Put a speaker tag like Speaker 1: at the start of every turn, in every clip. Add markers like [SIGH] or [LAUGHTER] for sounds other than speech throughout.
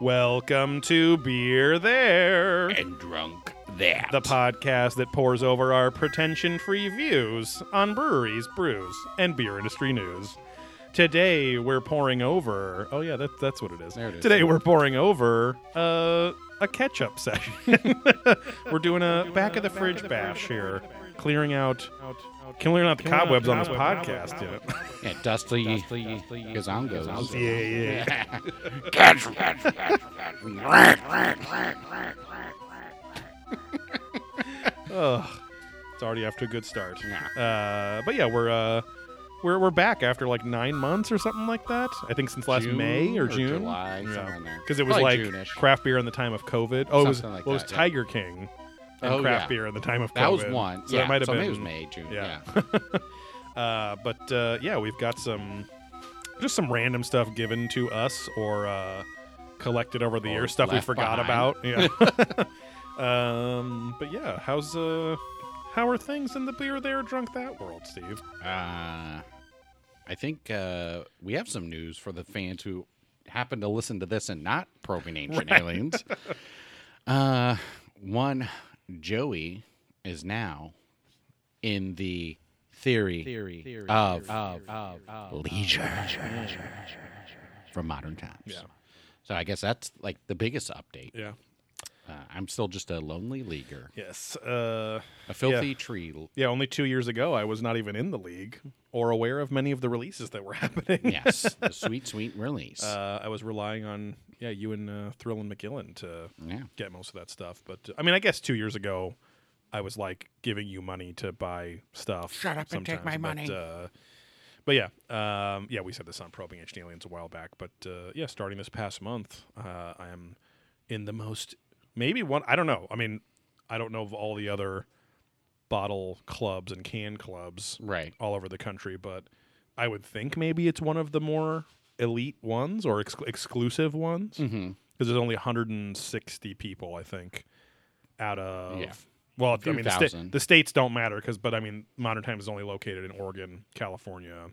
Speaker 1: Welcome to Beer There,
Speaker 2: and drunk that.
Speaker 1: the podcast that pours over our pretension free views on breweries, brews, and beer industry news. Today we're pouring over. Oh, yeah, that, that's what it is.
Speaker 2: There it is.
Speaker 1: Today we're pouring over uh, a catch up [LAUGHS] session. we're doing a back of the fridge bash here, clearing out. Clearing out the cobwebs on this podcast, you know.
Speaker 2: yeah, Dusty Gazongos.
Speaker 1: [LAUGHS] yeah. Ugh, it's already after a good start. Uh, but yeah, we're uh, we're we're back after like nine months or something like that. I think since last
Speaker 2: June
Speaker 1: May or,
Speaker 2: or
Speaker 1: June,
Speaker 2: July, somewhere in there.
Speaker 1: Because it was
Speaker 2: Probably
Speaker 1: like
Speaker 2: June-ish.
Speaker 1: craft beer in the time of COVID. Oh, it was
Speaker 2: Something like
Speaker 1: well, it was
Speaker 2: that, yeah.
Speaker 1: Tiger King and
Speaker 2: Oh,
Speaker 1: craft
Speaker 2: yeah.
Speaker 1: beer in the time of COVID.
Speaker 2: That was one.
Speaker 1: So
Speaker 2: yeah,
Speaker 1: that might have
Speaker 2: so
Speaker 1: been
Speaker 2: maybe it was May, June.
Speaker 1: yeah.
Speaker 2: Yeah.
Speaker 1: Uh, but uh, yeah, we've got some just some random stuff given to us or uh, collected over the
Speaker 2: Or
Speaker 1: years, stuff we
Speaker 2: left
Speaker 1: forgot
Speaker 2: behind. [LAUGHS]
Speaker 1: about. Yeah. [LAUGHS] um, but yeah, how's uh, how are things in the beer there drunk that world, Steve?
Speaker 2: Uh, I think uh, we have some news for the fans who happen to listen to this and not
Speaker 1: [LAUGHS]
Speaker 2: probing ancient aliens. Uh, one, Joey is now in the theory, of, of, leisure, from modern times.
Speaker 1: Yeah.
Speaker 2: So I guess that's like the biggest update.
Speaker 1: Yeah.
Speaker 2: Uh, I'm still just a lonely leaguer,
Speaker 1: Yes. Uh,
Speaker 2: a filthy tree. l-
Speaker 1: yeah. Only two years ago, I was not even in the league or aware of many of the releases that were [LAUGHS] happening.
Speaker 2: Yes, the sweet, sweet release.
Speaker 1: Uh, I was relying on yeah you and uh, Thrill and McGillen to
Speaker 2: yeah.
Speaker 1: get most of that stuff. But uh, I mean, I guess two years ago, I was like giving you money to buy stuff.
Speaker 2: Shut up and take
Speaker 1: sometimes,
Speaker 2: my
Speaker 1: but,
Speaker 2: money.
Speaker 1: Uh, but yeah, um, yeah, we said this on probing ancient aliens a while back. But uh, yeah, starting this past month, uh, I am in the most maybe one. I don't know. I mean, I don't know of all the other bottle clubs and can clubs
Speaker 2: Right.
Speaker 1: all over the country, but I would think maybe it's one of the more elite ones or ex- exclusive ones because
Speaker 2: Mhm.
Speaker 1: there's only 160 people, I think, out of.
Speaker 2: Yeah.
Speaker 1: Well, I
Speaker 2: few
Speaker 1: mean, the, sta-
Speaker 2: thousand.
Speaker 1: the states don't matter because, but I mean, Modern Times is only located in Oregon, California,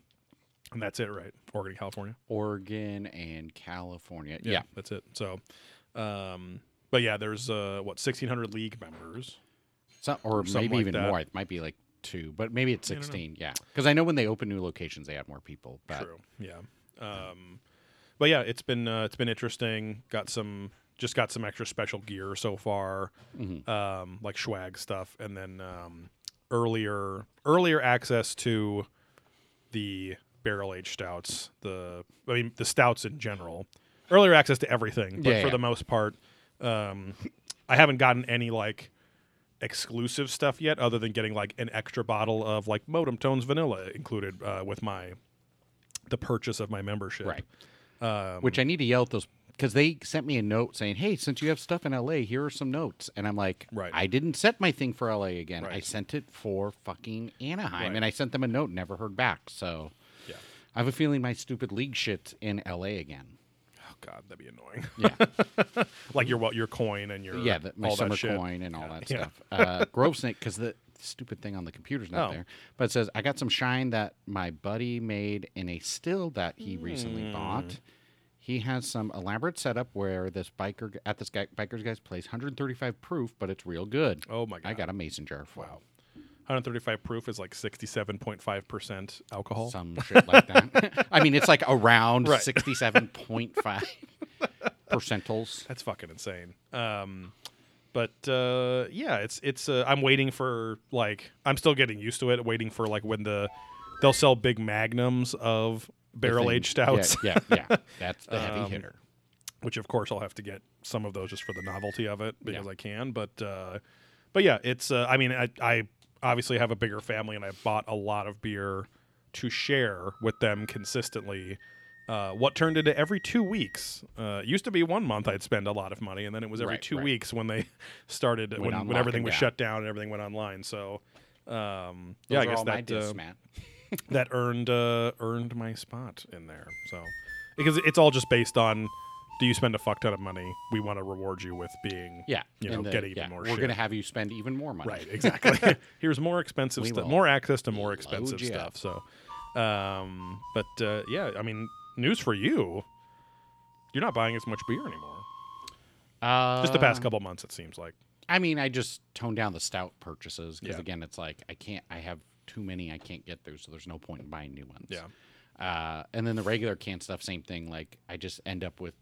Speaker 1: and that's it, right? Oregon, California.
Speaker 2: Oregon and California. Yeah.
Speaker 1: that's it. So, um, but yeah, there's uh, what 1,600 league members.
Speaker 2: So- or
Speaker 1: Something
Speaker 2: maybe
Speaker 1: like
Speaker 2: even
Speaker 1: that.
Speaker 2: more. It might be like two, but maybe it's
Speaker 1: don't know.
Speaker 2: 16. Yeah. Because I know when they open new locations, they add more people. But
Speaker 1: True. Yeah. Um, but yeah, it's been uh, it's been interesting. Got some just got some extra special gear so far,
Speaker 2: Mm-hmm.
Speaker 1: um, like swag stuff, and then um, earlier earlier access to the barrel aged stouts. The I mean the stouts in general. Earlier access to everything, but
Speaker 2: Yeah,
Speaker 1: for
Speaker 2: yeah.
Speaker 1: the most part, um, I haven't gotten any like exclusive stuff yet, other than getting like an extra bottle of like Modem Tones Vanilla included uh, with my the purchase of my membership.
Speaker 2: Right.
Speaker 1: Um,
Speaker 2: Which I need to yell at those because they sent me a note saying, hey, since you have stuff in LA, here are some notes. And I'm like,
Speaker 1: Right.
Speaker 2: I didn't set my thing for LA again. I
Speaker 1: Right.
Speaker 2: sent it for fucking Anaheim.
Speaker 1: Right.
Speaker 2: And I sent them a note, never heard back. So
Speaker 1: Yeah.
Speaker 2: I have a feeling my stupid league shit's in LA again.
Speaker 1: Oh God, that'd be annoying.
Speaker 2: Yeah.
Speaker 1: [LAUGHS] like your what your coin and your
Speaker 2: yeah, the, my
Speaker 1: all
Speaker 2: summer
Speaker 1: that shit.
Speaker 2: coin and all that
Speaker 1: Yeah.
Speaker 2: stuff.
Speaker 1: [LAUGHS]
Speaker 2: Uh, Grovesnake, because the stupid thing on the computer's not
Speaker 1: Oh.
Speaker 2: there, but it says I got some shine that my buddy made in a still that he recently
Speaker 1: Hmm.
Speaker 2: bought. He has some elaborate setup where this biker g- at this guy biker's guy's place, 135 proof, but it's real good.
Speaker 1: Oh my God.
Speaker 2: I got a mason jar. For wow,
Speaker 1: 135 proof is like 67.5 percent alcohol.
Speaker 2: some shit
Speaker 1: [LAUGHS]
Speaker 2: like that. I mean, it's like around
Speaker 1: Right. [LAUGHS]
Speaker 2: 67.5 percentals.
Speaker 1: That's fucking insane. Um, but uh, yeah, it's it's. Uh, I'm waiting for like I'm still getting used to it. Waiting for like when the they'll sell big magnums of barrel aged
Speaker 2: Yeah,
Speaker 1: stouts, Um,
Speaker 2: yeah, yeah. That's the heavy hitter.
Speaker 1: which of course I'll have to get some of those just for the novelty of it because
Speaker 2: Yeah.
Speaker 1: I can. But uh, but yeah, it's. Uh, I mean, I, I obviously have a bigger family and I bought a lot of beer to share with them consistently. Uh, what turned into every two weeks. Uh, it used to be one month I'd spend a lot of money, and then it was every
Speaker 2: Right,
Speaker 1: two
Speaker 2: right.
Speaker 1: weeks when they [LAUGHS] started when, when,
Speaker 2: online
Speaker 1: everything was
Speaker 2: down.
Speaker 1: shut down and everything went online. So um,
Speaker 2: Those
Speaker 1: yeah, I
Speaker 2: are
Speaker 1: guess
Speaker 2: all
Speaker 1: that
Speaker 2: my discs,
Speaker 1: uh,
Speaker 2: Matt.
Speaker 1: that earned uh, earned my spot in there. So because it's all just based on do you spend a fuck ton of money? We want to reward you with being
Speaker 2: Yeah,
Speaker 1: you know,
Speaker 2: and the-
Speaker 1: get even
Speaker 2: yeah,
Speaker 1: more.
Speaker 2: We're
Speaker 1: shit.
Speaker 2: gonna have you spend even more money.
Speaker 1: right [LAUGHS]
Speaker 2: [LAUGHS]
Speaker 1: exactly. Here's more expensive
Speaker 2: We
Speaker 1: stuff,
Speaker 2: will Oh,
Speaker 1: more access to more expensive
Speaker 2: you
Speaker 1: stuff. So, um, but uh, yeah, I mean, news for you, you're not buying as much beer anymore.
Speaker 2: Uh,
Speaker 1: Just the past couple months, it seems like.
Speaker 2: I mean, I just toned down the stout purchases because
Speaker 1: Yeah.
Speaker 2: again, it's like I can't. I have too many. I can't get through, so there's no point in buying new ones.
Speaker 1: Yeah.
Speaker 2: Uh, and then the regular can stuff, same thing. Like I just end up with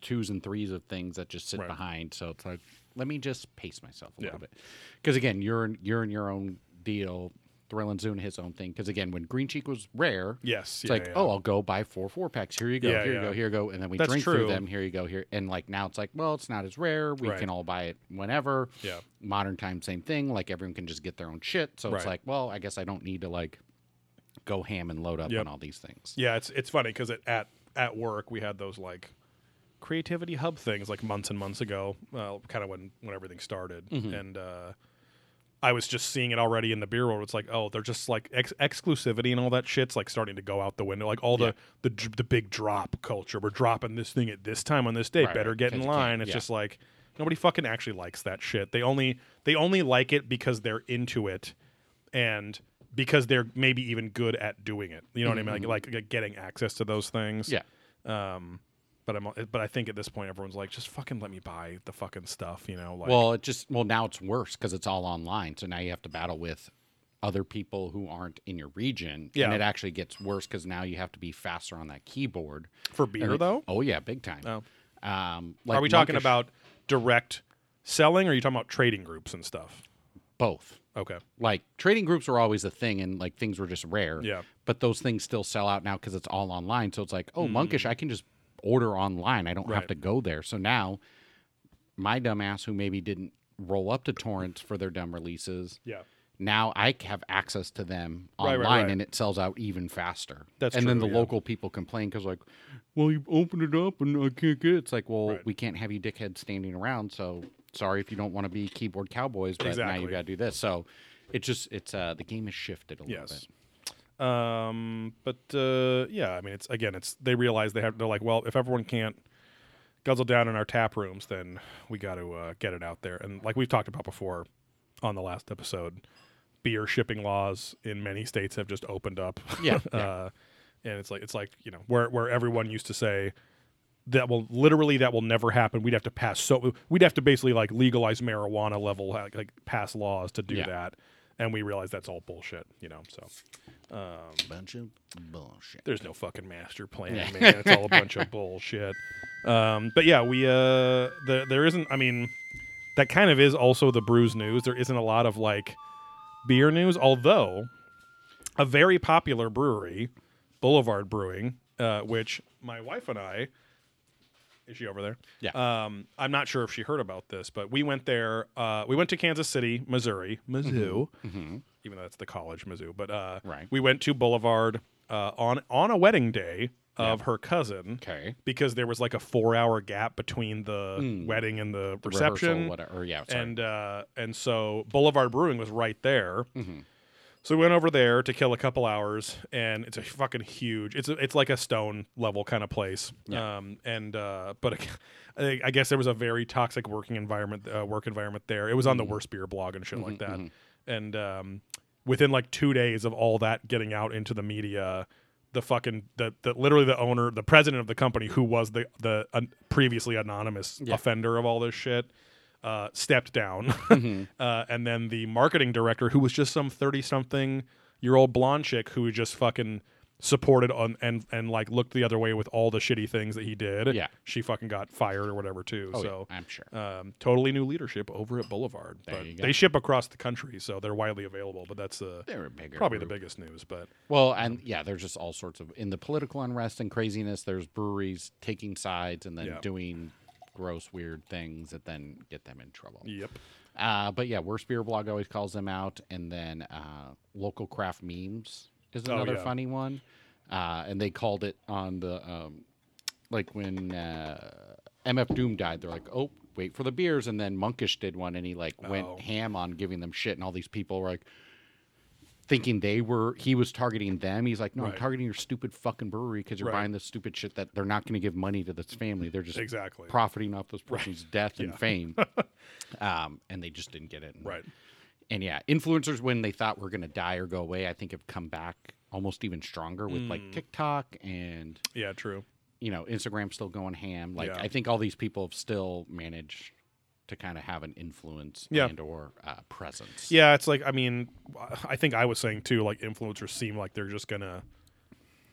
Speaker 2: twos and threes of things that just sit
Speaker 1: Right.
Speaker 2: behind. So it's like, let me just pace myself a
Speaker 1: Yeah.
Speaker 2: little bit. Because again, you're in, you're in your own deal. Thrill and Zune his own thing. Because again, when Green Cheek was rare,
Speaker 1: Yes.
Speaker 2: it's
Speaker 1: yeah,
Speaker 2: like,
Speaker 1: yeah.
Speaker 2: oh, I'll go buy four four packs. Here you go.
Speaker 1: Yeah,
Speaker 2: here you
Speaker 1: yeah.
Speaker 2: go. Here you go. And then we
Speaker 1: That's
Speaker 2: drink
Speaker 1: true.
Speaker 2: through them. Here you go. Here and like now it's like, well, it's not as rare. We
Speaker 1: Right.
Speaker 2: can all buy it whenever.
Speaker 1: Yeah.
Speaker 2: Modern time, same thing. Like everyone can just get their own shit. So
Speaker 1: Right.
Speaker 2: it's like, well, I guess I don't need to like go ham and load up
Speaker 1: Yep.
Speaker 2: on all these things.
Speaker 1: Yeah, it's it's funny because at at work we had those like creativity hub things like months and months ago, uh, kind of when when everything started,
Speaker 2: Mm-hmm.
Speaker 1: and uh, I was just seeing it already in the beer world. It's like oh, they're just like ex- exclusivity and all that shit's like starting to go out the window. Like all the the dr- the big drop culture. We're dropping this thing at this time on this day.
Speaker 2: Right,
Speaker 1: Better
Speaker 2: right,
Speaker 1: get in
Speaker 2: 'cause you can't-
Speaker 1: line. It's
Speaker 2: yeah.
Speaker 1: just like nobody fucking actually likes that shit. They only they only like it because they're into it and because they're maybe even good at doing it. You know what I mean? Like, like like getting access to those things.
Speaker 2: Mm-hmm. Yeah.
Speaker 1: But I'm but I think at this point everyone's like, just fucking let me buy the fucking stuff. You know? Like,
Speaker 2: Well, it just well now it's worse because it's all online. So now you have to battle with other people who aren't in your region,
Speaker 1: Yeah.
Speaker 2: and it actually gets worse because now you have to be faster on that keyboard.
Speaker 1: for beer
Speaker 2: And-
Speaker 1: though,
Speaker 2: Oh yeah, big time. Um, like
Speaker 1: are we talking
Speaker 2: Monkish-
Speaker 1: about direct selling? or Are you talking about trading groups and stuff?
Speaker 2: both?
Speaker 1: Okay.
Speaker 2: Like trading groups were always a thing, and like things were just rare.
Speaker 1: Yeah.
Speaker 2: But those things still sell out now because it's all online. So it's like, oh, monkish, I can just order online. I don't
Speaker 1: Mm. Right.
Speaker 2: have to go there. So now, my dumbass who maybe didn't roll up to torrents for their dumb releases,
Speaker 1: Yeah.
Speaker 2: now I c- have access to them
Speaker 1: Right,
Speaker 2: online
Speaker 1: right, right.
Speaker 2: and it sells out even faster.
Speaker 1: That's
Speaker 2: and then
Speaker 1: true,
Speaker 2: the
Speaker 1: yeah.
Speaker 2: local people complain because like, well, you opened it up and I can't get. It. It's like, well,
Speaker 1: Right.
Speaker 2: we can't have you dickheads standing around. So sorry if you don't want to be keyboard cowboys, but now
Speaker 1: Exactly.
Speaker 2: you got to do this. So it just it's uh the game has shifted a little
Speaker 1: Yes.
Speaker 2: bit.
Speaker 1: Um, but uh, yeah, I mean, it's again, it's they realize they have. They're like, well, if everyone can't guzzle down in our tap rooms, then we got to uh, get it out there. And like we've talked about before on the last episode, beer shipping laws in many states have just opened up. [LAUGHS]
Speaker 2: Yeah,
Speaker 1: uh, and it's like it's like you know where where everyone used to say that will literally that will never happen. We'd have to pass so we'd have to basically like legalize marijuana level like, like pass laws to do
Speaker 2: Yeah.
Speaker 1: that. And we realize that's all bullshit, you know. So
Speaker 2: Bunch of bullshit.
Speaker 1: there's no fucking master plan, man. It's all a bunch
Speaker 2: [LAUGHS]
Speaker 1: of bullshit. Um, but yeah, we uh, the, there isn't. I mean, that kind of is also the brews news. There isn't a lot of like beer news, although a very popular brewery, Boulevard Brewing, uh, which my wife and I. Is she over there?
Speaker 2: Yeah.
Speaker 1: Um, I'm not sure if she heard about this, but we went there. Uh, we went to Kansas City, Missouri,
Speaker 2: Mm-hmm.
Speaker 1: Mizzou, even though that's the college Mizzou. But uh,
Speaker 2: Right.
Speaker 1: we went to Boulevard uh, on on a wedding day of her cousin
Speaker 2: Okay.
Speaker 1: because there was like a four hour gap between the wedding and the, reception,
Speaker 2: Hmm. Rehearsal, whatever. Or, yeah. Sorry.
Speaker 1: and uh, and so Boulevard Brewing was right there.
Speaker 2: Mm-hmm.
Speaker 1: So we went over there to kill a couple hours, and it's a fucking huge. It's a, it's like a stone level kind of place. Um, and uh, but [LAUGHS] I think- I guess there was a very toxic working environment, uh, work environment there. It was on
Speaker 2: Mm-hmm.
Speaker 1: the worst beer blog and shit like that. And um, within like two days of all that getting out into the media, the fucking the, the literally the owner, the president of the company, who was the the uh, previously anonymous offender of all this shit, uh, stepped down, [LAUGHS]
Speaker 2: Mm-hmm.
Speaker 1: uh, and then the marketing director, who was just some thirty-something year old blonde chick who just fucking supported on and and like looked the other way with all the shitty things that he did.
Speaker 2: Yeah.
Speaker 1: she fucking got fired or whatever too.
Speaker 2: Oh, yeah,
Speaker 1: so.
Speaker 2: I'm sure.
Speaker 1: Um, totally new leadership over at Boulevard. but
Speaker 2: you go.
Speaker 1: they ship across the country, so they're widely available. But that's uh,
Speaker 2: They're a bigger
Speaker 1: probably
Speaker 2: group.
Speaker 1: the biggest news. But
Speaker 2: Well, and yeah, there's just all sorts of in the political unrest and craziness. There's breweries taking sides and then
Speaker 1: Yeah.
Speaker 2: doing gross, weird things that then get them in trouble.
Speaker 1: yep,
Speaker 2: Uh, but yeah, worst beer blog always calls them out, and then uh, local craft memes is
Speaker 1: Oh,
Speaker 2: another
Speaker 1: yeah.
Speaker 2: funny one. Uh, and they called it on the um, like when uh, MF Doom died. They're like, oh, wait for the beers, and then Monkish did one, and he like
Speaker 1: Oh.
Speaker 2: went ham on giving them shit, and all these people were like thinking they were he was targeting them. He's like, no,
Speaker 1: Right.
Speaker 2: I'm targeting your stupid fucking brewery because you're
Speaker 1: Right.
Speaker 2: buying this stupid shit that they're not going to give money to this family. They're just
Speaker 1: Exactly.
Speaker 2: profiting off this person's
Speaker 1: [LAUGHS]
Speaker 2: death and fame. um, and they just didn't get it. And,
Speaker 1: right.
Speaker 2: And yeah, influencers when they thought were going to die or go
Speaker 1: Mm.
Speaker 2: away, I think have come back almost even stronger with like TikTok and
Speaker 1: Yeah, true.
Speaker 2: you know, Instagram's still going ham. Like
Speaker 1: Yeah.
Speaker 2: I think all these people have still managed to kind of have an influence
Speaker 1: Yeah.
Speaker 2: and or uh, presence.
Speaker 1: Yeah, it's like I mean, I think I was saying too. Like influencers seem like they're just gonna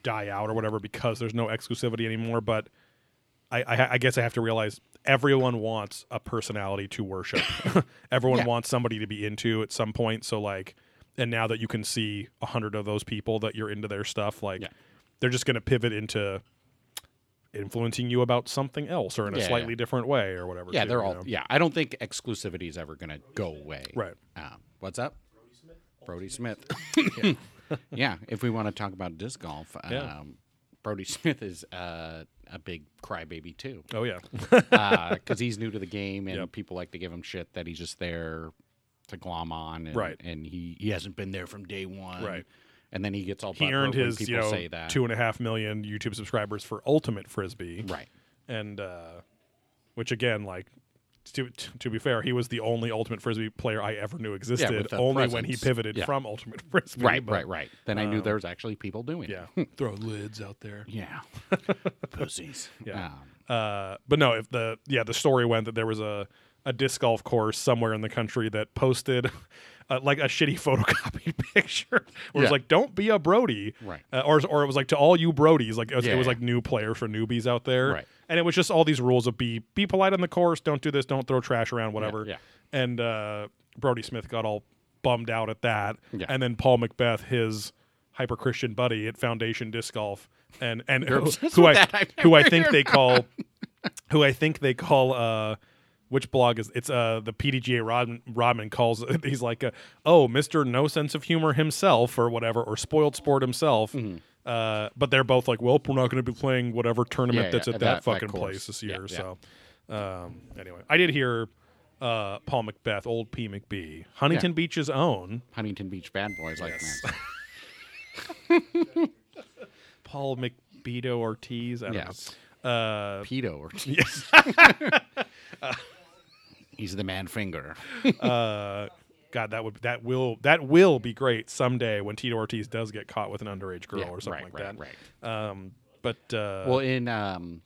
Speaker 1: die out or whatever because there's no exclusivity anymore. But I, I, I guess I have to realize everyone wants a personality to worship. [LAUGHS] everyone
Speaker 2: Yeah.
Speaker 1: wants somebody to be into at some point. So like, and now that you can see a hundred of those people that you're into their stuff, like
Speaker 2: Yeah.
Speaker 1: they're just gonna pivot into influencing you about something else or in a
Speaker 2: Yeah, yeah.
Speaker 1: slightly different way or whatever.
Speaker 2: Yeah,
Speaker 1: too,
Speaker 2: they're
Speaker 1: you
Speaker 2: all.
Speaker 1: know?
Speaker 2: Yeah, I don't think exclusivity is ever going to go away.
Speaker 1: Right.
Speaker 2: Um, what's up? Brody Smith. [LAUGHS]
Speaker 1: [LAUGHS]
Speaker 2: yeah, if we want to talk about disc golf, um,
Speaker 1: Yeah.
Speaker 2: Brody Smith is uh, a big crybaby too,
Speaker 1: Oh yeah.
Speaker 2: because Uh, he's new to the game and
Speaker 1: Yep.
Speaker 2: people like to give him shit that he's just there to glom on, and,
Speaker 1: Right.
Speaker 2: And he he hasn't been there from day one,
Speaker 1: Right.
Speaker 2: And then he gets all
Speaker 1: he
Speaker 2: butthurt
Speaker 1: earned
Speaker 2: when
Speaker 1: his
Speaker 2: people
Speaker 1: you know
Speaker 2: say that
Speaker 1: two and a half million YouTube subscribers for Ultimate Frisbee,
Speaker 2: right.
Speaker 1: and uh, which again, like to to be fair, he was the only Ultimate Frisbee player I ever knew existed.
Speaker 2: the
Speaker 1: only when he
Speaker 2: presence.
Speaker 1: pivoted
Speaker 2: Yeah.
Speaker 1: from Ultimate [LAUGHS] Frisbee,
Speaker 2: Right,
Speaker 1: but- um,
Speaker 2: right, right. Then I knew there was actually people doing it.
Speaker 1: Yeah,
Speaker 2: [LAUGHS]
Speaker 3: Throw lids out there.
Speaker 1: [LAUGHS]
Speaker 2: Yeah. Pussies.
Speaker 1: Yeah.
Speaker 2: Um,
Speaker 1: uh, but no, if the yeah the story went that there was a a disc golf course somewhere in the country that posted. [LAUGHS] Uh, like a shitty [LAUGHS] photocopied picture, where it was
Speaker 2: Yeah.
Speaker 1: like, "Don't be a Brody,"
Speaker 2: Right.
Speaker 1: Uh, or or it was like to all you Brodies, like it was, it
Speaker 2: Yeah,
Speaker 1: was
Speaker 2: yeah.
Speaker 1: like new players for newbies out there,
Speaker 2: Right.
Speaker 1: and it was just all these rules of be be polite on the course, don't do this, don't throw trash around, whatever.
Speaker 2: yeah.
Speaker 1: And uh, Brody Smith got all bummed out at that,
Speaker 2: Yeah.
Speaker 1: and then Paul Macbeth, his hyper Christian buddy at Foundation Disc Golf, and
Speaker 2: [LAUGHS]
Speaker 1: and who,
Speaker 2: obsessed
Speaker 1: who I
Speaker 2: with that. I've
Speaker 1: who I
Speaker 2: never
Speaker 1: think
Speaker 2: heard
Speaker 1: they call who I think they call uh which blog is it's uh the PDGA Rodman, Rodman calls [LAUGHS] he's like uh, oh Mister No Sense of Humor himself or whatever or spoiled sport himself.
Speaker 2: Mm-hmm.
Speaker 1: Uh, but they're both like, well, we're not going to be playing whatever tournament
Speaker 2: Yeah,
Speaker 1: that's
Speaker 2: yeah,
Speaker 1: at
Speaker 2: that-
Speaker 1: that,
Speaker 2: that
Speaker 1: fucking
Speaker 2: course.
Speaker 1: place this year.
Speaker 2: Yeah,
Speaker 1: So, um, anyway, I did hear uh, Paul Macbeth, old P McBee, Huntington Beach's own
Speaker 2: Huntington Beach bad boys like that.
Speaker 1: [LAUGHS] Paul McBedo Ortiz. I don't
Speaker 2: Yes.
Speaker 1: know. Uh,
Speaker 2: Pedo
Speaker 1: [LAUGHS]
Speaker 2: or [LAUGHS] He's the man finger.
Speaker 1: uh, God, that would that will that will be great someday when Tito Ortiz does get caught with an underage girl
Speaker 2: Yeah,
Speaker 1: or something
Speaker 2: right,
Speaker 1: like
Speaker 2: right,
Speaker 1: that. Um, but uh,
Speaker 2: Well, in um,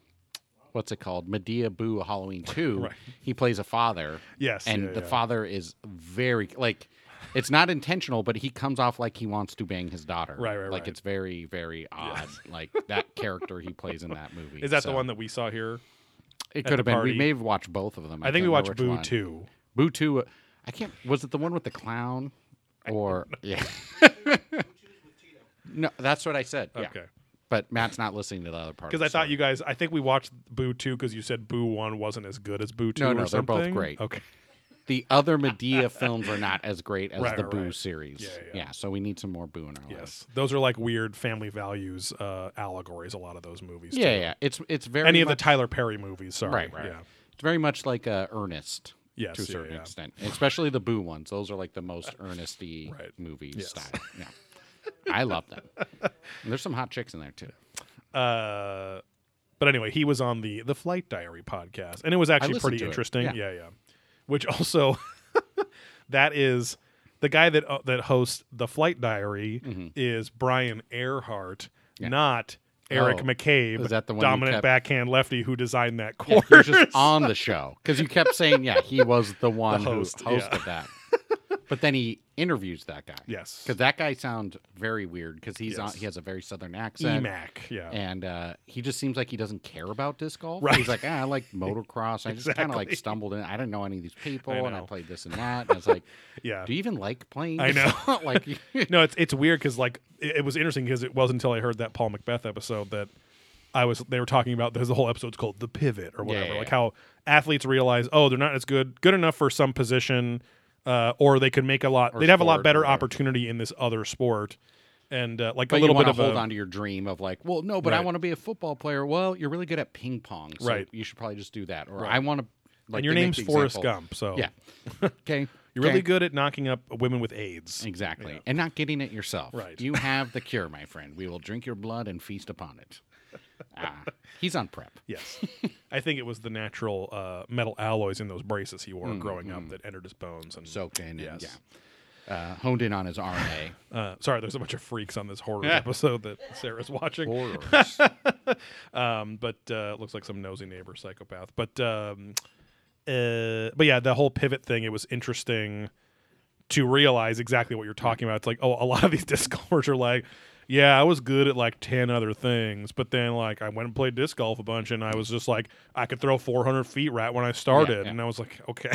Speaker 2: what's it called? Medea Boo Halloween 2,
Speaker 1: Right.
Speaker 2: he plays a father.
Speaker 1: Yes,
Speaker 2: And
Speaker 1: yeah,
Speaker 2: the
Speaker 1: yeah.
Speaker 2: father is very, like, it's not intentional, but he comes off like he wants to bang his daughter.
Speaker 1: Right, right,
Speaker 2: Like,
Speaker 1: right.
Speaker 2: it's very, very odd. Like, that character he plays in
Speaker 1: [LAUGHS]
Speaker 2: that movie.
Speaker 1: is that the
Speaker 2: So,
Speaker 1: one that we saw here?
Speaker 2: It
Speaker 1: the
Speaker 2: could have been.
Speaker 1: party?
Speaker 2: We may have watched both of them.
Speaker 1: I, think
Speaker 2: can't
Speaker 1: we watched
Speaker 2: remember which
Speaker 1: Boo
Speaker 2: one.
Speaker 1: too.
Speaker 2: Boo Two. uh, I can't. Was it the one with the clown or
Speaker 1: [LAUGHS]
Speaker 2: yeah? no, that's what I said. yeah.
Speaker 1: Okay.
Speaker 2: But Matt's not listening to the other part.
Speaker 1: Because I thought you guys, I think we watched Boo two because you said Boo one wasn't as good as Boo two.
Speaker 2: No,
Speaker 1: or
Speaker 2: no, they're both
Speaker 1: something?
Speaker 2: great.
Speaker 1: Okay,
Speaker 2: the other Medea films are not as great as
Speaker 1: Right,
Speaker 2: the
Speaker 1: right,
Speaker 2: Boo
Speaker 1: right.
Speaker 2: series.
Speaker 1: Yeah, yeah.
Speaker 2: So we need some more Boo in our lives.
Speaker 1: yes, those are like weird family values uh, allegories. A lot of those movies.
Speaker 2: Yeah,
Speaker 1: too.
Speaker 2: yeah. It's it's very
Speaker 1: Any of the
Speaker 2: much,
Speaker 1: Tyler Perry movies. Sorry.
Speaker 2: right, right.
Speaker 1: Yeah.
Speaker 2: It's very much like uh, Ernest.
Speaker 1: Yes,
Speaker 2: to a
Speaker 1: yeah,
Speaker 2: certain
Speaker 1: yeah.
Speaker 2: extent, especially the Boo ones. Those are like
Speaker 1: [LAUGHS]
Speaker 2: the most earnesty
Speaker 1: Right.
Speaker 2: movie
Speaker 1: Yes.
Speaker 2: style. Yeah. I love them. And there's some hot chicks in there too.
Speaker 1: Uh, but anyway, he was on the the Flight Diary podcast, and it was actually
Speaker 2: listened
Speaker 1: pretty
Speaker 2: to it,
Speaker 1: interesting.
Speaker 2: yeah.
Speaker 1: yeah, Which also, [LAUGHS] that is the guy that uh, that hosts the Flight Diary
Speaker 2: Mm-hmm.
Speaker 1: is Brian Earhart, not Eric
Speaker 2: Oh,
Speaker 1: McCabe,
Speaker 2: is that the one you
Speaker 1: dominant
Speaker 2: kept-
Speaker 1: backhand lefty who designed that
Speaker 2: Yeah,
Speaker 1: course.
Speaker 2: he was just on the show because you kept saying, yeah, he was the one
Speaker 1: host,
Speaker 2: who hosted that. But then he interviews that guy.
Speaker 1: Yes.
Speaker 2: because that guy sounds very weird because he's on,
Speaker 1: Yes.
Speaker 2: he has a very southern accent.
Speaker 1: Emac, E yeah,
Speaker 2: And uh, he just seems like he doesn't care about disc golf.
Speaker 1: Oh. Right.
Speaker 2: He's like, ah,
Speaker 1: [LAUGHS]
Speaker 2: I like motocross. I just kind of like
Speaker 1: Exactly.
Speaker 2: stumbled in. I didn't know any of these people,
Speaker 1: I
Speaker 2: and I
Speaker 1: know.
Speaker 2: played this and
Speaker 1: [LAUGHS]
Speaker 2: that. And I was like,
Speaker 1: yeah.
Speaker 2: do you even like playing?
Speaker 1: I
Speaker 2: disc
Speaker 1: [LAUGHS]
Speaker 2: golf?" [LAUGHS] like,
Speaker 1: no, it's it's weird because like it, it was interesting because it wasn't until I heard that Paul Macbeth episode that I was they were talking about there's the whole episode's called the pivot or whatever,
Speaker 2: yeah,
Speaker 1: like
Speaker 2: yeah.
Speaker 1: how athletes realize oh they're not as good good enough for some position, uh, or they could make a lot they'd have a lot
Speaker 2: sport or
Speaker 1: better
Speaker 2: whatever.
Speaker 1: opportunity in this other sport, and uh, like
Speaker 2: but
Speaker 1: a
Speaker 2: you
Speaker 1: little
Speaker 2: want
Speaker 1: bit
Speaker 2: to
Speaker 1: of
Speaker 2: hold
Speaker 1: a,
Speaker 2: on to your dream of like, well, no, but I
Speaker 1: Right.
Speaker 2: want to be a football player. Well, you're really good at ping pong, so
Speaker 1: Right.
Speaker 2: you should probably just do that. Or
Speaker 1: Right.
Speaker 2: I want to. Like
Speaker 1: and your
Speaker 2: they make
Speaker 1: name's
Speaker 2: the
Speaker 1: Forrest
Speaker 2: example.
Speaker 1: Gump, so
Speaker 2: Yeah.
Speaker 1: [LAUGHS]
Speaker 2: Okay.
Speaker 1: you're really good at knocking up women with AIDS.
Speaker 2: Exactly. And not getting it yourself.
Speaker 1: Right.
Speaker 2: You have the cure, my friend. We will drink your blood and feast upon it. Ah, he's on prep.
Speaker 1: Yes, I think it was the natural uh, metal alloys in those braces he wore
Speaker 2: Mm,
Speaker 1: growing up that entered his bones and
Speaker 2: Soaked in. And,
Speaker 1: Yes.
Speaker 2: yeah. Uh, honed in on his RNA. [LAUGHS]
Speaker 1: Uh, sorry, there's a bunch of freaks on this [LAUGHS] horror episode that Sarah's watching.
Speaker 2: Horrors.
Speaker 1: um, but uh, it looks like some nosy neighbor psychopath. But um, uh, but yeah, the whole pivot thing. It was interesting to realize exactly what you're talking about. It's like, oh, a lot of these [LAUGHS] disc golfers are like, yeah, I was good at like 10 other things, but then like I went and played disc golf a bunch and I was just like, I could throw 400 feet right when I started.
Speaker 2: yeah.
Speaker 1: And I was like, [LAUGHS] okay,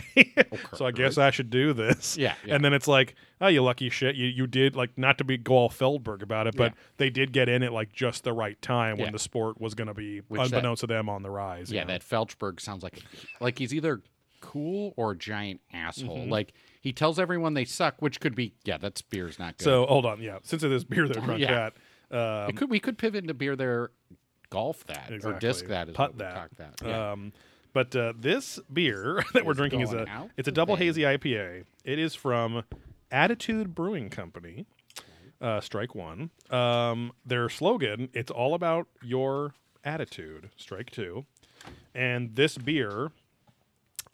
Speaker 1: so I guess I should do this.
Speaker 2: Yeah, yeah.
Speaker 1: And then it's like, oh, you lucky shit. You, you did like, not to be go all Feldberg about it, but
Speaker 2: Yeah.
Speaker 1: they did get in at like just the right time
Speaker 2: Yeah.
Speaker 1: when the sport was going to be,
Speaker 2: Which that-
Speaker 1: unbeknownst to them, on the rise. you
Speaker 2: Yeah,
Speaker 1: know?
Speaker 2: that Felchberg sounds like like he's either cool or a giant asshole.
Speaker 1: Mm-hmm.
Speaker 2: Like he tells everyone they suck, which could be yeah, that's beer's not good.
Speaker 1: So hold on. Yeah. Since it is
Speaker 2: [LAUGHS]
Speaker 1: beer that drunk
Speaker 2: Yeah.
Speaker 1: at, um,
Speaker 2: it could we could pivot into beer there, golf that or disc
Speaker 1: Exactly.
Speaker 2: that is
Speaker 1: Putt
Speaker 2: what we
Speaker 1: that.
Speaker 2: talked that. Yeah.
Speaker 1: Um, but uh, this beer
Speaker 2: [LAUGHS]
Speaker 1: that we're
Speaker 2: Is
Speaker 1: drinking is
Speaker 2: going
Speaker 1: a
Speaker 2: out
Speaker 1: it's a double
Speaker 2: today.
Speaker 1: hazy IPA. It is from Attitude Brewing Company. Uh, strike one. Um, their slogan: "It's all about your attitude." Strike two. And this beer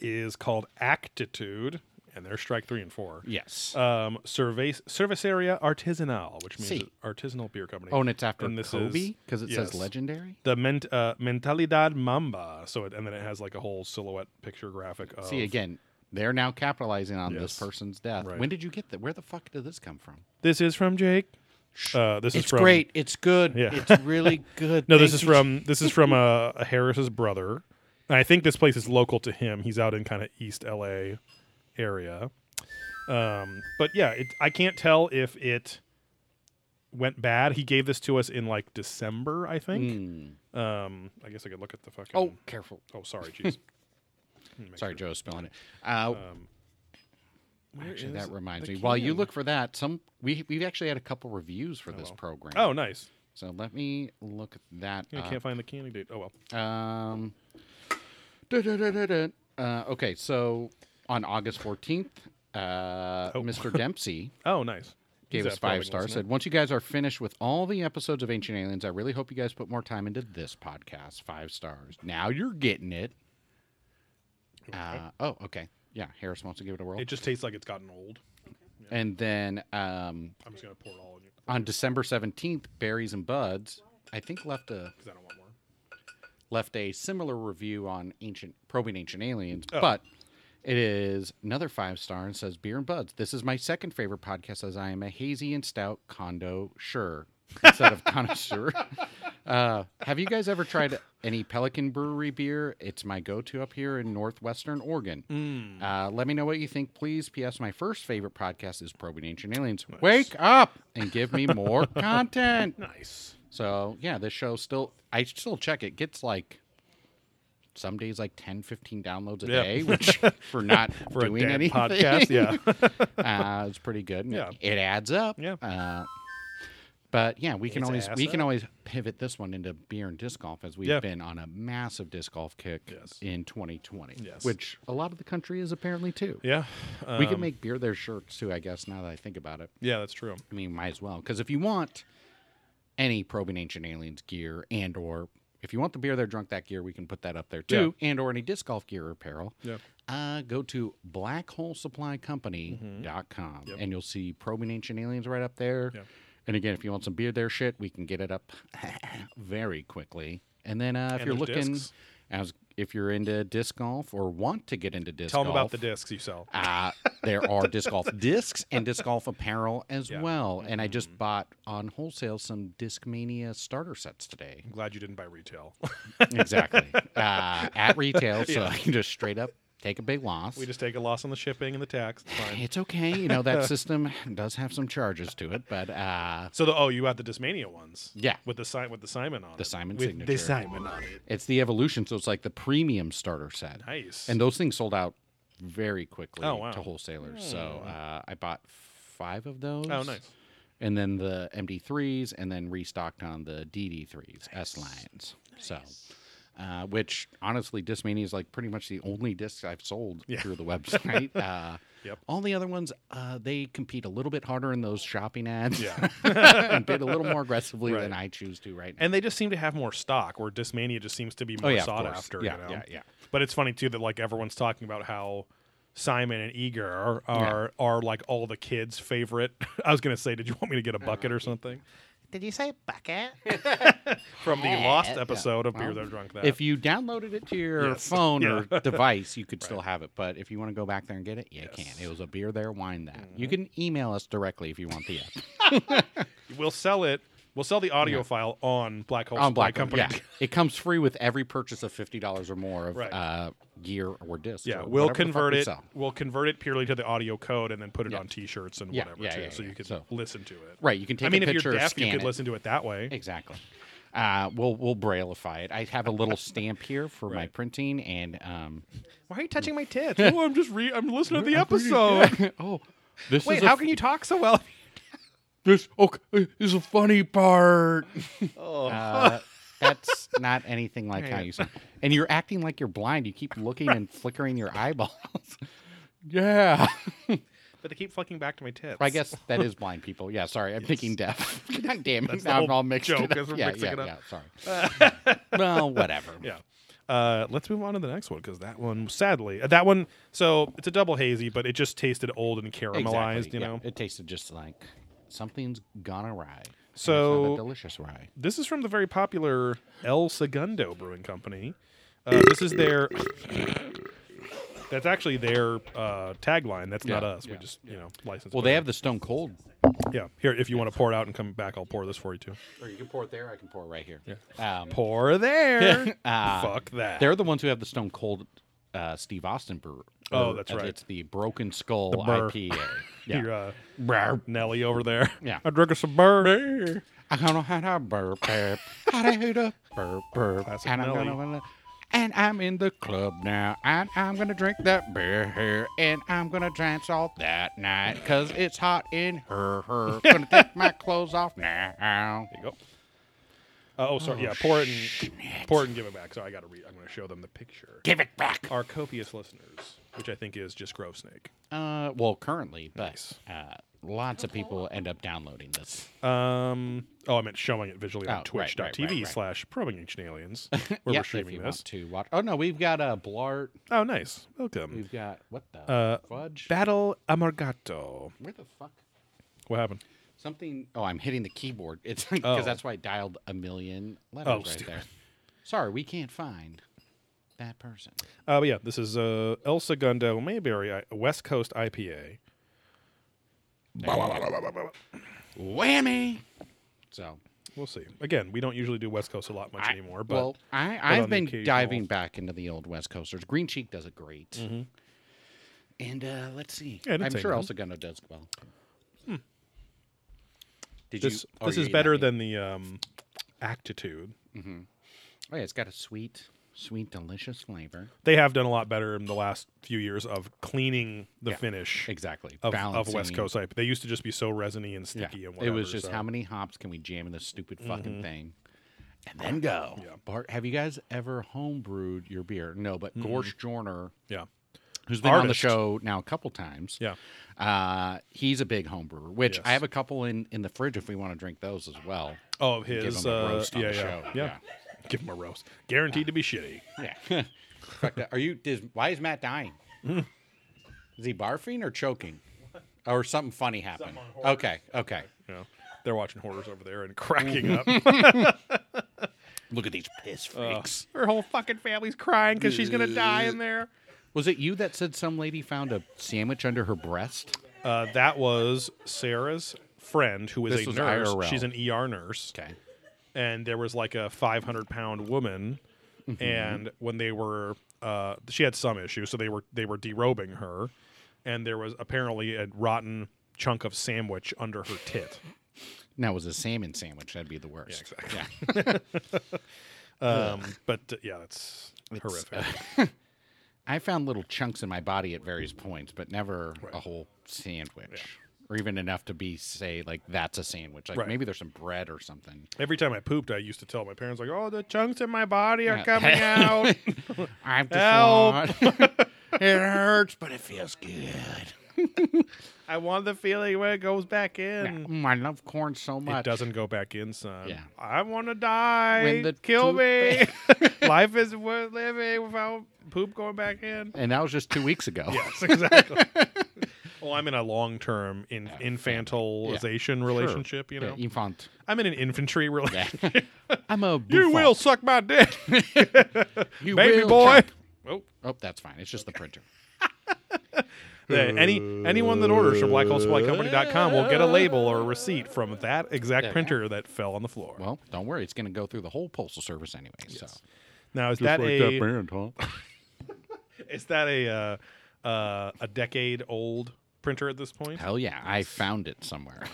Speaker 1: is called Actitude, and they're strike three and four.
Speaker 2: yes.
Speaker 1: Um, Cerve- Cerveceria Artisanal, which means
Speaker 2: See.
Speaker 1: artisanal beer company.
Speaker 2: oh, and it's after
Speaker 1: and this
Speaker 2: Kobe
Speaker 1: is-
Speaker 2: because it
Speaker 1: yes
Speaker 2: says legendary.
Speaker 1: the ment- uh, mentalidad mamba so it, and then it has like a whole silhouette picture graphic of
Speaker 2: See again, they're now capitalizing on
Speaker 1: Yes.
Speaker 2: this person's death.
Speaker 1: Right.
Speaker 2: When did you get that? Where the fuck did this come from?
Speaker 1: this is from jake uh, this is
Speaker 2: It's
Speaker 1: from
Speaker 2: great. It's good.
Speaker 1: Yeah.
Speaker 2: It's
Speaker 1: [LAUGHS]
Speaker 2: really good.
Speaker 1: no this
Speaker 2: Thank
Speaker 1: is
Speaker 2: you.
Speaker 1: from this is
Speaker 2: [LAUGHS]
Speaker 1: from uh, harris's brother and i think this place is local to him he's out in kind of east la area um, but yeah it, i can't tell if it went bad he gave this to us in like december i think
Speaker 2: Mm.
Speaker 1: um, i guess i could look at the fucking
Speaker 2: Oh, careful.
Speaker 1: oh sorry jeez
Speaker 2: Sorry, Joe's spelling it. Uh,
Speaker 1: Where
Speaker 2: [LAUGHS] actually,
Speaker 1: is
Speaker 2: that reminds
Speaker 1: Um, the
Speaker 2: me. While you
Speaker 1: can?
Speaker 2: look for that, some we we've actually had a couple reviews for this program.
Speaker 1: oh nice
Speaker 2: so let me look at that.
Speaker 1: Yeah, I
Speaker 2: up.
Speaker 1: can't find the candidate. Oh well.
Speaker 2: Um, da-da-da-da-da. Uh, okay, so on August 14th,
Speaker 1: [LAUGHS]
Speaker 2: uh, Mr. Dempsey
Speaker 1: Oh, nice.
Speaker 2: gave
Speaker 1: He's
Speaker 2: us
Speaker 1: a probing
Speaker 2: five stars.
Speaker 1: listener.
Speaker 2: Said, once you guys are finished with all the episodes of Ancient Aliens, I really hope you guys put more time into this podcast. Five stars. Now you're getting it. Uh, oh, okay. Yeah, Harris wants to give it a whirl.
Speaker 1: It just tastes like it's gotten old.
Speaker 2: And then um,
Speaker 1: I'm just gonna pour it all in you
Speaker 2: on December 17th, Berries and Buds, I think left a
Speaker 1: because I don't want more.
Speaker 2: left a similar review on ancient probing ancient aliens,
Speaker 1: Oh.
Speaker 2: but it is another five star and says beer and buds. This is my second favorite podcast as I am a hazy and stout condo sure instead of [LAUGHS] connoisseur. Uh, have you guys ever tried any Pelican Brewery beer? It's my go-to up here in northwestern Oregon. Uh, let me know what you think, please. P.S. My first favorite podcast is Probing Ancient Aliens. Wake up and give me more content.
Speaker 1: Nice.
Speaker 2: So yeah, this show still I still check it gets like some days like 10, 15 downloads a
Speaker 1: Yeah. [LAUGHS]
Speaker 2: day, which for not
Speaker 1: For
Speaker 2: doing
Speaker 1: a dead
Speaker 2: anything
Speaker 1: podcast, yeah. [LAUGHS]
Speaker 2: [LAUGHS] uh, it's pretty good. and
Speaker 1: Yeah.
Speaker 2: it adds up.
Speaker 1: Yeah.
Speaker 2: Uh, but yeah, we can
Speaker 1: It's
Speaker 2: always
Speaker 1: ass
Speaker 2: we can
Speaker 1: up.
Speaker 2: always pivot this one into beer and disc golf as we've
Speaker 1: Yeah.
Speaker 2: been on a massive disc golf kick
Speaker 1: Yes.
Speaker 2: in 2020,
Speaker 1: Yes.
Speaker 2: which a lot of the country is apparently too.
Speaker 1: yeah.
Speaker 2: we
Speaker 1: um,
Speaker 2: can make beer their shirts too, I guess. Now that I think about it,
Speaker 1: Yeah, that's true.
Speaker 2: I mean, might as well. Because if you want any probing ancient aliens gear and or if you want the beer they're drunk that gear, we can put that up there too. And or any disc golf gear or apparel.
Speaker 1: Yeah.
Speaker 2: Uh, go to blackholesupplycompany.com and you'll see probing ancient aliens right up there.
Speaker 1: Mm-hmm. Yeah.
Speaker 2: And again, if you want some beer there shit, we can get it up [LAUGHS] very quickly. And then uh, if
Speaker 1: And
Speaker 2: you're
Speaker 1: there's
Speaker 2: looking
Speaker 1: discs.
Speaker 2: as if you're into disc golf or want to get into disc
Speaker 1: Tell
Speaker 2: golf,
Speaker 1: them about the discs you sell.
Speaker 2: uh, there are disc golf discs and disc golf apparel as
Speaker 1: Yeah. Mm-hmm.
Speaker 2: well. And I just bought on wholesale some Discmania starter
Speaker 1: [LAUGHS]
Speaker 2: sets today.
Speaker 1: I'm glad you didn't buy retail. [LAUGHS]
Speaker 2: Exactly. uh, at retail, so I can just straight up take a big loss.
Speaker 1: we just take a loss on the shipping and the tax. It's fine.
Speaker 2: it's okay. You know, that system does have some charges to it, but uh,
Speaker 1: So the oh, you got the Dismania ones.
Speaker 2: Yeah.
Speaker 1: With the sign with the Simon on it.
Speaker 2: the Simon
Speaker 1: with
Speaker 2: signature.
Speaker 1: the Simon on it.
Speaker 2: it's the evolution, so it's like the premium starter set.
Speaker 1: Nice.
Speaker 2: And those things sold out very quickly
Speaker 1: Oh, wow. Hmm.
Speaker 2: to wholesalers. So uh, I bought five of those.
Speaker 1: Oh, nice.
Speaker 2: And then the MD3s, and then restocked on the DD3s, S lines. So, uh, which honestly, Discmania is like pretty much the only disc I've sold
Speaker 1: [LAUGHS]
Speaker 2: through the website. uh,
Speaker 1: Yep.
Speaker 2: All the other ones, uh, they compete a little bit harder in those shopping ads.
Speaker 1: Yeah.
Speaker 2: [LAUGHS] and bid a little more aggressively than
Speaker 1: [LAUGHS] Right.
Speaker 2: I choose to right now.
Speaker 1: and they just seem to have more stock where Dismania just seems to be more
Speaker 2: Oh, yeah, of
Speaker 1: sought
Speaker 2: course.
Speaker 1: after.
Speaker 2: Yeah,
Speaker 1: you know?
Speaker 2: yeah, yeah.
Speaker 1: But it's funny too that like everyone's talking about how Simon and Eager [LAUGHS] are are, are like all the kids' favorite. I was gonna say, did you want me to get a bucket or something?
Speaker 3: Did you say bucket?
Speaker 1: from the lost
Speaker 2: Yeah.
Speaker 1: episode of Beer
Speaker 2: Well,
Speaker 1: That Drunk That.
Speaker 2: If you downloaded it to your
Speaker 1: Yes. [LAUGHS]
Speaker 2: phone
Speaker 1: Yeah.
Speaker 2: or device, you could still have it. But if you want to go back there and get it, you can. It was a beer there, wine that. You
Speaker 1: Mm-hmm.
Speaker 2: can email us directly if you want the
Speaker 1: [LAUGHS]
Speaker 2: app
Speaker 1: we'll sell it. We'll sell the audio file on Black Hole
Speaker 2: on
Speaker 1: Supply
Speaker 2: Black
Speaker 1: Company.
Speaker 2: Company. Yeah. it comes free with every purchase of fifty dollars or more of
Speaker 1: Right.
Speaker 2: uh, gear or discs.
Speaker 1: Yeah,
Speaker 2: or
Speaker 1: we'll
Speaker 2: whatever the fuck
Speaker 1: convert
Speaker 2: we
Speaker 1: it.
Speaker 2: sell.
Speaker 1: We'll convert it purely to the audio code and then put it
Speaker 2: Yeah.
Speaker 1: on T-shirts and
Speaker 2: Yeah,
Speaker 1: whatever
Speaker 2: yeah,
Speaker 1: too,
Speaker 2: yeah,
Speaker 1: so
Speaker 2: yeah.
Speaker 1: you can
Speaker 2: So-
Speaker 1: listen to it.
Speaker 2: Right, you can take
Speaker 1: I mean,
Speaker 2: a
Speaker 1: if
Speaker 2: picture,
Speaker 1: you're deaf, you
Speaker 2: scan
Speaker 1: could
Speaker 2: it.
Speaker 1: listen to it that way.
Speaker 2: Exactly. Uh, we'll we'll brailleify it. I have a
Speaker 1: [LAUGHS]
Speaker 2: little stamp here for my
Speaker 1: Right.
Speaker 2: printing, and
Speaker 1: [LAUGHS]
Speaker 2: um,
Speaker 1: Why are you touching my [LAUGHS] tits? oh, I'm just re- I'm listening to the episode.
Speaker 2: oh, this
Speaker 1: Wait,
Speaker 2: is a
Speaker 1: how
Speaker 2: f-
Speaker 1: can you talk so well? [LAUGHS]
Speaker 2: this okay this is a funny part.
Speaker 1: Oh.
Speaker 2: Uh,
Speaker 1: [LAUGHS]
Speaker 2: that's not anything like how you sound. And you're acting like you're blind. You keep looking and flickering your eyeballs. yeah.
Speaker 1: But they keep fucking back to my tits.
Speaker 2: I guess that is blind people. Yeah, sorry. I'm thinking deaf. [LAUGHS] God damn it.
Speaker 1: That's the
Speaker 2: now I'm
Speaker 1: whole
Speaker 2: all mixed
Speaker 1: joke
Speaker 2: it
Speaker 1: is
Speaker 2: up.
Speaker 1: we're
Speaker 2: Yeah,
Speaker 1: mixing
Speaker 2: yeah,
Speaker 1: it
Speaker 2: yeah.
Speaker 1: up.
Speaker 2: Sorry.
Speaker 1: [LAUGHS]
Speaker 2: well, whatever.
Speaker 1: Yeah. Uh, let's move on to the next one because that one, sadly, uh, that one. So it's a double hazy, but it just tasted old and caramelized.
Speaker 2: Exactly,
Speaker 1: You
Speaker 2: yeah.
Speaker 1: know,
Speaker 2: It tasted just like something's gone awry. and it's not
Speaker 1: So-
Speaker 2: a delicious rye.
Speaker 1: this is from the very popular El Segundo Brewing Company. Uh, this is their. [COUGHS] That's actually their uh, tagline. That's not
Speaker 2: Yeah,
Speaker 1: us. We
Speaker 2: yeah,
Speaker 1: just you know license.
Speaker 2: Well, they have the Stone Cold.
Speaker 1: yeah. Here, if you want to pour it out and come back, I'll pour this for you
Speaker 2: [LAUGHS]
Speaker 1: too.
Speaker 2: Or you can pour it there. I can pour it right here. Um,
Speaker 1: Pour there.
Speaker 2: Ah.
Speaker 1: Fuck that.
Speaker 2: They're the ones who have the Stone Cold uh, Steve Austin brew.
Speaker 1: Oh,
Speaker 2: or,
Speaker 1: that's
Speaker 2: uh,
Speaker 1: right.
Speaker 2: It's the Broken Skull
Speaker 1: burr. [LAUGHS]
Speaker 2: IPA.
Speaker 1: Your,
Speaker 2: yeah.
Speaker 1: uh, Nelly over there.
Speaker 2: Yeah.
Speaker 1: I drink us some burr.
Speaker 2: I don't know how to burp, burp, how to hoot a burp, burp,
Speaker 1: Classic
Speaker 2: and I'm
Speaker 1: Nelly.
Speaker 2: gonna wanna- and I'm in the club now, and I'm gonna drink that beer, and I'm gonna dance all that night, cause it's hot in her,
Speaker 1: [LAUGHS]
Speaker 2: her. Gonna take my clothes off now.
Speaker 1: There you go. Uh, oh, sorry. yeah, pour it and pour it and give it back. So I got to read. I'm going to show them the picture.
Speaker 2: Give it back.
Speaker 1: Our copious listeners, which I think is just Grove Snake.
Speaker 2: Uh, well, currently, but
Speaker 1: Nice.
Speaker 2: uh, lots of people end up downloading this.
Speaker 1: Um. Oh, I meant showing it visually on
Speaker 2: Oh, right, right,
Speaker 1: Twitch.tv
Speaker 2: right, right.
Speaker 1: slash Probing Ancient
Speaker 2: [LAUGHS]
Speaker 1: Aliens, where we're
Speaker 2: Yep, if
Speaker 1: streaming
Speaker 2: you
Speaker 1: this.
Speaker 2: want to watch. Oh no, we've got a Blart.
Speaker 1: Oh, nice. Welcome.
Speaker 2: We've got what the
Speaker 1: Uh,
Speaker 2: fudge?
Speaker 1: Battle Amargato.
Speaker 2: Where the fuck?
Speaker 1: What happened?
Speaker 2: Something. Oh, I'm hitting the keyboard. [LAUGHS] It's because
Speaker 1: Oh.
Speaker 2: that's why I dialed a million letters
Speaker 1: Oh,
Speaker 2: right
Speaker 1: stupid.
Speaker 2: there. Sorry, we can't find that person.
Speaker 1: Uh, but yeah, this is uh, El Segundo Mayberry I- West Coast IPA.
Speaker 2: Whammy. So,
Speaker 1: We'll see. Again, we don't usually do West Coast a lot much
Speaker 2: I,
Speaker 1: anymore, but
Speaker 2: well, I,
Speaker 1: on
Speaker 2: I've
Speaker 1: the
Speaker 2: been
Speaker 1: occasional-
Speaker 2: diving back into the old West Coasters. Green Cheek does it great.
Speaker 1: Mm-hmm.
Speaker 2: And uh, let's see.
Speaker 1: Yeah, I didn't
Speaker 2: I'm
Speaker 1: say
Speaker 2: sure
Speaker 1: no.
Speaker 2: El Segundo does well. Did
Speaker 1: Hmm. this
Speaker 2: oh,
Speaker 1: this
Speaker 2: you're
Speaker 1: is
Speaker 2: eating
Speaker 1: better
Speaker 2: that,
Speaker 1: than the um, Actitude.
Speaker 2: Oh yeah, it's got a sweet, sweet, delicious flavor.
Speaker 1: they have done a lot better in the last few years of cleaning the finish
Speaker 2: Exactly.
Speaker 1: of, of West Coast IPA. They used to just be so resiny and
Speaker 2: Yeah.
Speaker 1: sticky and
Speaker 2: It
Speaker 1: whatever.
Speaker 2: was just
Speaker 1: so-
Speaker 2: how many hops can we jam in this stupid fucking thing? And then go. Bart, have you guys ever homebrewed your beer? No, but Gorsh Jorner,
Speaker 1: yeah,
Speaker 2: who's been on the
Speaker 1: Artist.
Speaker 2: show now a couple times,
Speaker 1: yeah.
Speaker 2: uh, he's a big homebrewer, which
Speaker 1: Yes.
Speaker 2: I have a couple in, in the fridge if we want to drink those as well.
Speaker 1: Oh, of
Speaker 2: Give
Speaker 1: his
Speaker 2: him a
Speaker 1: uh,
Speaker 2: roast on
Speaker 1: yeah,
Speaker 2: the
Speaker 1: yeah,
Speaker 2: show.
Speaker 1: yeah, Give him a roast. Guaranteed to be shitty.
Speaker 2: Yeah. [LAUGHS] Fuck that. Are you? Is, why is Matt dying? is he barfing or choking, or something funny happened? Okay. Okay.
Speaker 1: You know, they're watching horrors over there and cracking up.
Speaker 2: [LAUGHS]
Speaker 1: [LAUGHS]
Speaker 2: Look at these piss freaks.
Speaker 1: Her whole fucking family's crying because she's gonna die in there.
Speaker 2: Was it you that said some lady found a sandwich under her breast?
Speaker 1: Uh, that was Sarah's friend who is
Speaker 2: This
Speaker 1: a
Speaker 2: was
Speaker 1: nurse.
Speaker 2: IRL.
Speaker 1: She's an ER nurse.
Speaker 2: Okay.
Speaker 1: and there was like a 500 pound woman
Speaker 2: Mm-hmm.
Speaker 1: and when they were uh, she had some issue so they were they were derobing her and there was apparently a rotten chunk of sandwich under her tit
Speaker 2: Now it was a salmon sandwich. That'd be the worst. Yeah,
Speaker 1: um, but uh, yeah that's horrific
Speaker 2: uh, I found little chunks in my body at various points, but never a whole sandwich. Or even enough to be say like that's a sandwich. Like
Speaker 1: Right.
Speaker 2: maybe there's some bread or something.
Speaker 1: every time i pooped i used to tell my parents like oh the chunks in my body are
Speaker 2: Yeah. [LAUGHS]
Speaker 1: coming out
Speaker 2: I'm just [LAUGHS] it hurts, but it feels good.
Speaker 1: i want the feeling when it goes back in
Speaker 2: Mm, I love corn so much.
Speaker 1: It doesn't go back in, son.
Speaker 2: Yeah.
Speaker 1: I want to die.
Speaker 2: When the
Speaker 1: Kill me.
Speaker 2: tooth- [LAUGHS]
Speaker 1: Life is worth living without poop going back in.
Speaker 2: [LAUGHS] And that was just two weeks ago.
Speaker 1: Yes, exactly. [LAUGHS] Well, I'm in a long term in, infantilization relationship. You know,
Speaker 2: Yeah, infant.
Speaker 1: I'm in an infantry
Speaker 2: Yeah.
Speaker 1: relationship.
Speaker 2: I'm a
Speaker 1: [LAUGHS] you
Speaker 2: bouffant.
Speaker 1: will suck my
Speaker 2: [LAUGHS]
Speaker 1: dick,
Speaker 2: You
Speaker 1: baby
Speaker 2: will
Speaker 1: boy.
Speaker 2: chop.
Speaker 1: Oh,
Speaker 2: Oh, that's fine. It's just the printer.
Speaker 1: yeah, any anyone that orders from blackhole.com will get a label or a receipt from that exact
Speaker 2: Yeah.
Speaker 1: printer that fell on the floor.
Speaker 2: Well, don't worry. It's going to go through the whole postal service anyway. So
Speaker 1: now is that a
Speaker 2: brand, huh?
Speaker 1: [LAUGHS] is that a uh, uh, a decade old printer at this point?
Speaker 2: Hell yeah! I found it somewhere.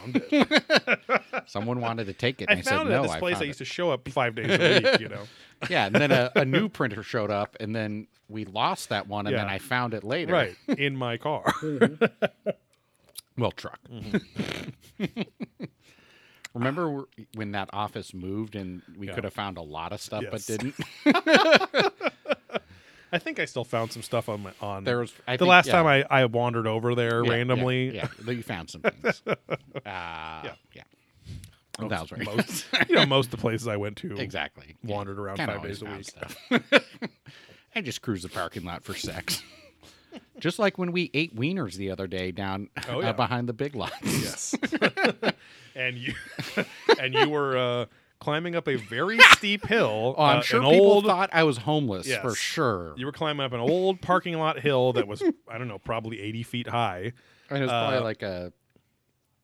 Speaker 2: [LAUGHS] Someone wanted to take it. And
Speaker 1: I
Speaker 2: I,
Speaker 1: found
Speaker 2: said,
Speaker 1: it
Speaker 2: no,
Speaker 1: at this
Speaker 2: I
Speaker 1: place.
Speaker 2: found
Speaker 1: I used to show up five days a week. You know,
Speaker 2: [LAUGHS] it. Yeah, and
Speaker 1: [LAUGHS]
Speaker 2: then a, a new printer showed up, and then we lost that one, and then
Speaker 1: Yeah.
Speaker 2: I found it later.
Speaker 1: right in my car. [LAUGHS]
Speaker 2: Well, truck.
Speaker 1: Mm-hmm.
Speaker 2: [LAUGHS] Remember wh- when that office moved and we
Speaker 1: Yeah.
Speaker 2: could have found a lot of stuff but
Speaker 1: Yes.
Speaker 2: didn't?
Speaker 1: I think I still found some stuff on my on
Speaker 2: There was I
Speaker 1: the
Speaker 2: think-
Speaker 1: last
Speaker 2: yeah,
Speaker 1: time I, I wandered over there
Speaker 2: yeah, yeah,
Speaker 1: randomly.
Speaker 2: Yeah, though you found some
Speaker 1: [LAUGHS]
Speaker 2: things. Uh, yeah, yeah. that was right.
Speaker 1: Most, [LAUGHS] you know, most of the places I went to
Speaker 2: [LAUGHS] exactly. Yeah.
Speaker 1: wandered around
Speaker 2: Kinda
Speaker 1: five
Speaker 2: always
Speaker 1: days a
Speaker 2: found
Speaker 1: week. [LAUGHS]
Speaker 2: stuff. I just cruise the parking lot for sex. [LAUGHS] Just like when we ate wieners the other day down
Speaker 1: Oh,
Speaker 2: uh,
Speaker 1: yeah.
Speaker 2: behind the big lot. [LAUGHS]
Speaker 1: Yes. and you [LAUGHS] and you were uh, climbing up a
Speaker 2: [LAUGHS]
Speaker 1: very steep hill.
Speaker 2: Oh, I'm
Speaker 1: uh,
Speaker 2: sure
Speaker 1: an
Speaker 2: people
Speaker 1: old
Speaker 2: thought I was homeless for
Speaker 1: Yes.
Speaker 2: sure.
Speaker 1: you were climbing up an old parking lot hill that was I don't know, probably 80 feet high.
Speaker 2: And it was probably
Speaker 1: Uh,
Speaker 2: like a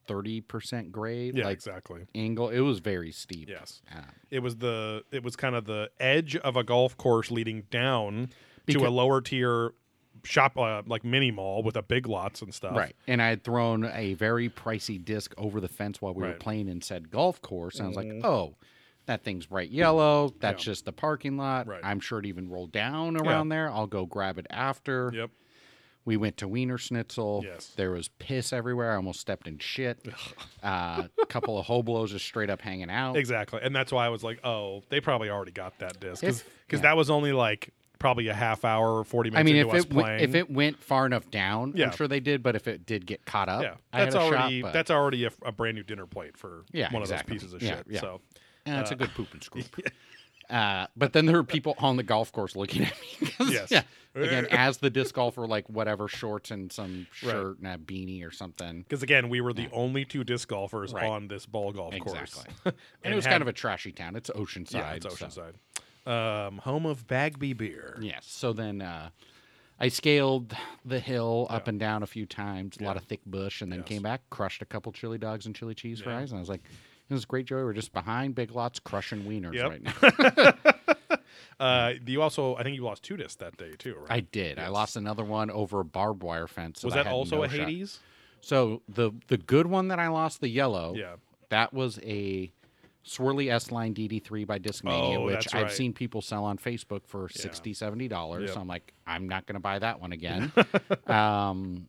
Speaker 2: thirty percent grade,
Speaker 1: Yeah,
Speaker 2: like
Speaker 1: exactly.
Speaker 2: angle. It was very steep.
Speaker 1: Yes.
Speaker 2: Um,
Speaker 1: It was the it was kind of the edge of a golf course leading down to
Speaker 2: Becau-
Speaker 1: a lower tier shop uh, like mini mall with a big lots and stuff.
Speaker 2: right. And I had thrown a very pricey disc over the fence while we were
Speaker 1: Right. Mm-hmm.
Speaker 2: playing in said golf course. And I was like, oh, that thing's bright yellow. That's just the parking lot.
Speaker 1: Right.
Speaker 2: I'm sure it even rolled down around there. I'll go grab it after.
Speaker 1: Yep.
Speaker 2: We went to Wiener Schnitzel.
Speaker 1: Yes.
Speaker 2: There was piss everywhere. I almost stepped in shit.
Speaker 1: [LAUGHS]
Speaker 2: uh, a couple of hoblos just straight up hanging
Speaker 1: [LAUGHS]
Speaker 2: out.
Speaker 1: Exactly. And that's why I was like, oh, they probably already got that disc. Because
Speaker 2: If-
Speaker 1: that was only like probably a half hour or 40 minutes
Speaker 2: I mean,
Speaker 1: into
Speaker 2: if
Speaker 1: us
Speaker 2: it went,
Speaker 1: playing.
Speaker 2: if it went far enough down,
Speaker 1: Yeah.
Speaker 2: I'm sure they did. But if it did get caught up,
Speaker 1: yeah,
Speaker 2: oh, I had
Speaker 1: that's
Speaker 2: a
Speaker 1: already
Speaker 2: shot, but-
Speaker 1: that's already a, a brand new dinner plate for
Speaker 2: Yeah,
Speaker 1: one
Speaker 2: exactly.
Speaker 1: of those pieces of
Speaker 2: Yeah,
Speaker 1: shit.
Speaker 2: yeah.
Speaker 1: So
Speaker 2: Yeah, it's a good pooping
Speaker 1: [LAUGHS]
Speaker 2: scoop. Uh, but then there were people on the golf course looking at me. [LAUGHS] 'cause,
Speaker 1: Yes. Eh.
Speaker 2: Yeah. Again, as the disc golfer, like whatever shorts and some
Speaker 1: Right.
Speaker 2: shirt and a beanie or something.
Speaker 1: because again, we were the only two disc golfers
Speaker 2: Right.
Speaker 1: on this ball golf course. [LAUGHS]
Speaker 2: Exactly. and,
Speaker 1: And
Speaker 2: it was
Speaker 1: had-
Speaker 2: kind of a trashy town. It's Oceanside.
Speaker 1: Yeah, it's
Speaker 2: so-
Speaker 1: Oceanside, um, home of Bagby beer.
Speaker 2: Yes. So then uh, I scaled the hill up and down a few times, a lot of thick bush, and then
Speaker 1: Yes.
Speaker 2: came back, crushed a couple chili dogs and chili cheese
Speaker 1: Yeah.
Speaker 2: fries, and I was like, "This is great, Joey. We're just behind Big Lots crushing wieners
Speaker 1: Yep.
Speaker 2: right now."
Speaker 1: Uh, you also, I think you lost two discs that day too, right?
Speaker 2: I did. I lost another one over a barbed wire fence.
Speaker 1: was
Speaker 2: I
Speaker 1: that
Speaker 2: had
Speaker 1: also
Speaker 2: no
Speaker 1: a
Speaker 2: shot.
Speaker 1: Hades?
Speaker 2: So the the good one that I lost, the yellow,
Speaker 1: Yeah.
Speaker 2: that was a swirly S line DD3 by Discmania,
Speaker 1: Oh,
Speaker 2: which
Speaker 1: that's
Speaker 2: I've
Speaker 1: right.
Speaker 2: seen people sell on Facebook for sixty, seventy 60 dollars.
Speaker 1: Yep.
Speaker 2: So I'm like, I'm not going to buy that
Speaker 1: [LAUGHS]
Speaker 2: one again. um,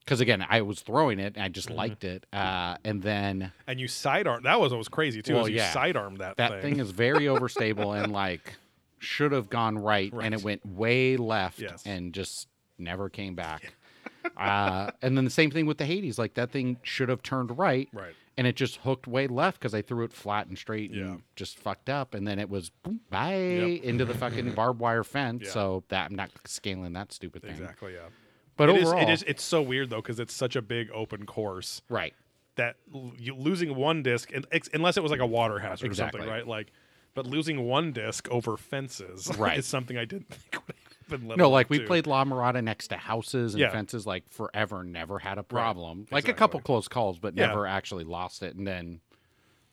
Speaker 2: because again, I was throwing it, and I
Speaker 1: Mm-hmm.
Speaker 2: just liked it, uh, and then
Speaker 1: And you sidearm. That was what was crazy too.
Speaker 2: Well,
Speaker 1: is you
Speaker 2: yeah.
Speaker 1: sidearmed that,
Speaker 2: that thing is very overstable and like should have gone right, and it went way left
Speaker 1: Yes.
Speaker 2: and just never came back. [LAUGHS] uh, and then the same thing with the Hades. Like that thing should have turned right,
Speaker 1: Right.
Speaker 2: and it just hooked way left because I threw it flat and straight and
Speaker 1: Yeah.
Speaker 2: just fucked up. And then it was boom, bye
Speaker 1: Yep.
Speaker 2: into the fucking barbed wire fence.
Speaker 1: Yeah.
Speaker 2: So that I'm not scaling that stupid
Speaker 1: [LAUGHS]
Speaker 2: thing.
Speaker 1: Exactly. Yeah.
Speaker 2: But
Speaker 1: It is-
Speaker 2: overall,
Speaker 1: it is. It's so weird though because it's such a big open course.
Speaker 2: right.
Speaker 1: that l- you, losing one disc, and ex- unless it was like a water hazard or
Speaker 2: Exactly.
Speaker 1: something, right? Like, but losing one disc over fences [LAUGHS]
Speaker 2: Right.
Speaker 1: is something I didn't [LAUGHS] think would happen. let
Speaker 2: No,
Speaker 1: alone
Speaker 2: like we
Speaker 1: two.
Speaker 2: played La Mirada next to houses and
Speaker 1: Yeah.
Speaker 2: fences like forever, never had a problem. Like
Speaker 1: exactly.
Speaker 2: a couple close calls, but
Speaker 1: Yeah.
Speaker 2: never actually lost it. And then,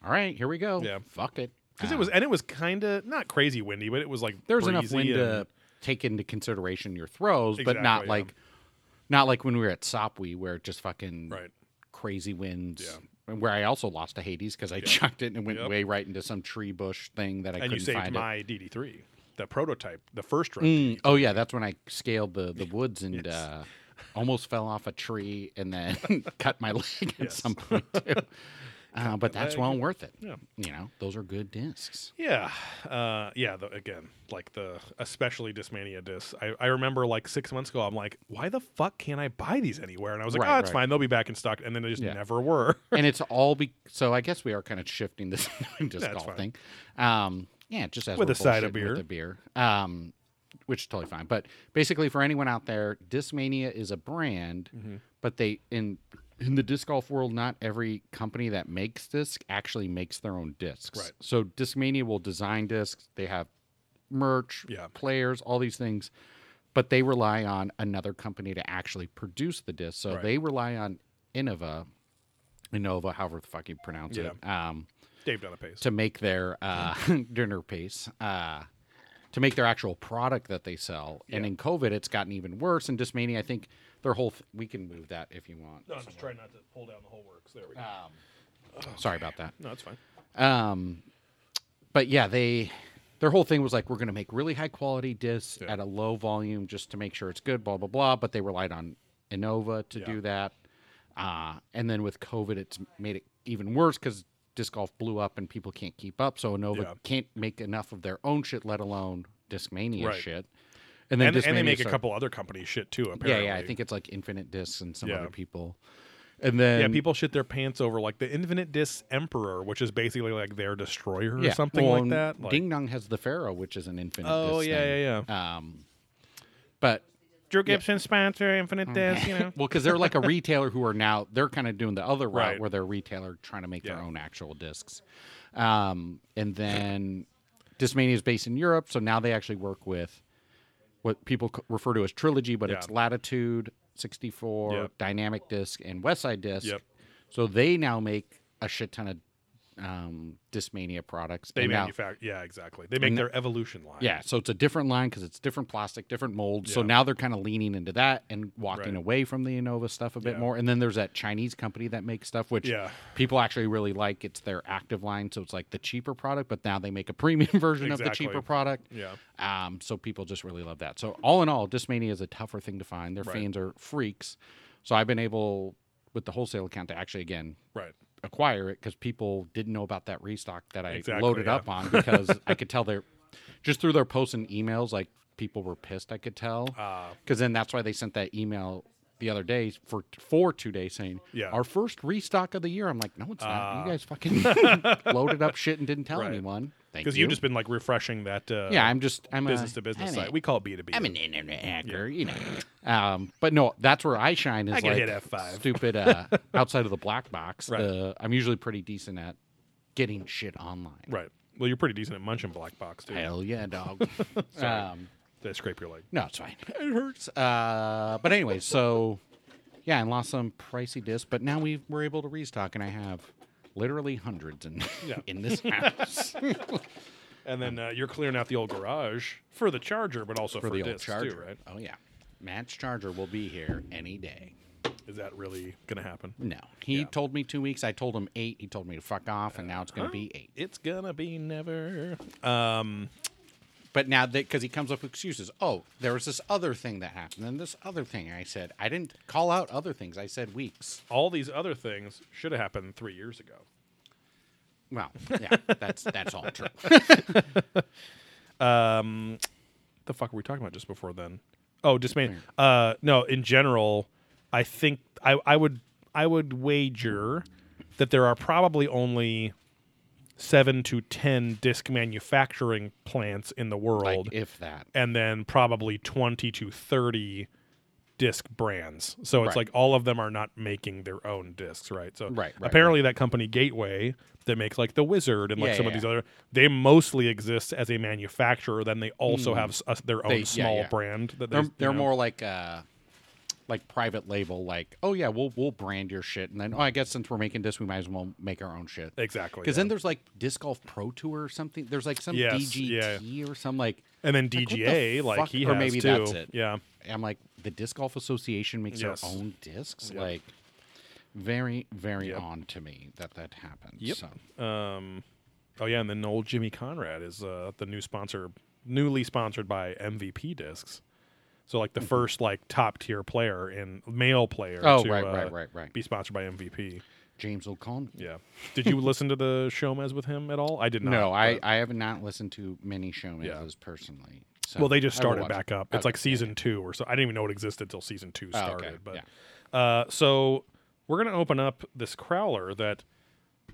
Speaker 2: all right, here we go.
Speaker 1: Yeah.
Speaker 2: Fuck it.
Speaker 1: because
Speaker 2: Uh,
Speaker 1: it was and it was kind of not crazy windy, but it was like
Speaker 2: there's enough
Speaker 1: breezy
Speaker 2: wind to
Speaker 1: and-
Speaker 2: take into consideration your throws, but not
Speaker 1: Exactly, yeah.
Speaker 2: like not like when we were at Sopwe where it just fucking
Speaker 1: right.
Speaker 2: crazy winds.
Speaker 1: Yeah.
Speaker 2: And Where I also lost to Hades because I chucked it and it went
Speaker 1: Yep.
Speaker 2: way right into some tree bush thing that I
Speaker 1: And
Speaker 2: couldn't
Speaker 1: you saved
Speaker 2: find. it.
Speaker 1: my DD three, the prototype, the first run.
Speaker 2: Mm, oh yeah, that's when I scaled
Speaker 1: [LAUGHS]
Speaker 2: the the woods and
Speaker 1: Yes.
Speaker 2: uh, almost fell off a tree
Speaker 1: [LAUGHS]
Speaker 2: and then [LAUGHS] cut my leg at
Speaker 1: Yes.
Speaker 2: some point too. Uh, but that's
Speaker 1: leg.
Speaker 2: well worth it.
Speaker 1: Yeah.
Speaker 2: You know, those are good discs.
Speaker 1: Yeah, uh, yeah. The, again, like the especially Discmania discs. I, I remember like six months ago, I'm like, why the fuck can't I buy these anywhere? And I was like,
Speaker 2: Right,
Speaker 1: oh, it's
Speaker 2: right.
Speaker 1: fine, they'll be back in stock, and then they just
Speaker 2: Yeah.
Speaker 1: never were. [LAUGHS]
Speaker 2: And it's all be so. I guess we are kind of shifting this [LAUGHS] disc
Speaker 1: That's
Speaker 2: golf
Speaker 1: fine.
Speaker 2: thing. Um, yeah, just as
Speaker 1: With
Speaker 2: we're
Speaker 1: a side of
Speaker 2: bullshitting with
Speaker 1: beer.
Speaker 2: a beer,
Speaker 1: Mm-hmm.
Speaker 2: um, which is totally fine. But basically, for anyone out there, Discmania is a brand, but they in in the disc golf world, not every company that makes disc actually makes their own discs.
Speaker 1: Right.
Speaker 2: So Discmania will design discs. They have merch,
Speaker 1: Yeah.
Speaker 2: players, all these things, but they rely on another company to actually produce the disc. So
Speaker 1: Right.
Speaker 2: they rely on Innova, Innova, however the fuck you pronounce it. Um,
Speaker 1: Dave Donapace.
Speaker 2: to make their uh, [LAUGHS] dinner pace, uh, to make their actual product that they sell. And in COVID, it's gotten even worse. And Discmania, I think their whole th- we can move that if you want. Um,
Speaker 1: No, I'm just trying not to pull down the whole works. There we go.
Speaker 2: Sorry about that.
Speaker 1: Uh, no, it's fine.
Speaker 2: Um, but yeah, they their whole thing was like we're going to make really high quality discs
Speaker 1: Yeah.
Speaker 2: at a low volume just to make sure it's good. Blah blah blah. But they relied on Innova to
Speaker 1: Yeah.
Speaker 2: do that. Uh, and then with COVID, it's made it even worse because disc golf blew up and people can't keep up. So Innova
Speaker 1: Yeah.
Speaker 2: can't make enough of their own shit, let alone Discmania
Speaker 1: Right.
Speaker 2: shit. And then
Speaker 1: And, and they
Speaker 2: Discmania
Speaker 1: make a
Speaker 2: started-
Speaker 1: couple other companies shit too. Apparently,
Speaker 2: Yeah, yeah. I think it's like Infinite Discs and some
Speaker 1: Yeah.
Speaker 2: other people. And then
Speaker 1: Yeah, people shit their pants over like the Infinite Disc Emperor, which is basically like their destroyer or something
Speaker 2: well,
Speaker 1: like
Speaker 2: and
Speaker 1: that. Like,
Speaker 2: Ding Dong has the Pharaoh, which is an infinite.
Speaker 1: Oh,
Speaker 2: disc
Speaker 1: yeah,
Speaker 2: thing.
Speaker 1: yeah,
Speaker 2: Um, but
Speaker 1: Drew Gibson sponsor
Speaker 2: Mm.
Speaker 1: Infinite Disc, you
Speaker 2: [LAUGHS]
Speaker 1: know.
Speaker 2: well, because they're like a retailer who are now they're kind of doing the other route
Speaker 1: Right.
Speaker 2: where they're a retailer trying to make their
Speaker 1: Yeah.
Speaker 2: own actual discs. Um, and then Discmania is based in Europe, so now they actually work with what people c- refer to as Trilogy, but
Speaker 1: Yeah.
Speaker 2: it's Latitude 64,
Speaker 1: Yep.
Speaker 2: Dynamic Disc, and Westside Disc.
Speaker 1: Yep.
Speaker 2: So they now make a shit ton of um, Discmania products.
Speaker 1: They
Speaker 2: and now-
Speaker 1: manufacture. Yeah, exactly. They make their evolution line.
Speaker 2: Yeah, so it's a different line because it's different plastic, different mold. So
Speaker 1: Yeah.
Speaker 2: now they're kind of leaning into that and walking
Speaker 1: Right.
Speaker 2: away from the Innova stuff a bit
Speaker 1: Yeah.
Speaker 2: more. And then there's that Chinese company that makes stuff, which
Speaker 1: Yeah.
Speaker 2: people actually really like. It's their active line, so it's like the cheaper product, but now they make a premium [LAUGHS] version of the
Speaker 1: Exactly.
Speaker 2: cheaper product.
Speaker 1: Yeah.
Speaker 2: Um, so people just really love that. So all in all, Discmania is a tougher thing to find. Their
Speaker 1: Right.
Speaker 2: fans are freaks. So I've been able with the wholesale account to actually again
Speaker 1: Right.
Speaker 2: acquire it because people didn't know about that restock that I
Speaker 1: Exactly,
Speaker 2: loaded
Speaker 1: yeah. [LAUGHS]
Speaker 2: up on because I could tell they're just through their posts and emails, like people were pissed. I could tell
Speaker 1: Uh,
Speaker 2: because then that's why they sent that email the other day for for two days saying,
Speaker 1: Yeah.
Speaker 2: our first restock of the year." I'm like, "No, it's not.
Speaker 1: Ah.
Speaker 2: You guys
Speaker 1: [LAUGHS]
Speaker 2: fucking loaded up shit and didn't tell
Speaker 1: Right.
Speaker 2: anyone." Thank
Speaker 1: because
Speaker 2: you.
Speaker 1: you've just been like refreshing that. Uh,
Speaker 2: yeah, I'm just um, I'm
Speaker 1: business
Speaker 2: a,
Speaker 1: to business
Speaker 2: I'm
Speaker 1: site.
Speaker 2: A,
Speaker 1: We call it B two B.
Speaker 2: I'm an internet hacker, you know. Um, but no, that's where I shine is
Speaker 1: I can
Speaker 2: like
Speaker 1: hit F5. [LAUGHS]
Speaker 2: stupid uh, outside of the black box.
Speaker 1: Right.
Speaker 2: the- I'm usually pretty decent at getting shit online.
Speaker 1: Right. Well, you're pretty decent at munching black box too.
Speaker 2: Hell
Speaker 1: [LAUGHS]
Speaker 2: yeah, dog. um,
Speaker 1: They scrape your leg.
Speaker 2: no, it's fine. It hurts. Uh, but anyway, so yeah, and lost some pricey disc, but now we were able to restock, and I have literally hundreds in
Speaker 1: Yeah.
Speaker 2: [LAUGHS] in
Speaker 1: [LAUGHS]
Speaker 2: this house
Speaker 1: And then uh, you're clearing out the old garage for the charger, but also for,
Speaker 2: for the old
Speaker 1: discs
Speaker 2: charger.
Speaker 1: too, right?
Speaker 2: Oh yeah, Matt's charger will be here any day.
Speaker 1: Is that really gonna happen?
Speaker 2: No. He told me two weeks. I told him eight. He told me to fuck off, and now it's going to be eight.
Speaker 1: It's gonna be never.
Speaker 2: But now that, because he comes up with excuses. Oh, there was this other thing that happened, and this other thing. And I said, I didn't call out other things. I said weeks.
Speaker 1: All these other things should have happened three years ago.
Speaker 2: Well,
Speaker 1: [LAUGHS]
Speaker 2: yeah, that's that's all true.
Speaker 1: the fuck were we talking about just before then? Oh, dismay. Uh, no, in general, I think I, I would I would wager that there are probably only seven to ten disc manufacturing plants in the world,
Speaker 2: Like, if that.
Speaker 1: and then probably twenty to thirty disc brands. So it's
Speaker 2: Right.
Speaker 1: like all of them are not making their own discs, right? So
Speaker 2: Right, right,
Speaker 1: apparently that company Gateway that makes like the Wizard and like
Speaker 2: Yeah,
Speaker 1: some of
Speaker 2: yeah,
Speaker 1: these
Speaker 2: yeah.
Speaker 1: other they mostly exist as a manufacturer. Then they also have s- a- their own
Speaker 2: Mm. They- yeah,
Speaker 1: small
Speaker 2: yeah.
Speaker 1: brand that they,
Speaker 2: They're,
Speaker 1: you
Speaker 2: they're
Speaker 1: know.
Speaker 2: more like uh, like private label. Like, oh yeah, we'll we'll brand your shit, and then oh, I guess since we're making this, we might as well make our own shit.
Speaker 1: exactly
Speaker 2: Because
Speaker 1: yeah.
Speaker 2: then there's like disc golf pro tour or something. There's like some
Speaker 1: Yes,
Speaker 2: DGT or some like
Speaker 1: and then
Speaker 2: Like, what the
Speaker 1: DGA like,
Speaker 2: fuck?
Speaker 1: he
Speaker 2: Or
Speaker 1: has
Speaker 2: maybe
Speaker 1: too.
Speaker 2: that's it.
Speaker 1: Yeah,
Speaker 2: I'm like, the Disc Golf Association makes
Speaker 1: Yes.
Speaker 2: their own discs.
Speaker 1: Yep.
Speaker 2: Like, very, very
Speaker 1: Yep.
Speaker 2: on to me that that happened.
Speaker 1: Yep.
Speaker 2: So,
Speaker 1: oh yeah, and then old Jimmy Conrad is uh, the new sponsor, newly sponsored by MVP Discs. So like the first like top tier player in male player.
Speaker 2: Mm-hmm. Oh,
Speaker 1: to,
Speaker 2: right,
Speaker 1: uh,
Speaker 2: right, right, right.
Speaker 1: Be sponsored by MVP.
Speaker 2: James O'Connell.
Speaker 1: Yeah. Did you listen to the Shomez with him at all? I did not.
Speaker 2: No, I,
Speaker 1: but-
Speaker 2: I have not listened to many showmans
Speaker 1: uh, Yeah.
Speaker 2: personally. So
Speaker 1: Well, they just
Speaker 2: I will
Speaker 1: started
Speaker 2: watch
Speaker 1: back
Speaker 2: it.
Speaker 1: up. It's like season two or so. I didn't even know it existed until season two
Speaker 2: Oh,
Speaker 1: started.
Speaker 2: okay,
Speaker 1: But uh, so we're gonna open up this crowler that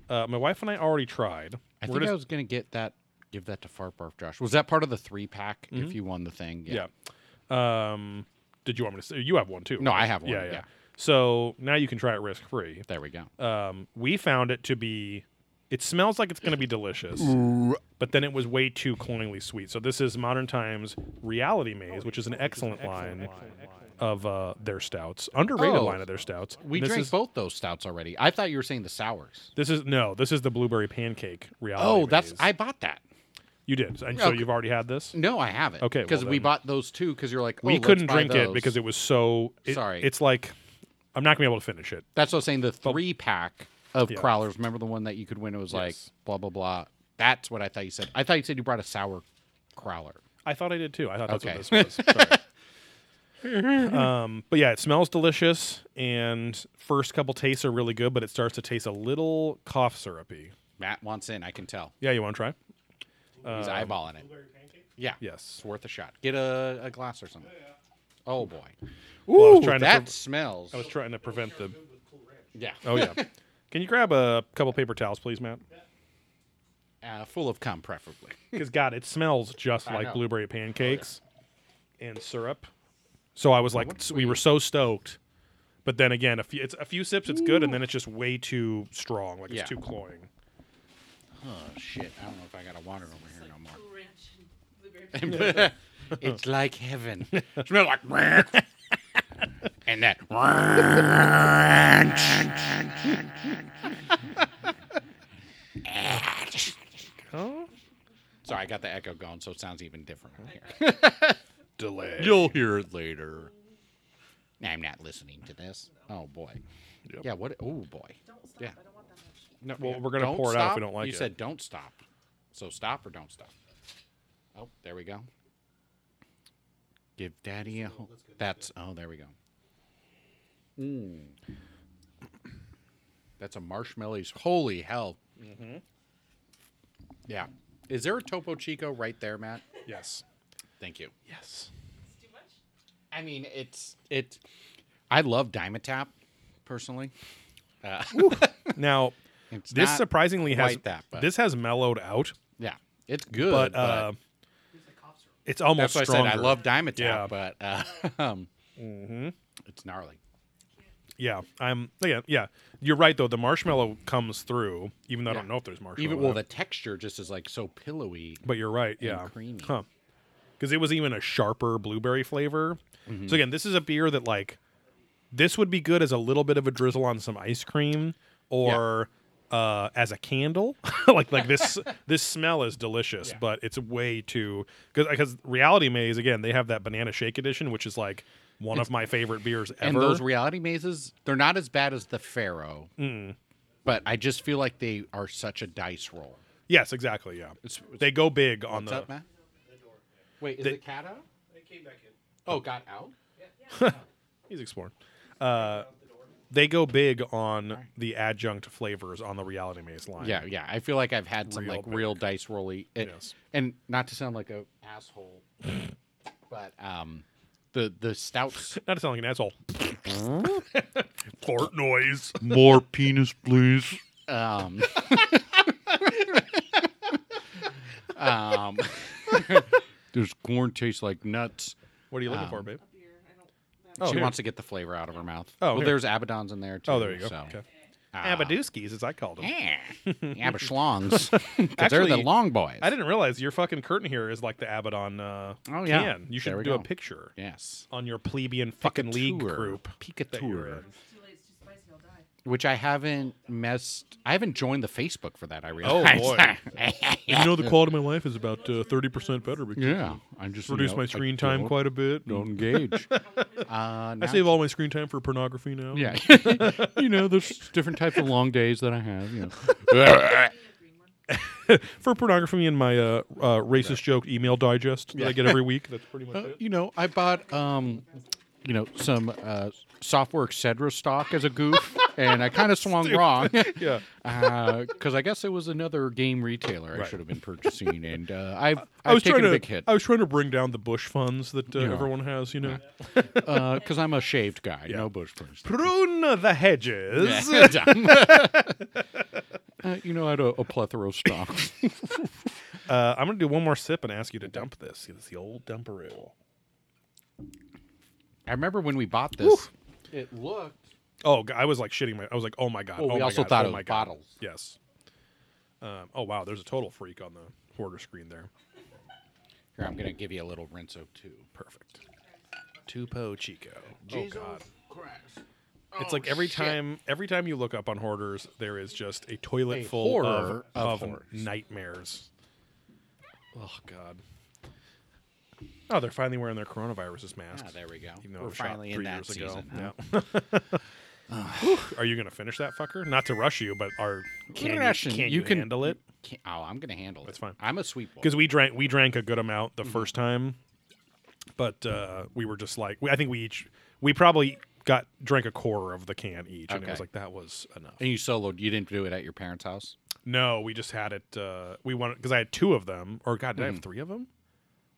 Speaker 1: uh, my wife and I already tried. We're
Speaker 2: I think
Speaker 1: gonna-
Speaker 2: I was going to get that, give that to Fart Barf Josh. Was that part of the three pack
Speaker 1: Mm-hmm.
Speaker 2: if you won the thing?
Speaker 1: Yeah. Um, did you want me to say you have one too?
Speaker 2: No,
Speaker 1: right?
Speaker 2: I have one,
Speaker 1: Yeah, yeah.
Speaker 2: yeah.
Speaker 1: So now you can try it risk free.
Speaker 2: There we go.
Speaker 1: Um, we found it to be. It smells like it's going to be delicious, but then it was way too cloyingly sweet. So this is Modern Times Reality Maze, Oh, which is an excellent line of uh, their stouts, underrated
Speaker 2: Oh.
Speaker 1: line of their stouts.
Speaker 2: We
Speaker 1: this
Speaker 2: drank
Speaker 1: is,
Speaker 2: both those stouts already. I thought you were saying the sours.
Speaker 1: This is no, this is the blueberry pancake reality.
Speaker 2: Oh, that's
Speaker 1: Maze.
Speaker 2: I bought that.
Speaker 1: you did, and so
Speaker 2: Okay.
Speaker 1: you've already had this.
Speaker 2: No, I haven't.
Speaker 1: Okay, well
Speaker 2: because we
Speaker 1: then-
Speaker 2: bought those two because you're like oh,
Speaker 1: We
Speaker 2: let's
Speaker 1: couldn't
Speaker 2: buy
Speaker 1: drink it
Speaker 2: those.
Speaker 1: because it was so. It,
Speaker 2: Sorry.
Speaker 1: it's like I'm not gonna be able to finish it.
Speaker 2: that's what I was saying. The three pack of
Speaker 1: Yeah.
Speaker 2: crawlers. Remember the one that you could win? It was like
Speaker 1: Yes.
Speaker 2: blah blah blah. That's what I thought you said. I thought you said you brought a sour crawler.
Speaker 1: I thought I did too. I thought that's
Speaker 2: Okay.
Speaker 1: what this was.
Speaker 2: [LAUGHS]
Speaker 1: Sorry. um, but yeah, it smells delicious, and first couple tastes are really good, but it starts to taste a little cough syrupy.
Speaker 2: Matt wants in. I can tell.
Speaker 1: Yeah, you want to try?
Speaker 2: He's eyeballing it. Yeah.
Speaker 1: Um, Yes.
Speaker 2: It's worth a shot. Get a, a glass or something. Oh boy.
Speaker 1: I was
Speaker 2: Ooh,
Speaker 1: trying to
Speaker 2: that
Speaker 1: prov-
Speaker 2: smells.
Speaker 1: I was trying to prevent the.
Speaker 2: yeah.
Speaker 1: Oh
Speaker 2: [LAUGHS]
Speaker 1: yeah. Can you grab a couple paper towels, please, Matt?
Speaker 2: Uh, full of cum, preferably.
Speaker 1: Because God, it smells just
Speaker 2: I
Speaker 1: like
Speaker 2: know. Oh,
Speaker 1: blueberry pancakes and syrup. So I was like, s- we were so stoked, but then again, a few, it's a few sips, it's good, and then it's just way too strong, like
Speaker 2: Yeah.
Speaker 1: it's too cloying.
Speaker 2: Oh shit! I don't know if I got a water over here no more.
Speaker 3: ranch and blueberry.
Speaker 1: [LAUGHS]
Speaker 2: It's like heaven. Smell like [LAUGHS] ranch. and that
Speaker 1: [LAUGHS]
Speaker 2: ranch. Sorry, I got the echo going, so it sounds even different here. [LAUGHS]
Speaker 1: Delay.
Speaker 2: You'll hear it later. Nah, I'm not listening to this. Oh boy.
Speaker 1: Yep.
Speaker 2: Yeah. What? Oh boy.
Speaker 3: Don't stop.
Speaker 2: Yeah.
Speaker 3: I don't want that much.
Speaker 2: No,
Speaker 1: Well,
Speaker 2: yeah,
Speaker 1: we're gonna
Speaker 2: don't
Speaker 1: pour it out if we
Speaker 2: stop.
Speaker 1: don't like
Speaker 2: you
Speaker 1: it.
Speaker 2: You said don't stop. So stop or don't stop. Oh, there we go. Give daddy a home. That's oh, there we go.
Speaker 3: Hmm.
Speaker 2: That's a marshmallows. Holy hell. Yeah. Is there a Topo Chico right there, Matt?
Speaker 1: Yes.
Speaker 2: Thank you. [LAUGHS]
Speaker 1: Yes.
Speaker 3: It's too much.
Speaker 2: I mean, it's it's. I love Dimetap, personally. Uh,
Speaker 1: Now,
Speaker 2: it's
Speaker 1: this
Speaker 2: not
Speaker 1: surprisingly has
Speaker 2: quite that, but-
Speaker 1: this has mellowed out,
Speaker 2: yeah, it's good,
Speaker 1: but,
Speaker 2: but
Speaker 1: uh,
Speaker 3: It's like cough syrup.
Speaker 1: it's almost
Speaker 2: That's why I said
Speaker 1: stronger.
Speaker 2: I love Diamond
Speaker 1: Yeah. Mm-hmm.
Speaker 2: Tap, but uh, [LAUGHS] um, it's gnarly.
Speaker 1: Yeah, I'm. Yeah, yeah. You're right though. The marshmallow comes through, even though I don't
Speaker 2: Yeah.
Speaker 1: know if there's marshmallow.
Speaker 2: Even well,
Speaker 1: in
Speaker 2: the
Speaker 1: it.
Speaker 2: texture just is like so pillowy.
Speaker 1: But you're right. Yeah.
Speaker 2: creamy.
Speaker 1: Huh. Because it was even a sharper blueberry flavor.
Speaker 2: Mm-hmm.
Speaker 1: So again, this is a beer that like this would be good as a little bit of a drizzle on some ice cream or uh, as a candle. [LAUGHS] like like
Speaker 2: [LAUGHS]
Speaker 1: this this smell is delicious,
Speaker 2: Yeah.
Speaker 1: but it's way too because because Reality Maze again they have that banana shake edition, which is like one of my favorite beers ever.
Speaker 2: And those reality mazes, they're not as bad as the Pharaoh,
Speaker 1: Mm.
Speaker 2: but I just feel like they are such a dice roll.
Speaker 1: yes, exactly. Yeah,
Speaker 2: It's, it's-
Speaker 1: they go big on
Speaker 2: what's
Speaker 1: the.
Speaker 2: up, Matt? Wait, is
Speaker 1: the-
Speaker 2: the, cat out? It came back in. Oh, got out.
Speaker 1: He's exploring. Uh, they go big on the adjunct flavors on the Reality Maze line.
Speaker 2: Yeah, yeah. I feel like I've had some
Speaker 1: Real
Speaker 2: like
Speaker 1: big.
Speaker 2: real dice rolly. it-
Speaker 1: Yes.
Speaker 2: And not to sound like a asshole, but um, the the stouts
Speaker 1: Not to sound like an asshole. [LAUGHS] Fart noise.
Speaker 4: More penis, please.
Speaker 2: Um, um, Does corn taste like nuts?
Speaker 1: What are you looking for, babe?
Speaker 3: A beer. I don't. That
Speaker 1: Oh,
Speaker 2: she
Speaker 1: here.
Speaker 2: Um, wants to get the flavor out of her mouth.
Speaker 1: Oh,
Speaker 2: well,
Speaker 1: here.
Speaker 2: there's Abaddon's in there too.
Speaker 1: Oh, there you go.
Speaker 2: So.
Speaker 1: Okay.
Speaker 2: Uh,
Speaker 3: Ah.
Speaker 1: Abadooskies, as I called them. [LAUGHS]
Speaker 2: Yeah, Abba Schlongs. 'Cause they're the
Speaker 1: Actually,
Speaker 2: long boys.
Speaker 1: I didn't realize your fucking curtain here is like the Abaddon uh,
Speaker 2: Oh, yeah.
Speaker 1: can. You should
Speaker 2: There
Speaker 1: do
Speaker 2: we
Speaker 1: a
Speaker 2: go.
Speaker 1: picture
Speaker 2: Yes.
Speaker 1: on your plebeian fucking league
Speaker 2: Picatour.
Speaker 1: group. that you're
Speaker 2: Picatour.
Speaker 1: in.
Speaker 3: It's too late. It's too spicy. I'll die.
Speaker 2: Which I haven't messed. I haven't joined the Facebook for that. I
Speaker 1: Oh,
Speaker 2: realize. [LAUGHS]
Speaker 1: boy. You know, the quality of my life is about
Speaker 2: uh,
Speaker 1: thirty percent better because
Speaker 2: yeah. I'm just
Speaker 1: reduce my screen time
Speaker 2: quite.
Speaker 1: quite a bit. [LAUGHS]
Speaker 2: Don't engage. uh,
Speaker 1: I save all my screen time for pornography now. [LAUGHS]
Speaker 2: Yeah. [LAUGHS] you know, there's different types of long days that I have. You
Speaker 3: Give
Speaker 1: [LAUGHS]
Speaker 2: know.
Speaker 3: me a green one.
Speaker 1: for pornography and my uh, uh, racist joke email digest that I get every week. Uh, That's pretty much it.
Speaker 2: you know, I bought, um, you know, some uh, software Cedra stock as a goof, and I kind of swung wrong [LAUGHS]
Speaker 1: Yeah.
Speaker 2: because I guess it was another game retailer I
Speaker 1: Right.
Speaker 2: should have been purchasing,
Speaker 1: [LAUGHS]
Speaker 2: and uh, I've, I've
Speaker 1: I was
Speaker 2: taken
Speaker 1: trying to.
Speaker 2: a big hit
Speaker 1: I was trying to bring down the Bush funds that uh,
Speaker 2: Yeah.
Speaker 1: everyone has. You know,
Speaker 2: because uh, I'm a shaved guy, no
Speaker 1: [LAUGHS]
Speaker 2: bush [LAUGHS] person.
Speaker 1: prune the hedges.
Speaker 2: Uh, you know, I had a, a plethora of stocks. [LAUGHS]
Speaker 1: Uh, I'm gonna do one more sip and ask you to dump this. It's the old dumperoo.
Speaker 2: I remember when we bought this, it looked
Speaker 1: Oh, g- I was like shitting my. I was like, oh my god.
Speaker 2: Well,
Speaker 1: oh
Speaker 2: we
Speaker 1: my
Speaker 2: also
Speaker 1: God,
Speaker 2: thought
Speaker 1: oh
Speaker 2: it
Speaker 1: my
Speaker 2: was
Speaker 1: God.
Speaker 2: bottles.
Speaker 1: Yes. Um, oh wow, there's a total freak on the hoarder screen there.
Speaker 2: Here, I'm going to give you a little rinso too.
Speaker 1: Perfect. Tupo Chico. Oh god.
Speaker 2: Christ.
Speaker 1: It's
Speaker 2: Oh,
Speaker 1: like every time every time you look up on hoarders, there is just a toilet
Speaker 2: A
Speaker 1: full
Speaker 2: horror
Speaker 1: of,
Speaker 2: of
Speaker 1: of
Speaker 2: horrors.
Speaker 1: nightmares. Oh god. Oh, they're finally wearing their coronavirus's masks.
Speaker 2: Ah, there we go.
Speaker 1: Even though it
Speaker 2: We're
Speaker 1: was shot
Speaker 2: finally in
Speaker 1: three
Speaker 2: that
Speaker 1: years ago.
Speaker 2: season. huh?
Speaker 1: Yeah. [LAUGHS] Are you gonna finish that fucker? Not to rush you, but are can
Speaker 2: Russian,
Speaker 1: you, can
Speaker 2: you
Speaker 1: you
Speaker 2: can-
Speaker 1: handle it?
Speaker 2: Can't- Oh, I'm going to handle it.
Speaker 1: That's fine.
Speaker 2: I'm a sweet boy.
Speaker 1: Because we drank we drank a good amount
Speaker 2: Mm-hmm.
Speaker 1: the first time, but uh, we were just like we, I think we each we probably got drank a quarter of the can each, and it was
Speaker 2: Okay.
Speaker 1: like that was enough.
Speaker 2: And you soloed. You didn't do it at your parents' house.
Speaker 1: No, we just had it. Uh, we wanted because I had two of them. Or God, did I have three of them?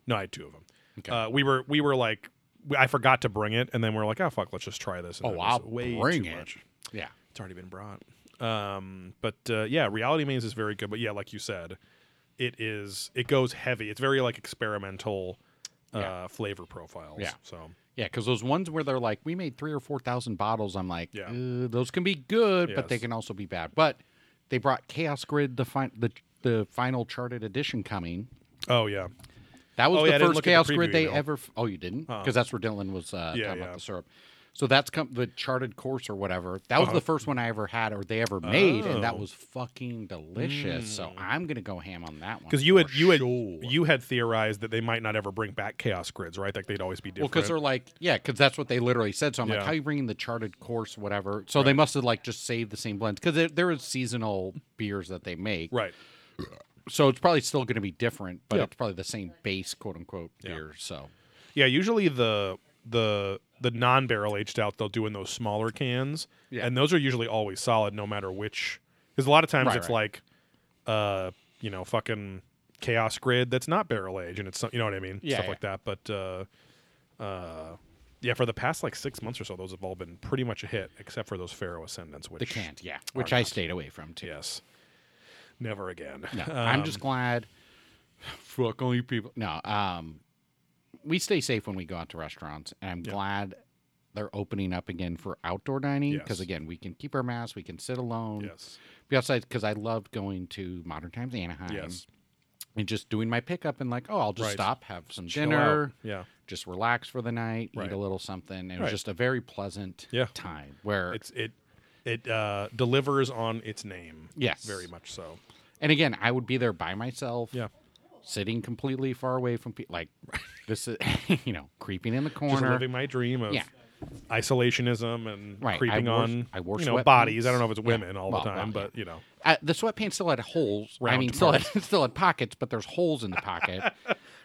Speaker 1: No, I had two of them.
Speaker 2: Mm-hmm. Okay.
Speaker 1: Uh, we were we were like we, I forgot to bring it, and then we are like, oh fuck, let's just try this. And
Speaker 2: Oh,
Speaker 1: it was
Speaker 2: I'll bring it. Yeah.
Speaker 1: It's already been brought. Um, but uh, yeah, Reality Maze is very good. But yeah, like you said, it is it goes heavy. It's very like experimental uh,
Speaker 2: Yeah.
Speaker 1: flavor profiles.
Speaker 2: Yeah.
Speaker 1: So
Speaker 2: Yeah, because those ones where they're like, we made three or four thousand bottles. I'm like,
Speaker 1: Yeah.
Speaker 2: "Uh, those can be good, but they
Speaker 1: Yes.
Speaker 2: can also be bad. But they brought Chaos Grid, the fin- the the final charted edition coming.
Speaker 1: oh yeah,
Speaker 2: That was
Speaker 1: Oh,
Speaker 2: the
Speaker 1: yeah, I didn't
Speaker 2: first
Speaker 1: look at the
Speaker 2: Chaos
Speaker 1: preview
Speaker 2: Grid they
Speaker 1: email.
Speaker 2: ever. F- oh, you didn't? Because that's where Dylan was uh,
Speaker 1: Yeah,
Speaker 2: talking
Speaker 1: yeah.
Speaker 2: about the syrup. So that's come the charted course or whatever. That was the first one I ever had or they ever made, and that
Speaker 1: Uh-huh. Oh.
Speaker 2: was fucking delicious. So I'm gonna go ham on that one
Speaker 1: because you had
Speaker 2: for
Speaker 1: you had
Speaker 2: sure.
Speaker 1: you had theorized that they might not ever bring back chaos grids, right? Like they'd always be
Speaker 2: Well,
Speaker 1: different.
Speaker 2: because they're like, yeah, because that's what they literally said. So I'm like,
Speaker 1: Yeah.
Speaker 2: how you bringing the charted course, whatever? So they must have like just saved the same blends because there is seasonal beers that they make,
Speaker 1: right.
Speaker 2: So it's probably still going to be different, but
Speaker 1: Yeah.
Speaker 2: it's probably the same base, quote unquote,
Speaker 1: Yeah.
Speaker 2: beer. So
Speaker 1: Yeah, usually the the the non barrel aged out they'll do in those smaller cans,
Speaker 2: Yeah.
Speaker 1: and those are usually always solid no matter which. Because a lot of times
Speaker 2: Right,
Speaker 1: it's like, uh, you know, fucking chaos grid that's not barrel aged, and it's some, you know what I mean,
Speaker 2: Yeah,
Speaker 1: stuff
Speaker 2: yeah.
Speaker 1: like that. But uh, uh, yeah, for the past like six months or so, those have all been pretty much a hit, except for those Pharaoh Ascendants, which
Speaker 2: the can't, yeah, which I stayed away from too.
Speaker 1: yes, never again. [LAUGHS] Uh,
Speaker 2: No, I'm just glad. Fuck only people. No, um, we stay safe when we go out to restaurants, and I'm glad they're opening up again for outdoor dining because
Speaker 1: Yes.
Speaker 2: again, we can keep our masks, we can sit alone.
Speaker 1: Yes,
Speaker 2: be outside because I loved going to Modern Times Anaheim
Speaker 1: yes,
Speaker 2: and just doing my pickup and like, oh, I'll just
Speaker 1: Right.
Speaker 2: stop, have some
Speaker 1: Chill out. Oh,
Speaker 2: dinner,
Speaker 1: Yeah,
Speaker 2: just relax for the night, eat
Speaker 1: Right.
Speaker 2: a little something. And It was
Speaker 1: Right.
Speaker 2: just a very pleasant
Speaker 1: Yeah.
Speaker 2: time where
Speaker 1: it's it it uh, delivers on its name.
Speaker 2: Yes.
Speaker 1: very much so.
Speaker 2: and again, I would be there by myself,
Speaker 1: Yeah.
Speaker 2: sitting completely far away from people. Like this is, [LAUGHS] you know, creeping in the
Speaker 1: Just
Speaker 2: corner.
Speaker 1: living my dream of
Speaker 2: Yeah.
Speaker 1: isolationism and
Speaker 2: Right, I
Speaker 1: creeping
Speaker 2: wore-
Speaker 1: on
Speaker 2: I wore
Speaker 1: you know
Speaker 2: sweatpants.
Speaker 1: bodies. I don't know if it's
Speaker 2: Yeah,
Speaker 1: women all
Speaker 2: well,
Speaker 1: the time,
Speaker 2: well,
Speaker 1: but you know,
Speaker 2: Uh, the sweatpants still had holes. I
Speaker 1: Round
Speaker 2: mean, still had, [LAUGHS] still had pockets, but there's holes in the
Speaker 1: [LAUGHS]
Speaker 2: pocket.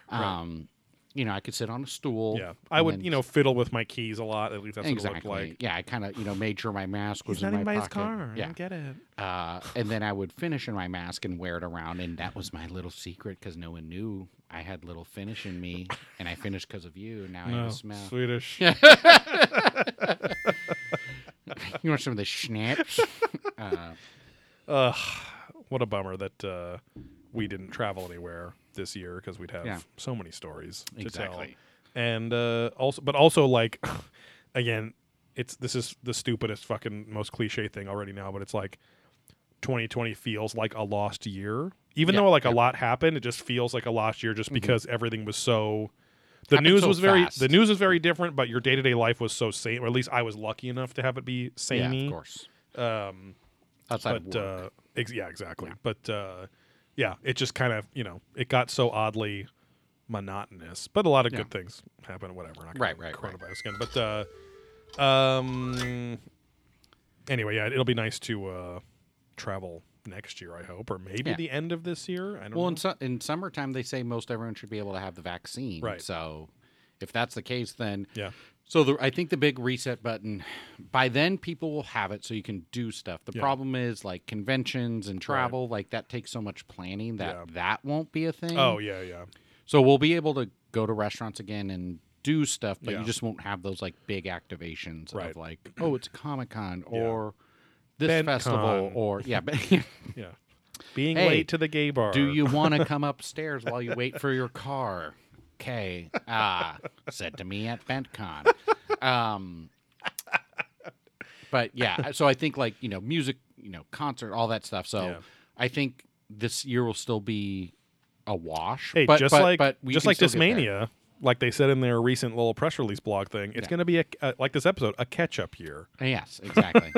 Speaker 2: Um, you know, I could sit on a stool.
Speaker 1: yeah, I
Speaker 2: and
Speaker 1: would
Speaker 2: then
Speaker 1: you know fiddle with my keys a lot. At least that's
Speaker 2: exactly.
Speaker 1: what it looked like.
Speaker 2: Yeah, I kind of you know made sure my mask was in my pocket. Yeah,
Speaker 1: get it.
Speaker 2: uh, and then I would finish in my mask and wear it around, and that was my little secret because no one knew I had little finish in me, and I finished because of you. and Now I have
Speaker 1: [LAUGHS]
Speaker 2: a smell.
Speaker 1: Oh, Swedish.
Speaker 2: You want some of the schnapps? uh,
Speaker 1: Ugh, what a bummer that uh, we didn't travel anywhere this year because we'd have
Speaker 2: Yeah.
Speaker 1: so many stories to
Speaker 2: Exactly.
Speaker 1: tell. And uh, also, but also like, [LAUGHS] again, it's this is the stupidest fucking most cliche thing already now, but it's like 2020 feels like a lost year, even
Speaker 2: Yeah,
Speaker 1: though like
Speaker 2: yeah. Mm-hmm.
Speaker 1: a lot happened. It just feels like a lost year just because everything was so. The
Speaker 2: Happened
Speaker 1: news
Speaker 2: so
Speaker 1: was very
Speaker 2: fast.
Speaker 1: the news was very different, but your day to day life was so same, or at least I was lucky enough to have it be
Speaker 2: yeah,
Speaker 1: samey
Speaker 2: of course. Um, Outside
Speaker 1: but
Speaker 2: of work.
Speaker 1: uh, ex- yeah, exactly. But uh, yeah, it just kind of you know it got so oddly monotonous. But a lot of
Speaker 2: Yeah.
Speaker 1: good things happen. Whatever. Not gonna
Speaker 2: Right, right, right.
Speaker 1: Coronavirus again. But uh, um, anyway, yeah, it'll be nice to uh, travel next year. I hope, or maybe
Speaker 2: Yeah.
Speaker 1: the end of this year. I don't
Speaker 2: well,
Speaker 1: know.
Speaker 2: in, su- in summertime, they say most everyone should be able to have the vaccine.
Speaker 1: Right.
Speaker 2: So, if that's the case, then
Speaker 1: Yeah.
Speaker 2: So the, I think the big reset button. By then, people will have it, so you can do stuff. The
Speaker 1: Yeah.
Speaker 2: problem is like conventions and travel, like that takes so much planning that
Speaker 1: Yeah.
Speaker 2: that won't be a thing.
Speaker 1: Oh yeah, yeah.
Speaker 2: so we'll be able to go to restaurants again and do stuff, but you
Speaker 1: Yeah.
Speaker 2: just won't have those like big activations
Speaker 1: Right.
Speaker 2: of like, oh, it's Comic Con or this
Speaker 1: BenCon.
Speaker 2: festival or
Speaker 1: [LAUGHS]
Speaker 2: yeah. [LAUGHS] But
Speaker 1: Yeah. Being
Speaker 2: Hey,
Speaker 1: late to the gay bar.
Speaker 2: do you want
Speaker 1: [LAUGHS]
Speaker 2: to come upstairs while you wait for your car? Okay, ah, said to me at BentCon. Um, but yeah, so I think like you know music, you know concert, all that stuff. So
Speaker 1: Yeah.
Speaker 2: I think this year will still be a wash.
Speaker 1: Hey,
Speaker 2: but,
Speaker 1: just
Speaker 2: but-
Speaker 1: like
Speaker 2: but we
Speaker 1: just
Speaker 2: can
Speaker 1: like
Speaker 2: still get there.
Speaker 1: Dismania, like they said in their recent little press release blog thing, it's going to be a, a, like this episode, a catch up year.
Speaker 2: Yes,
Speaker 1: [LAUGHS]
Speaker 2: exactly.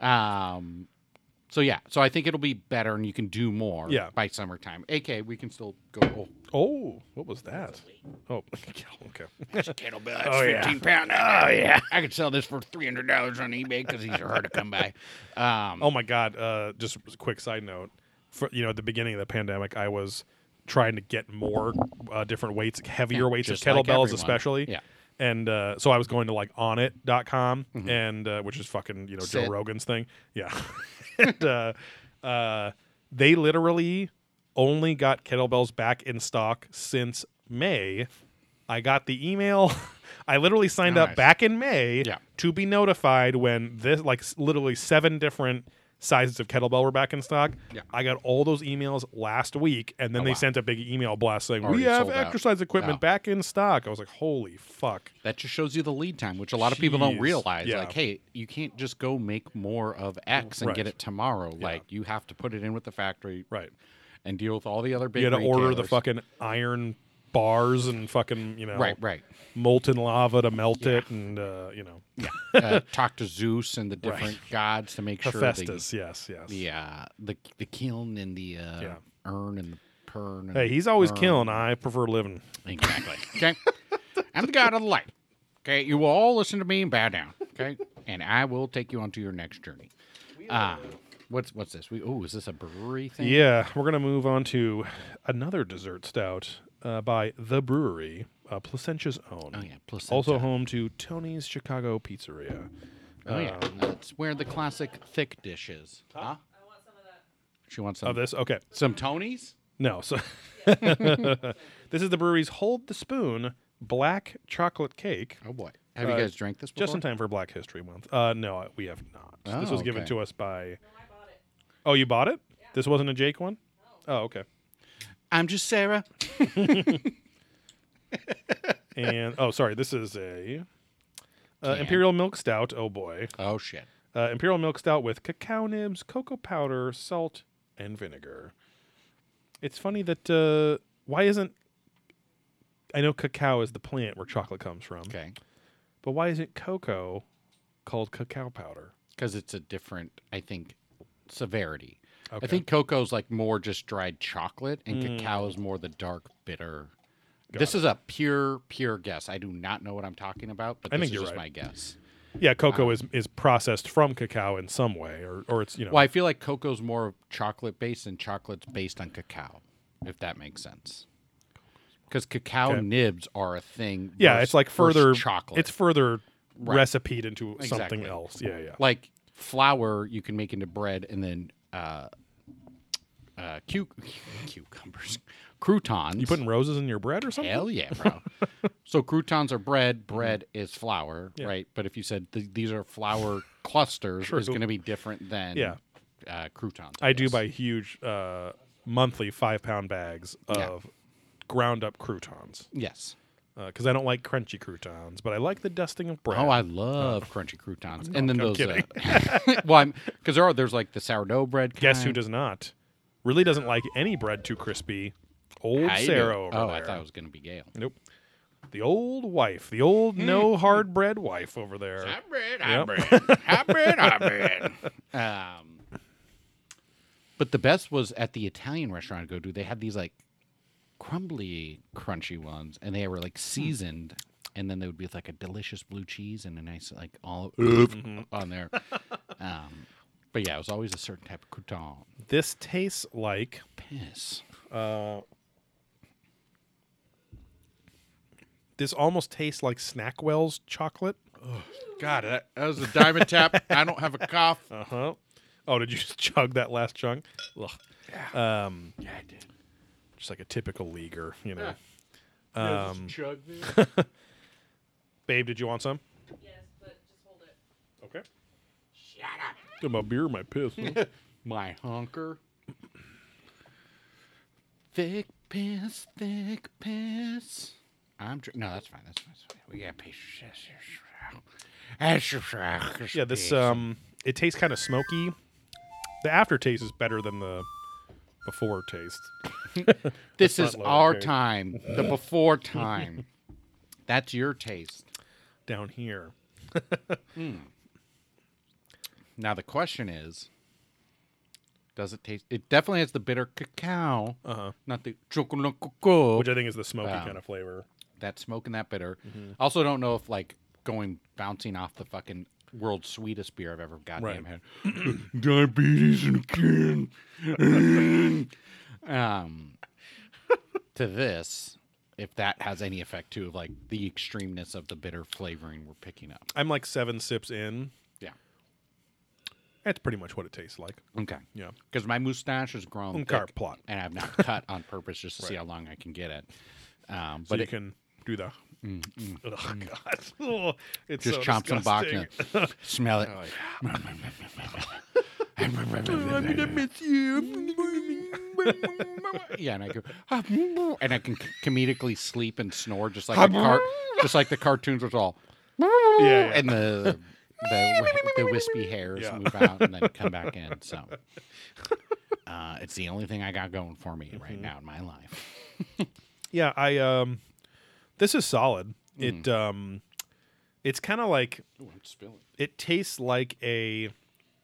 Speaker 2: um, so yeah, so I think it'll be better, and you can do more.
Speaker 1: Yeah.
Speaker 2: by summertime. AK, we can still go. Oh,
Speaker 1: Oh, what was that? Oh, [LAUGHS] okay.
Speaker 2: this kettlebell, that's
Speaker 1: Oh, yeah.
Speaker 2: fifteen pound. Oh yeah, I could sell this for three hundred dollars on eBay because these are hard to
Speaker 1: [LAUGHS]
Speaker 2: come by. Um,
Speaker 1: Oh my God! Uh, just a quick side note. For, you know, at the beginning of the pandemic, I was trying to get more uh, different weights, heavier
Speaker 2: Yeah,
Speaker 1: weights, of
Speaker 2: just like
Speaker 1: kettlebells
Speaker 2: everyone.
Speaker 1: especially.
Speaker 2: Yeah.
Speaker 1: And uh, so I was going to like onit.com and uh, which is fucking you know Joe
Speaker 2: Mm-hmm. Sit.
Speaker 1: Rogan's thing. Yeah. [LAUGHS] and uh, uh, they literally only got kettlebells back in stock since May. I got the email. [LAUGHS] I literally signed up
Speaker 2: Nice.
Speaker 1: back in May
Speaker 2: Yeah.
Speaker 1: to be notified when this like s- literally seven different sizes of kettlebell were back in stock.
Speaker 2: Yeah. Oh,
Speaker 1: I got all those emails last week and then they
Speaker 2: wow.
Speaker 1: sent a big email blast saying
Speaker 2: Already
Speaker 1: we have
Speaker 2: sold out."
Speaker 1: exercise equipment
Speaker 2: Wow.
Speaker 1: back in stock. I was like, "Holy fuck."
Speaker 2: that just shows you the lead time, which a lot of people don't
Speaker 1: Jeez.
Speaker 2: realize.
Speaker 1: Yeah.
Speaker 2: Like, hey, you can't just go make more of X and
Speaker 1: Right.
Speaker 2: get it tomorrow. Like, you have to put it in with the factory,
Speaker 1: Right.
Speaker 2: and deal with all the other big.
Speaker 1: You got to order the
Speaker 2: retailers.
Speaker 1: fucking iron bars and fucking, you know,
Speaker 2: Right,
Speaker 1: [LAUGHS]
Speaker 2: right.
Speaker 1: molten lava to melt it and uh, you know,
Speaker 2: uh, talk to Zeus and the different gods to make sure
Speaker 1: Hephaestus. yes, yes.
Speaker 2: the the, uh, the the kiln and the uh,
Speaker 1: Yeah.
Speaker 2: urn and the pern. And
Speaker 1: Hey, he's always
Speaker 2: urn.
Speaker 1: killing. I prefer living.
Speaker 2: Exactly. [LAUGHS] Okay, I'm the god of the light. Okay, you will all listen to me and bow down. Okay, and I will take you onto your next journey. Uh, what's what's this? We oh, is this a brewery thing?
Speaker 1: Yeah, we're gonna move on to another dessert stout uh, by the brewery, uh, Placentia's own.
Speaker 2: Oh yeah, placenta.
Speaker 1: Also home to Tony's Chicago Pizzeria.
Speaker 2: oh yeah, that's where the classic thick dish is. Huh?
Speaker 3: I want some of that.
Speaker 2: She wants some
Speaker 1: Of Oh, this, okay,
Speaker 2: some Tonys.
Speaker 1: no. So [LAUGHS] this is the brewery's Hold the Spoon Black Chocolate Cake.
Speaker 2: Oh boy, have you
Speaker 1: Uh,
Speaker 2: guys drank this? Before?
Speaker 1: Just in time for Black History Month. Uh, no, we have not. this
Speaker 2: Oh,
Speaker 1: was given
Speaker 2: okay.
Speaker 1: to us by.
Speaker 3: No, I bought it.
Speaker 1: Oh, you bought it? This wasn't a Jake one. Oh, okay.
Speaker 2: I'm just Sarah.
Speaker 1: And oh, sorry, this is a uh,
Speaker 2: [LAUGHS] Can.
Speaker 1: Imperial Milk Stout. Oh boy,
Speaker 2: Oh shit.
Speaker 1: uh, Imperial Milk Stout with cacao nibs, cocoa powder, salt, and vinegar. It's funny that uh, why isn't I know cacao is the plant where chocolate comes from,
Speaker 2: Okay.
Speaker 1: but why isn't cocoa called cacao powder?
Speaker 2: because it's a different, I think, severity.
Speaker 1: Okay. Mm.
Speaker 2: I think cocoa's like more just dried chocolate, and cacao is more the dark bitter. this is a pure, pure guess. I do not know what I'm talking about, but
Speaker 1: I
Speaker 2: this
Speaker 1: think
Speaker 2: is
Speaker 1: you're
Speaker 2: just
Speaker 1: right.
Speaker 2: my guess.
Speaker 1: Yeah, cocoa is is processed from cacao in some way, or or it's you know
Speaker 2: Well, I feel like cocoa's more chocolate based, and chocolate's based on cacao, if that makes sense. Because cacao
Speaker 1: Okay.
Speaker 2: nibs are a thing.
Speaker 1: yeah,
Speaker 2: versus-
Speaker 1: it's like
Speaker 2: versus
Speaker 1: further
Speaker 2: chocolate.
Speaker 1: It's further
Speaker 2: Right.
Speaker 1: recipeed into something
Speaker 2: Exactly.
Speaker 1: else. Yeah, yeah.
Speaker 2: like flour you can make into bread and then uh uh cu- cucumbers [LAUGHS] croutons
Speaker 1: You putting roses in your bread or something?
Speaker 2: hell yeah
Speaker 1: [LAUGHS]
Speaker 2: bro so croutons are bread bread
Speaker 1: Mm-hmm.
Speaker 2: is flour right but if you said th- these are
Speaker 1: [LAUGHS]
Speaker 2: flour clusters it's going to be different than
Speaker 1: Yeah.
Speaker 2: uh, croutons
Speaker 1: I do
Speaker 2: guess.
Speaker 1: buy huge uh, monthly five pound bags of
Speaker 2: Yeah.
Speaker 1: ground up croutons
Speaker 2: yes
Speaker 1: because I don't like crunchy croutons, but I like the dusting of bread.
Speaker 2: Oh, I love crunchy croutons, and then
Speaker 1: I'm
Speaker 2: those. uh, [LAUGHS] well, because there are there's like the sourdough bread.
Speaker 1: Guess who
Speaker 2: kind.
Speaker 1: does not? Really doesn't like any bread too crispy. Old
Speaker 2: I do.
Speaker 1: Sarah over
Speaker 2: oh,
Speaker 1: there.
Speaker 2: I thought it was going to be Gail.
Speaker 1: Nope. The old wife, the old
Speaker 2: Hmm.
Speaker 1: no hard bread wife over there.
Speaker 2: Hybrid,
Speaker 1: Yep.
Speaker 2: [LAUGHS] hybrid, hybrid, hybrid. Um, but the best was at the Italian restaurant I go to. They had these like crumbly, crunchy ones, and they were like seasoned, and then they would be with like a delicious blue cheese and a nice like [LAUGHS] olive on there. Um, but yeah, it was always a certain type of crouton.
Speaker 1: This tastes like
Speaker 2: Piss.
Speaker 1: this almost tastes like Snackwell's chocolate.
Speaker 2: God, that, that was a diamond tap. I don't have a [LAUGHS] cough.
Speaker 1: Uh huh. Oh, did you [LAUGHS] just chug that last chunk? Ugh. Um,
Speaker 2: Yeah, I did.
Speaker 1: just like a typical leaguer, you know.
Speaker 2: Just
Speaker 1: Um,
Speaker 2: chug this.
Speaker 1: babe, did you want some?
Speaker 3: Yes, but just hold it.
Speaker 1: Okay. Shut up. my beer, my piss.
Speaker 2: my honker. Thick piss, thick piss. I'm tr- no, that's fine. That's fine. That's fine. We got patience.
Speaker 1: Yeah, this um, it tastes kind of smoky. The aftertaste is better than the before taste. [LAUGHS] let's
Speaker 2: this is
Speaker 1: not lower
Speaker 2: our
Speaker 1: it, okay?
Speaker 2: time,
Speaker 1: [LAUGHS]
Speaker 2: the before time. that's your taste.
Speaker 1: down here.
Speaker 2: Now the question is, does it taste? It definitely has the bitter cacao,
Speaker 1: Uh-huh.
Speaker 2: not the chocolate cocoa.
Speaker 1: Which I think is the smoky
Speaker 2: Wow.
Speaker 1: kind of flavor.
Speaker 2: that smoke and that bitter.
Speaker 1: Mm-hmm.
Speaker 2: Also, don't know if like going bouncing off the fucking world's sweetest beer I've ever goddamn
Speaker 1: Right.
Speaker 2: [COUGHS]
Speaker 4: Diabetes in a can.
Speaker 2: had. Um, to this, if that has any effect too of like the extremeness of the bitter flavoring we're picking up.
Speaker 1: I'm like seven sips in.
Speaker 2: Yeah.
Speaker 1: That's pretty much what it tastes like.
Speaker 2: Okay.
Speaker 1: Yeah.
Speaker 2: Because my mustache is grown
Speaker 1: Um,
Speaker 2: thick,
Speaker 1: car plot.
Speaker 2: and I've not cut on purpose just to see how long I can get it. Um,
Speaker 1: So
Speaker 2: but
Speaker 1: you
Speaker 2: it
Speaker 1: can do the. mm, [LAUGHS] Oh God! Ugh, it's
Speaker 2: just
Speaker 1: so
Speaker 2: chomp some bach
Speaker 1: disgusting.
Speaker 2: and [LAUGHS] smell it.
Speaker 4: I'm gonna miss you.
Speaker 2: yeah, and I go, [LAUGHS] "Ah, mm," and I can c- comedically sleep and snore just
Speaker 1: [LAUGHS]
Speaker 2: like the car- just like the cartoons was all,
Speaker 1: [LAUGHS] yeah.
Speaker 2: and the the, the wispy hairs
Speaker 1: Yeah.
Speaker 2: move out and then come back in. So
Speaker 1: [LAUGHS]
Speaker 2: uh, it's the only thing I got going for me
Speaker 1: Mm-hmm.
Speaker 2: right now in my life.
Speaker 1: Yeah, I um, this is solid. It um, it's kind of like
Speaker 2: Ooh, I'm spilling.
Speaker 1: it tastes like a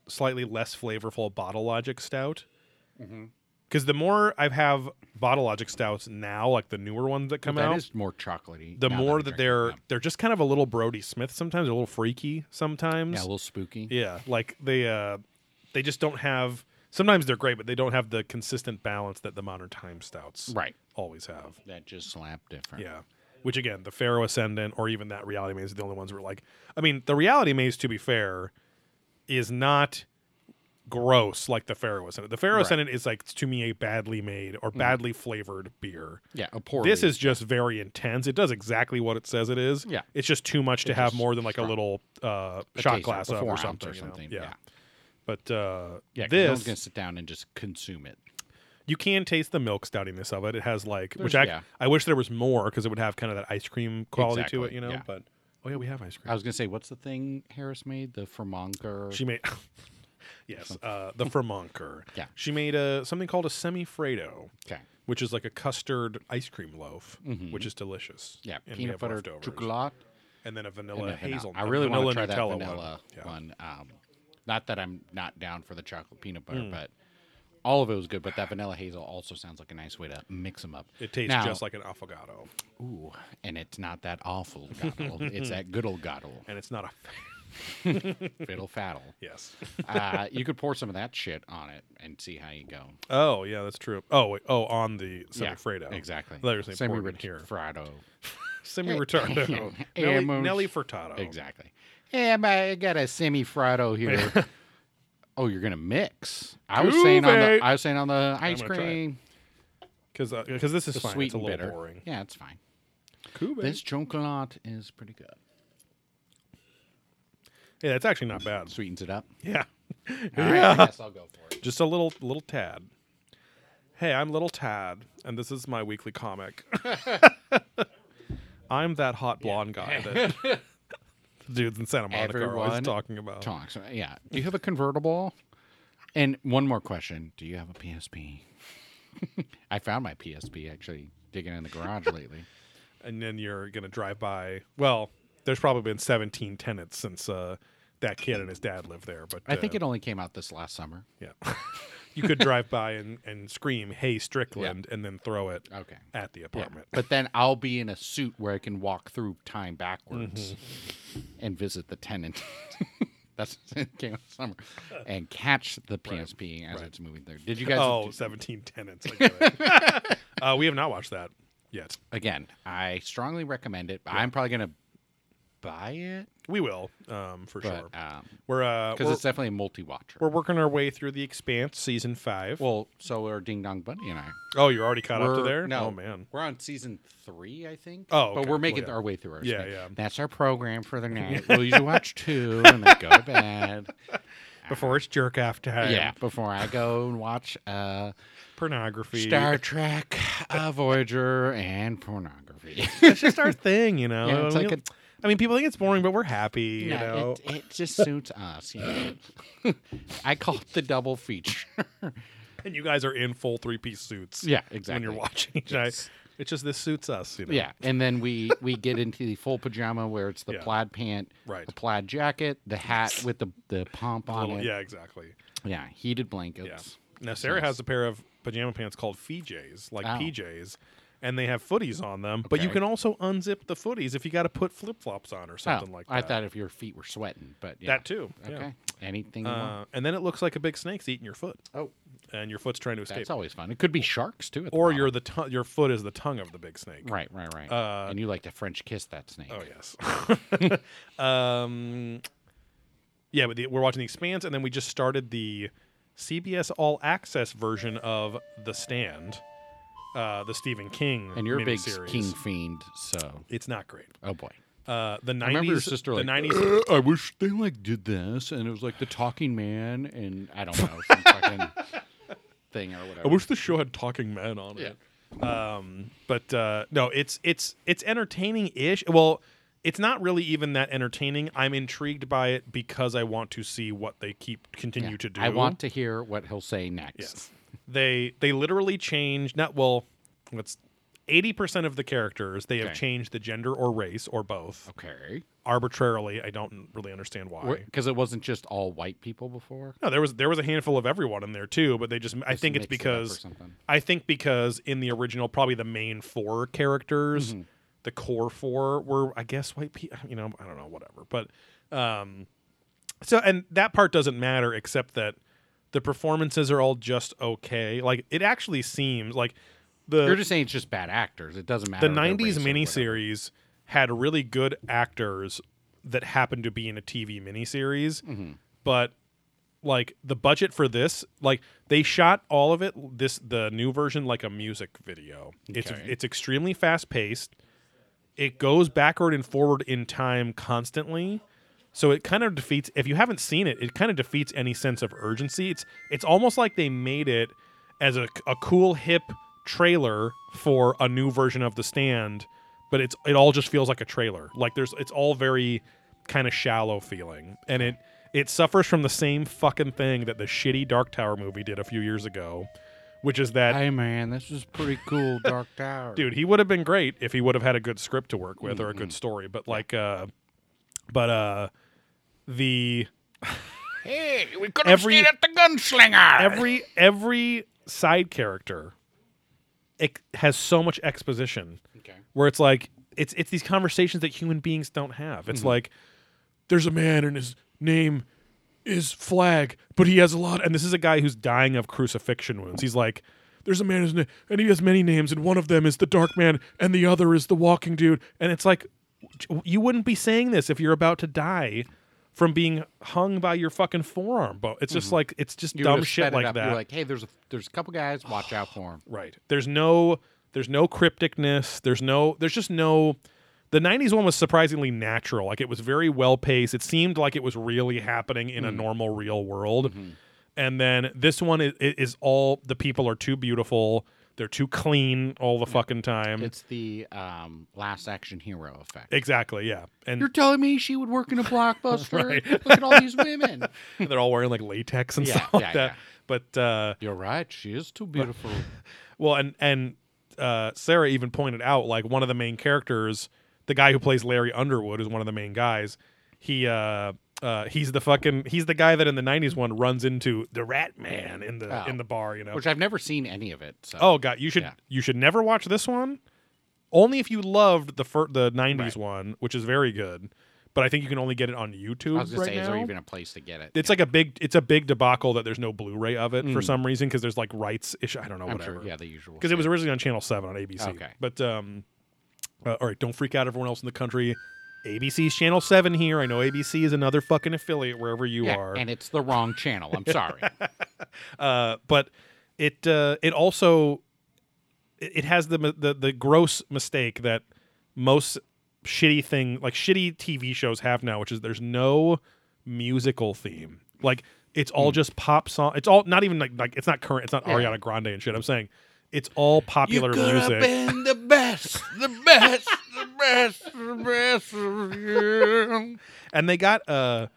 Speaker 1: slightly less flavorful Bottle Logic stout.
Speaker 2: Mm-hmm.
Speaker 1: Because the more I have Bottle Logic stouts now, like the newer ones that come out,
Speaker 2: more chocolatey.
Speaker 1: the
Speaker 2: now
Speaker 1: more
Speaker 2: I'm
Speaker 1: that
Speaker 2: drinking
Speaker 1: they're
Speaker 2: them.
Speaker 1: they're just kind of a little Brody Smith sometimes, a little freaky sometimes.
Speaker 2: yeah, a little spooky.
Speaker 1: Yeah, like they uh they just don't have sometimes they're great, but they don't have the consistent balance that the modern time stouts
Speaker 2: Right,
Speaker 1: always have.
Speaker 2: that just slapped different.
Speaker 1: Yeah. Which again, the Pharaoh Ascendant or even that reality maze are the only ones where like I mean, the reality maze to be fair is not gross like the Pharaoh Ascendant. The Pharaoh
Speaker 2: Right.
Speaker 1: Ascendant is like to me a badly made or badly flavored beer.
Speaker 2: yeah, a poor.
Speaker 1: This is just very intense. It does exactly what it says it is.
Speaker 2: Yeah.
Speaker 1: It's just too much to
Speaker 2: It's
Speaker 1: have
Speaker 2: just
Speaker 1: more than like
Speaker 2: strong.
Speaker 1: a little uh,
Speaker 2: A
Speaker 1: shot
Speaker 2: taster,
Speaker 1: glass
Speaker 2: a
Speaker 1: of
Speaker 2: four
Speaker 1: or
Speaker 2: ounce
Speaker 1: something.
Speaker 2: or
Speaker 1: you know?
Speaker 2: something,
Speaker 1: Yeah.
Speaker 2: yeah.
Speaker 1: But uh,
Speaker 2: yeah. 'cause No
Speaker 1: this
Speaker 2: one's gonna sit down and just consume it.
Speaker 1: you can taste the milk stoutiness of it. It has like which I
Speaker 2: There's- yeah.
Speaker 1: I wish there was more because it would have kind of that ice cream quality to it.
Speaker 2: Exactly,
Speaker 1: You know.
Speaker 2: yeah.
Speaker 1: But oh yeah, we have ice cream.
Speaker 2: I was gonna say, what's the thing Harris made? The Fermonger.
Speaker 1: she made. [LAUGHS] Yes, uh, the Vermonker.
Speaker 2: [LAUGHS] Yeah.
Speaker 1: She made a, something called a semifredo,
Speaker 2: okay. Mm-hmm.
Speaker 1: which is like a custard ice cream loaf, which is delicious.
Speaker 2: Yeah,
Speaker 1: And we
Speaker 2: peanut
Speaker 1: have
Speaker 2: butter
Speaker 1: leftovers.
Speaker 2: chocolate.
Speaker 1: and then a vanilla
Speaker 2: And the
Speaker 1: hazel.
Speaker 2: vanilla. I really want
Speaker 1: vanilla
Speaker 2: to try that
Speaker 1: Nutella one.
Speaker 2: vanilla
Speaker 1: Yeah.
Speaker 2: one. Um, not that I'm not down for the chocolate peanut
Speaker 1: Hmm.
Speaker 2: butter, but all of it was good. But that vanilla hazel also sounds like a nice way to mix them up.
Speaker 1: It tastes
Speaker 2: Now-
Speaker 1: just like an affogato,
Speaker 2: ooh, and it's not that
Speaker 1: [LAUGHS]
Speaker 2: awful gottle. it's that good old gottle,
Speaker 1: and it's not a.
Speaker 2: fiddle faddle.
Speaker 1: [LAUGHS]
Speaker 2: [LAUGHS]
Speaker 1: yes.
Speaker 2: Uh, you could pour some of that shit on it and see how you go.
Speaker 1: Oh yeah, that's true. Oh wait, oh on the semifredo.
Speaker 2: exactly.
Speaker 1: There's
Speaker 2: Semi
Speaker 1: important here.
Speaker 2: Frado.
Speaker 1: Semi retardo.
Speaker 2: Oh,
Speaker 1: Nelly,
Speaker 2: Almost.
Speaker 1: Nelly Furtado.
Speaker 2: Exactly. Yeah, but I got a semi frado
Speaker 1: [LAUGHS]
Speaker 2: here. oh, you're gonna mix. I was saying on
Speaker 1: Duvet.
Speaker 2: the I was saying on the ice
Speaker 1: gonna try it.
Speaker 2: cream.
Speaker 1: Because uh, this is
Speaker 2: The
Speaker 1: fine.
Speaker 2: sweet
Speaker 1: it's a
Speaker 2: and
Speaker 1: little
Speaker 2: bitter.
Speaker 1: boring.
Speaker 2: Yeah, it's fine.
Speaker 1: Cool,
Speaker 2: This chocolate is pretty good.
Speaker 1: Yeah, it's actually not bad.
Speaker 2: Sweetens
Speaker 1: [LAUGHS]
Speaker 2: it up.
Speaker 1: Yeah,
Speaker 2: All right, I guess I'll go for it.
Speaker 1: just a little little tad. Hey, I'm little Tad, and this is my weekly
Speaker 2: [LAUGHS]
Speaker 1: comic. I'm that hot blonde guy
Speaker 2: [LAUGHS]
Speaker 1: that the dudes in Santa Monica are always
Speaker 2: Everyone
Speaker 1: talking about.
Speaker 2: Tonks. Yeah. Do you have a convertible? And one more question. Do you have a PSP? [LAUGHS] I found my PSP actually digging in the
Speaker 1: [LAUGHS]
Speaker 2: garage lately.
Speaker 1: and then you're gonna drive by. Well, there's probably been 17 tenants since uh, that kid and his dad lived there. But
Speaker 2: I think
Speaker 1: uh,
Speaker 2: it only came out this last summer.
Speaker 1: Yeah, [LAUGHS] you could drive by and, and scream, "Hey Strickland!" and then throw it
Speaker 2: Okay.
Speaker 1: at the
Speaker 2: Oh. Yeah,
Speaker 1: apartment.
Speaker 2: But then I'll be in a suit where I can walk through time backwards
Speaker 1: Mm-hmm.
Speaker 2: and visit the tenant. [LAUGHS] That's [LAUGHS] it came out summer and catch the PSP as it's moving through. Did
Speaker 1: [LAUGHS]
Speaker 2: you guys?
Speaker 1: Oh,
Speaker 2: [LAUGHS]
Speaker 1: 17 tenants. I get it. [LAUGHS] uh, we have not watched that yet.
Speaker 2: Again, I strongly recommend it. I'm probably gonna buy it,
Speaker 1: We will, um, for
Speaker 2: but
Speaker 1: sure.
Speaker 2: because
Speaker 1: We're uh, we're,
Speaker 2: it's definitely a multi-watcher.
Speaker 1: we're working our way through the Expanse season five.
Speaker 2: well, so are Ding Dong Bunny and I.
Speaker 1: oh, you're already caught up to
Speaker 2: We're-
Speaker 1: there.
Speaker 2: No,
Speaker 1: Oh man.
Speaker 2: we're on season three, I think.
Speaker 1: Oh, okay.
Speaker 2: but we're making
Speaker 1: Well, yeah.
Speaker 2: our way through. Our
Speaker 1: Yeah,
Speaker 2: season.
Speaker 1: yeah.
Speaker 2: That's our program
Speaker 1: [LAUGHS]
Speaker 2: for the night. we'll usually watch two and then go to bed.
Speaker 1: um, Before it's jerk after.
Speaker 2: Yeah, before I go and watch uh,
Speaker 1: pornography.
Speaker 2: Star Trek, uh, Voyager, and [LAUGHS] pornography.
Speaker 1: It's just our thing,
Speaker 2: [LAUGHS]
Speaker 1: you know.
Speaker 2: Yeah, it's
Speaker 1: We-
Speaker 2: like a-
Speaker 1: I mean, people think it's boring, but we're happy, you
Speaker 2: No,
Speaker 1: know.
Speaker 2: it, it just suits us. You
Speaker 1: [LAUGHS]
Speaker 2: know? I call it the double feature.
Speaker 1: and you guys are in full three piece suits.
Speaker 2: yeah,
Speaker 1: When
Speaker 2: exactly.
Speaker 1: you're watching [LAUGHS] each other. It's just this suits us, you know.
Speaker 2: [LAUGHS] Yeah, and then we we get into the full pajama where it's the
Speaker 1: Yeah.
Speaker 2: plaid pant,
Speaker 1: Right.
Speaker 2: the plaid jacket, the hat with the the pomp
Speaker 1: A
Speaker 2: on
Speaker 1: little-
Speaker 2: it.
Speaker 1: yeah, exactly.
Speaker 2: Yeah, heated blankets.
Speaker 1: Yeah. Now Sarah has a pair of pajama pants called FJs, like
Speaker 2: Ow.
Speaker 1: PJs, and they have footies on them. But you
Speaker 2: Okay.
Speaker 1: can also unzip the footies if you got to put flip flops on or something
Speaker 2: Oh,
Speaker 1: like that.
Speaker 2: I thought if your feet were sweating, but yeah.
Speaker 1: That too. yeah.
Speaker 2: Okay. Anything you want.
Speaker 1: Uh, and then it looks like a big snake's eating your foot,
Speaker 2: Oh,
Speaker 1: and your foot's trying to escape.
Speaker 2: that's always fun. It could be sharks too. At the
Speaker 1: or
Speaker 2: bottom.
Speaker 1: your the tongue your foot is the tongue of the big snake.
Speaker 2: right, right, right.
Speaker 1: uh,
Speaker 2: and you like to French kiss that snake.
Speaker 1: Oh yes. [LAUGHS] um, yeah, but the, we're watching the Expanse, and then we just started the CBS All Access version of The Stand, uh, the Stephen King.
Speaker 2: And you're a big
Speaker 1: miniseries.
Speaker 2: king fiend, so
Speaker 1: It's not great.
Speaker 2: oh boy.
Speaker 1: Uh, the nineties.
Speaker 2: remember your sister,
Speaker 1: The
Speaker 2: like,
Speaker 1: nineties.
Speaker 2: Uh, I wish they like did this, and it was like the Talking Man, and I don't know [LAUGHS] some fucking thing or whatever.
Speaker 1: I wish the show had Talking Man on
Speaker 2: Yeah.
Speaker 1: it. Um, but uh, no, it's it's it's entertaining ish. Well, it's not really even that entertaining. I'm intrigued by it because I want to see what they keep continue to do.
Speaker 2: I want to hear what he'll say next.
Speaker 1: Yes. They they literally changed not well, what's eighty percent of the characters they have
Speaker 2: Okay.
Speaker 1: changed the gender or race or both
Speaker 2: Okay.
Speaker 1: arbitrarily. I don't really understand why.
Speaker 2: Because it wasn't just all white people before.
Speaker 1: no, there was there was a handful of everyone in there too, but they just I
Speaker 2: Just
Speaker 1: think it's
Speaker 2: mixed it up or
Speaker 1: because
Speaker 2: something.
Speaker 1: I think because in the original probably the main four characters,
Speaker 2: Mm-hmm.
Speaker 1: the core four were I guess white people, you know, I don't know whatever. But um so and that part doesn't matter except that the performances are all just okay. Like it actually seems like the
Speaker 2: You're just saying it's just bad actors. It doesn't matter.
Speaker 1: the
Speaker 2: their
Speaker 1: 90s
Speaker 2: race or whatever.
Speaker 1: miniseries had really good actors that happened to be in a TV miniseries,
Speaker 2: Mm-hmm.
Speaker 1: but like the budget for this, like they shot all of it this the new version like a music video. It's
Speaker 2: Okay.
Speaker 1: it's extremely fast paced. It goes backward and forward in time constantly. So it kind of defeats if you haven't seen it, it kind of defeats any sense of urgency. It's it's almost like they made it as a, a cool hip trailer for a new version of The Stand, but it's it all just feels like a trailer. Like there's it's all very kind of shallow feeling. And it it suffers from the same fucking thing that the shitty Dark Tower movie did a few years ago, which is that
Speaker 2: Hey man, this is pretty [LAUGHS] cool. Dark Tower.
Speaker 1: dude he would have been great if he would have had a good script to work with or a good story but like uh but uh the
Speaker 2: Hey, we could have
Speaker 1: Every-
Speaker 2: stayed at the gunslinger.
Speaker 1: every every side character it has so much exposition
Speaker 2: Okay.
Speaker 1: where it's like it's it's these conversations that human beings don't have it's like
Speaker 4: There's a man and his name is Flag, but he has a lot.
Speaker 1: and this is a guy who's dying of crucifixion wounds he's like
Speaker 4: There's a man and his name, and he has many names, and one of them is the Dark Man, and the other is the Walking Dude.
Speaker 1: and it's like you wouldn't be saying this if you're about to die from being hung by your fucking forearm but it's just like it's just
Speaker 2: Mm-hmm. You would
Speaker 1: dumb
Speaker 2: have set
Speaker 1: shit
Speaker 2: it
Speaker 1: like
Speaker 2: up.
Speaker 1: that
Speaker 2: You're like, hey, there's a there's a couple guys. Watch out for them.
Speaker 1: Right. There's no there's no crypticness. There's no there's just no the 90s one was surprisingly natural. Like it was very well paced. It seemed like it was really happening in a
Speaker 2: Hmm.
Speaker 1: normal real world.
Speaker 2: Mm-hmm.
Speaker 1: And then this one is, is all the people are too beautiful. They're too clean all the fucking time.
Speaker 2: It's the um, last action hero effect.
Speaker 1: exactly, yeah. And
Speaker 2: You're telling me she would work in
Speaker 1: [LAUGHS]
Speaker 2: a blockbuster? Look at all these women.
Speaker 1: they're all wearing like latex and
Speaker 2: Yeah,
Speaker 1: stuff like
Speaker 2: yeah,
Speaker 1: that.
Speaker 2: yeah.
Speaker 1: But uh
Speaker 2: You're right. She is too beautiful.
Speaker 1: Well, and and uh, Sarah even pointed out like one of the main characters, the guy who plays Larry Underwood, is one of the main guys. He uh, uh, he's the fucking he's the guy that in the '90s one runs into the Rat Man in the
Speaker 2: Oh.
Speaker 1: in the bar, you know.
Speaker 2: Which I've never seen any of it. So.
Speaker 1: oh god, you should
Speaker 2: Yeah.
Speaker 1: you should never watch this one. Only if you loved the fir- the '90s one, which is very good. But I think you can only get it on YouTube
Speaker 2: I was gonna
Speaker 1: right
Speaker 2: say,
Speaker 1: now
Speaker 2: is there even a place to get it?
Speaker 1: it's like a big it's a big debacle that there's no Blu-ray of it for some reason because there's like rights issue. I don't know
Speaker 2: Mm. I'm
Speaker 1: whatever.
Speaker 2: sure. Yeah, the usual.
Speaker 1: because it was originally on Channel Seven on ABC.
Speaker 2: Okay.
Speaker 1: but um, uh, all right, don't freak out everyone else in the country. ABC's Channel Seven here. I know ABC is another fucking affiliate wherever you
Speaker 2: yeah,
Speaker 1: are,
Speaker 2: and it's the wrong channel.
Speaker 1: [LAUGHS]
Speaker 2: I'm sorry.
Speaker 1: uh, but it uh, it also it it has the, the the gross mistake that most shitty thing like shitty TV shows have now, which is there's no musical theme. Like It's all just pop song. It's all not even like like it's not current. It's not
Speaker 2: Hmm. Yeah.
Speaker 1: Ariana Grande and shit. I'm saying it's all popular
Speaker 2: you could
Speaker 1: music.
Speaker 2: have been the best, the best, the best, the best of you.
Speaker 1: and they got uh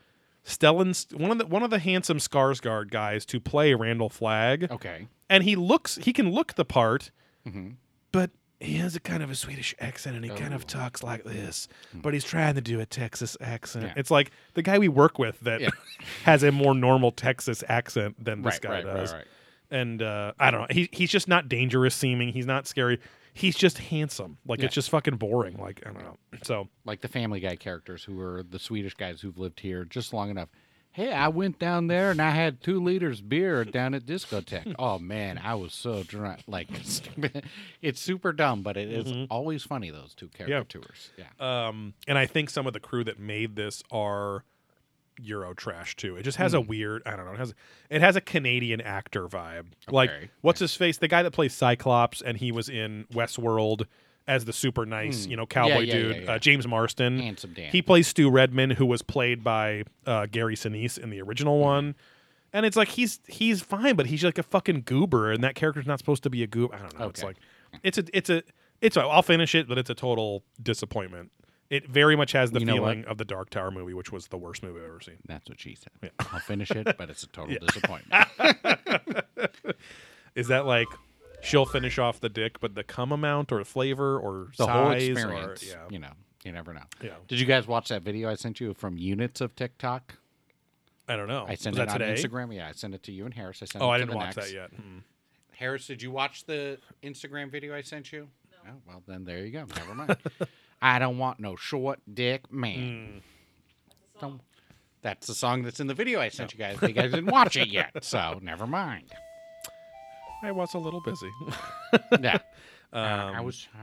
Speaker 1: Stellan one of the one of the handsome Skarsgård guys to play Randall Flagg,
Speaker 2: Okay. Mm-hmm.
Speaker 1: and he looks he can look the part, but he has a kind of a Swedish accent, and he kind of talks like this, but he's trying to do a Texas accent.
Speaker 2: Hmm. Yeah.
Speaker 1: It's like the guy we work with that
Speaker 2: Yeah.
Speaker 1: [LAUGHS] has a more normal Texas accent than this
Speaker 2: Right,
Speaker 1: guy
Speaker 2: right, right,
Speaker 1: does.
Speaker 2: right.
Speaker 1: And uh, I don't know. He, he's just not dangerous seeming. He's not scary. He's just handsome. Like
Speaker 2: Yeah.
Speaker 1: it's just fucking boring. Like I don't know. So
Speaker 2: Like the Family Guy characters who are the Swedish guys who've lived here just long enough. Hey, I went down there and I had two liters beer down at
Speaker 1: [LAUGHS]
Speaker 2: discotheque. oh man, I was so drunk. Like it's, [LAUGHS] it's super dumb, but it
Speaker 1: Mm-hmm.
Speaker 2: is always funny those two caricatures. Yeah.
Speaker 1: Um, and I think some of the crew that made this are Euro trash too. It just has
Speaker 2: Hmm.
Speaker 1: a weird, I don't know, it has it has a Canadian actor vibe. Like
Speaker 2: Okay.
Speaker 1: what's his face? The guy that plays Cyclops and he was in Westworld as the super nice, you know, cowboy
Speaker 2: Hmm. yeah, yeah,
Speaker 1: dude,
Speaker 2: yeah.
Speaker 1: Uh, James Marston.
Speaker 2: Handsome Dan.
Speaker 1: He plays Stu Redman, who was played by uh, Gary Sinise in the original one. And it's like he's he's fine, but he's like a fucking goober, and that character's not supposed to be a goober. I don't know. It's
Speaker 2: Okay.
Speaker 1: like it's a it's a it's a, I'll finish it, but it's a total disappointment. It very much has the
Speaker 2: You know what?
Speaker 1: feeling of the Dark Tower movie, which was the worst movie I've ever seen.
Speaker 2: That's what she said. I'll finish it, but it's a
Speaker 1: [LAUGHS]
Speaker 2: total disappointment.
Speaker 1: Is that like she'll finish off the dick, but the cum amount or flavor or
Speaker 2: The
Speaker 1: size
Speaker 2: whole
Speaker 1: or-
Speaker 2: experience.
Speaker 1: yeah.
Speaker 2: You know, you never know.
Speaker 1: Yeah.
Speaker 2: Did you guys watch that video I sent you from units of TikTok?
Speaker 1: I don't know.
Speaker 2: I sent
Speaker 1: Oh, was
Speaker 2: it
Speaker 1: that
Speaker 2: on
Speaker 1: today?
Speaker 2: Instagram. Yeah, I sent it to you and Harris. I sent
Speaker 1: Oh,
Speaker 2: it
Speaker 1: I
Speaker 2: to
Speaker 1: didn't
Speaker 2: the
Speaker 1: watch
Speaker 2: next.
Speaker 1: that yet. Mm.
Speaker 2: Harris, did you watch the Instagram video I sent you? No. Oh, well, then there you go. Never mind.
Speaker 1: [LAUGHS]
Speaker 2: I don't want no short dick man.
Speaker 1: Hmm.
Speaker 2: Don't- That's the song that's in the video I sent you guys. but You guys didn't watch it
Speaker 1: [LAUGHS]
Speaker 2: yet, so never mind.
Speaker 1: I was a little busy. [LAUGHS]
Speaker 2: Yeah. Uh, I was uh,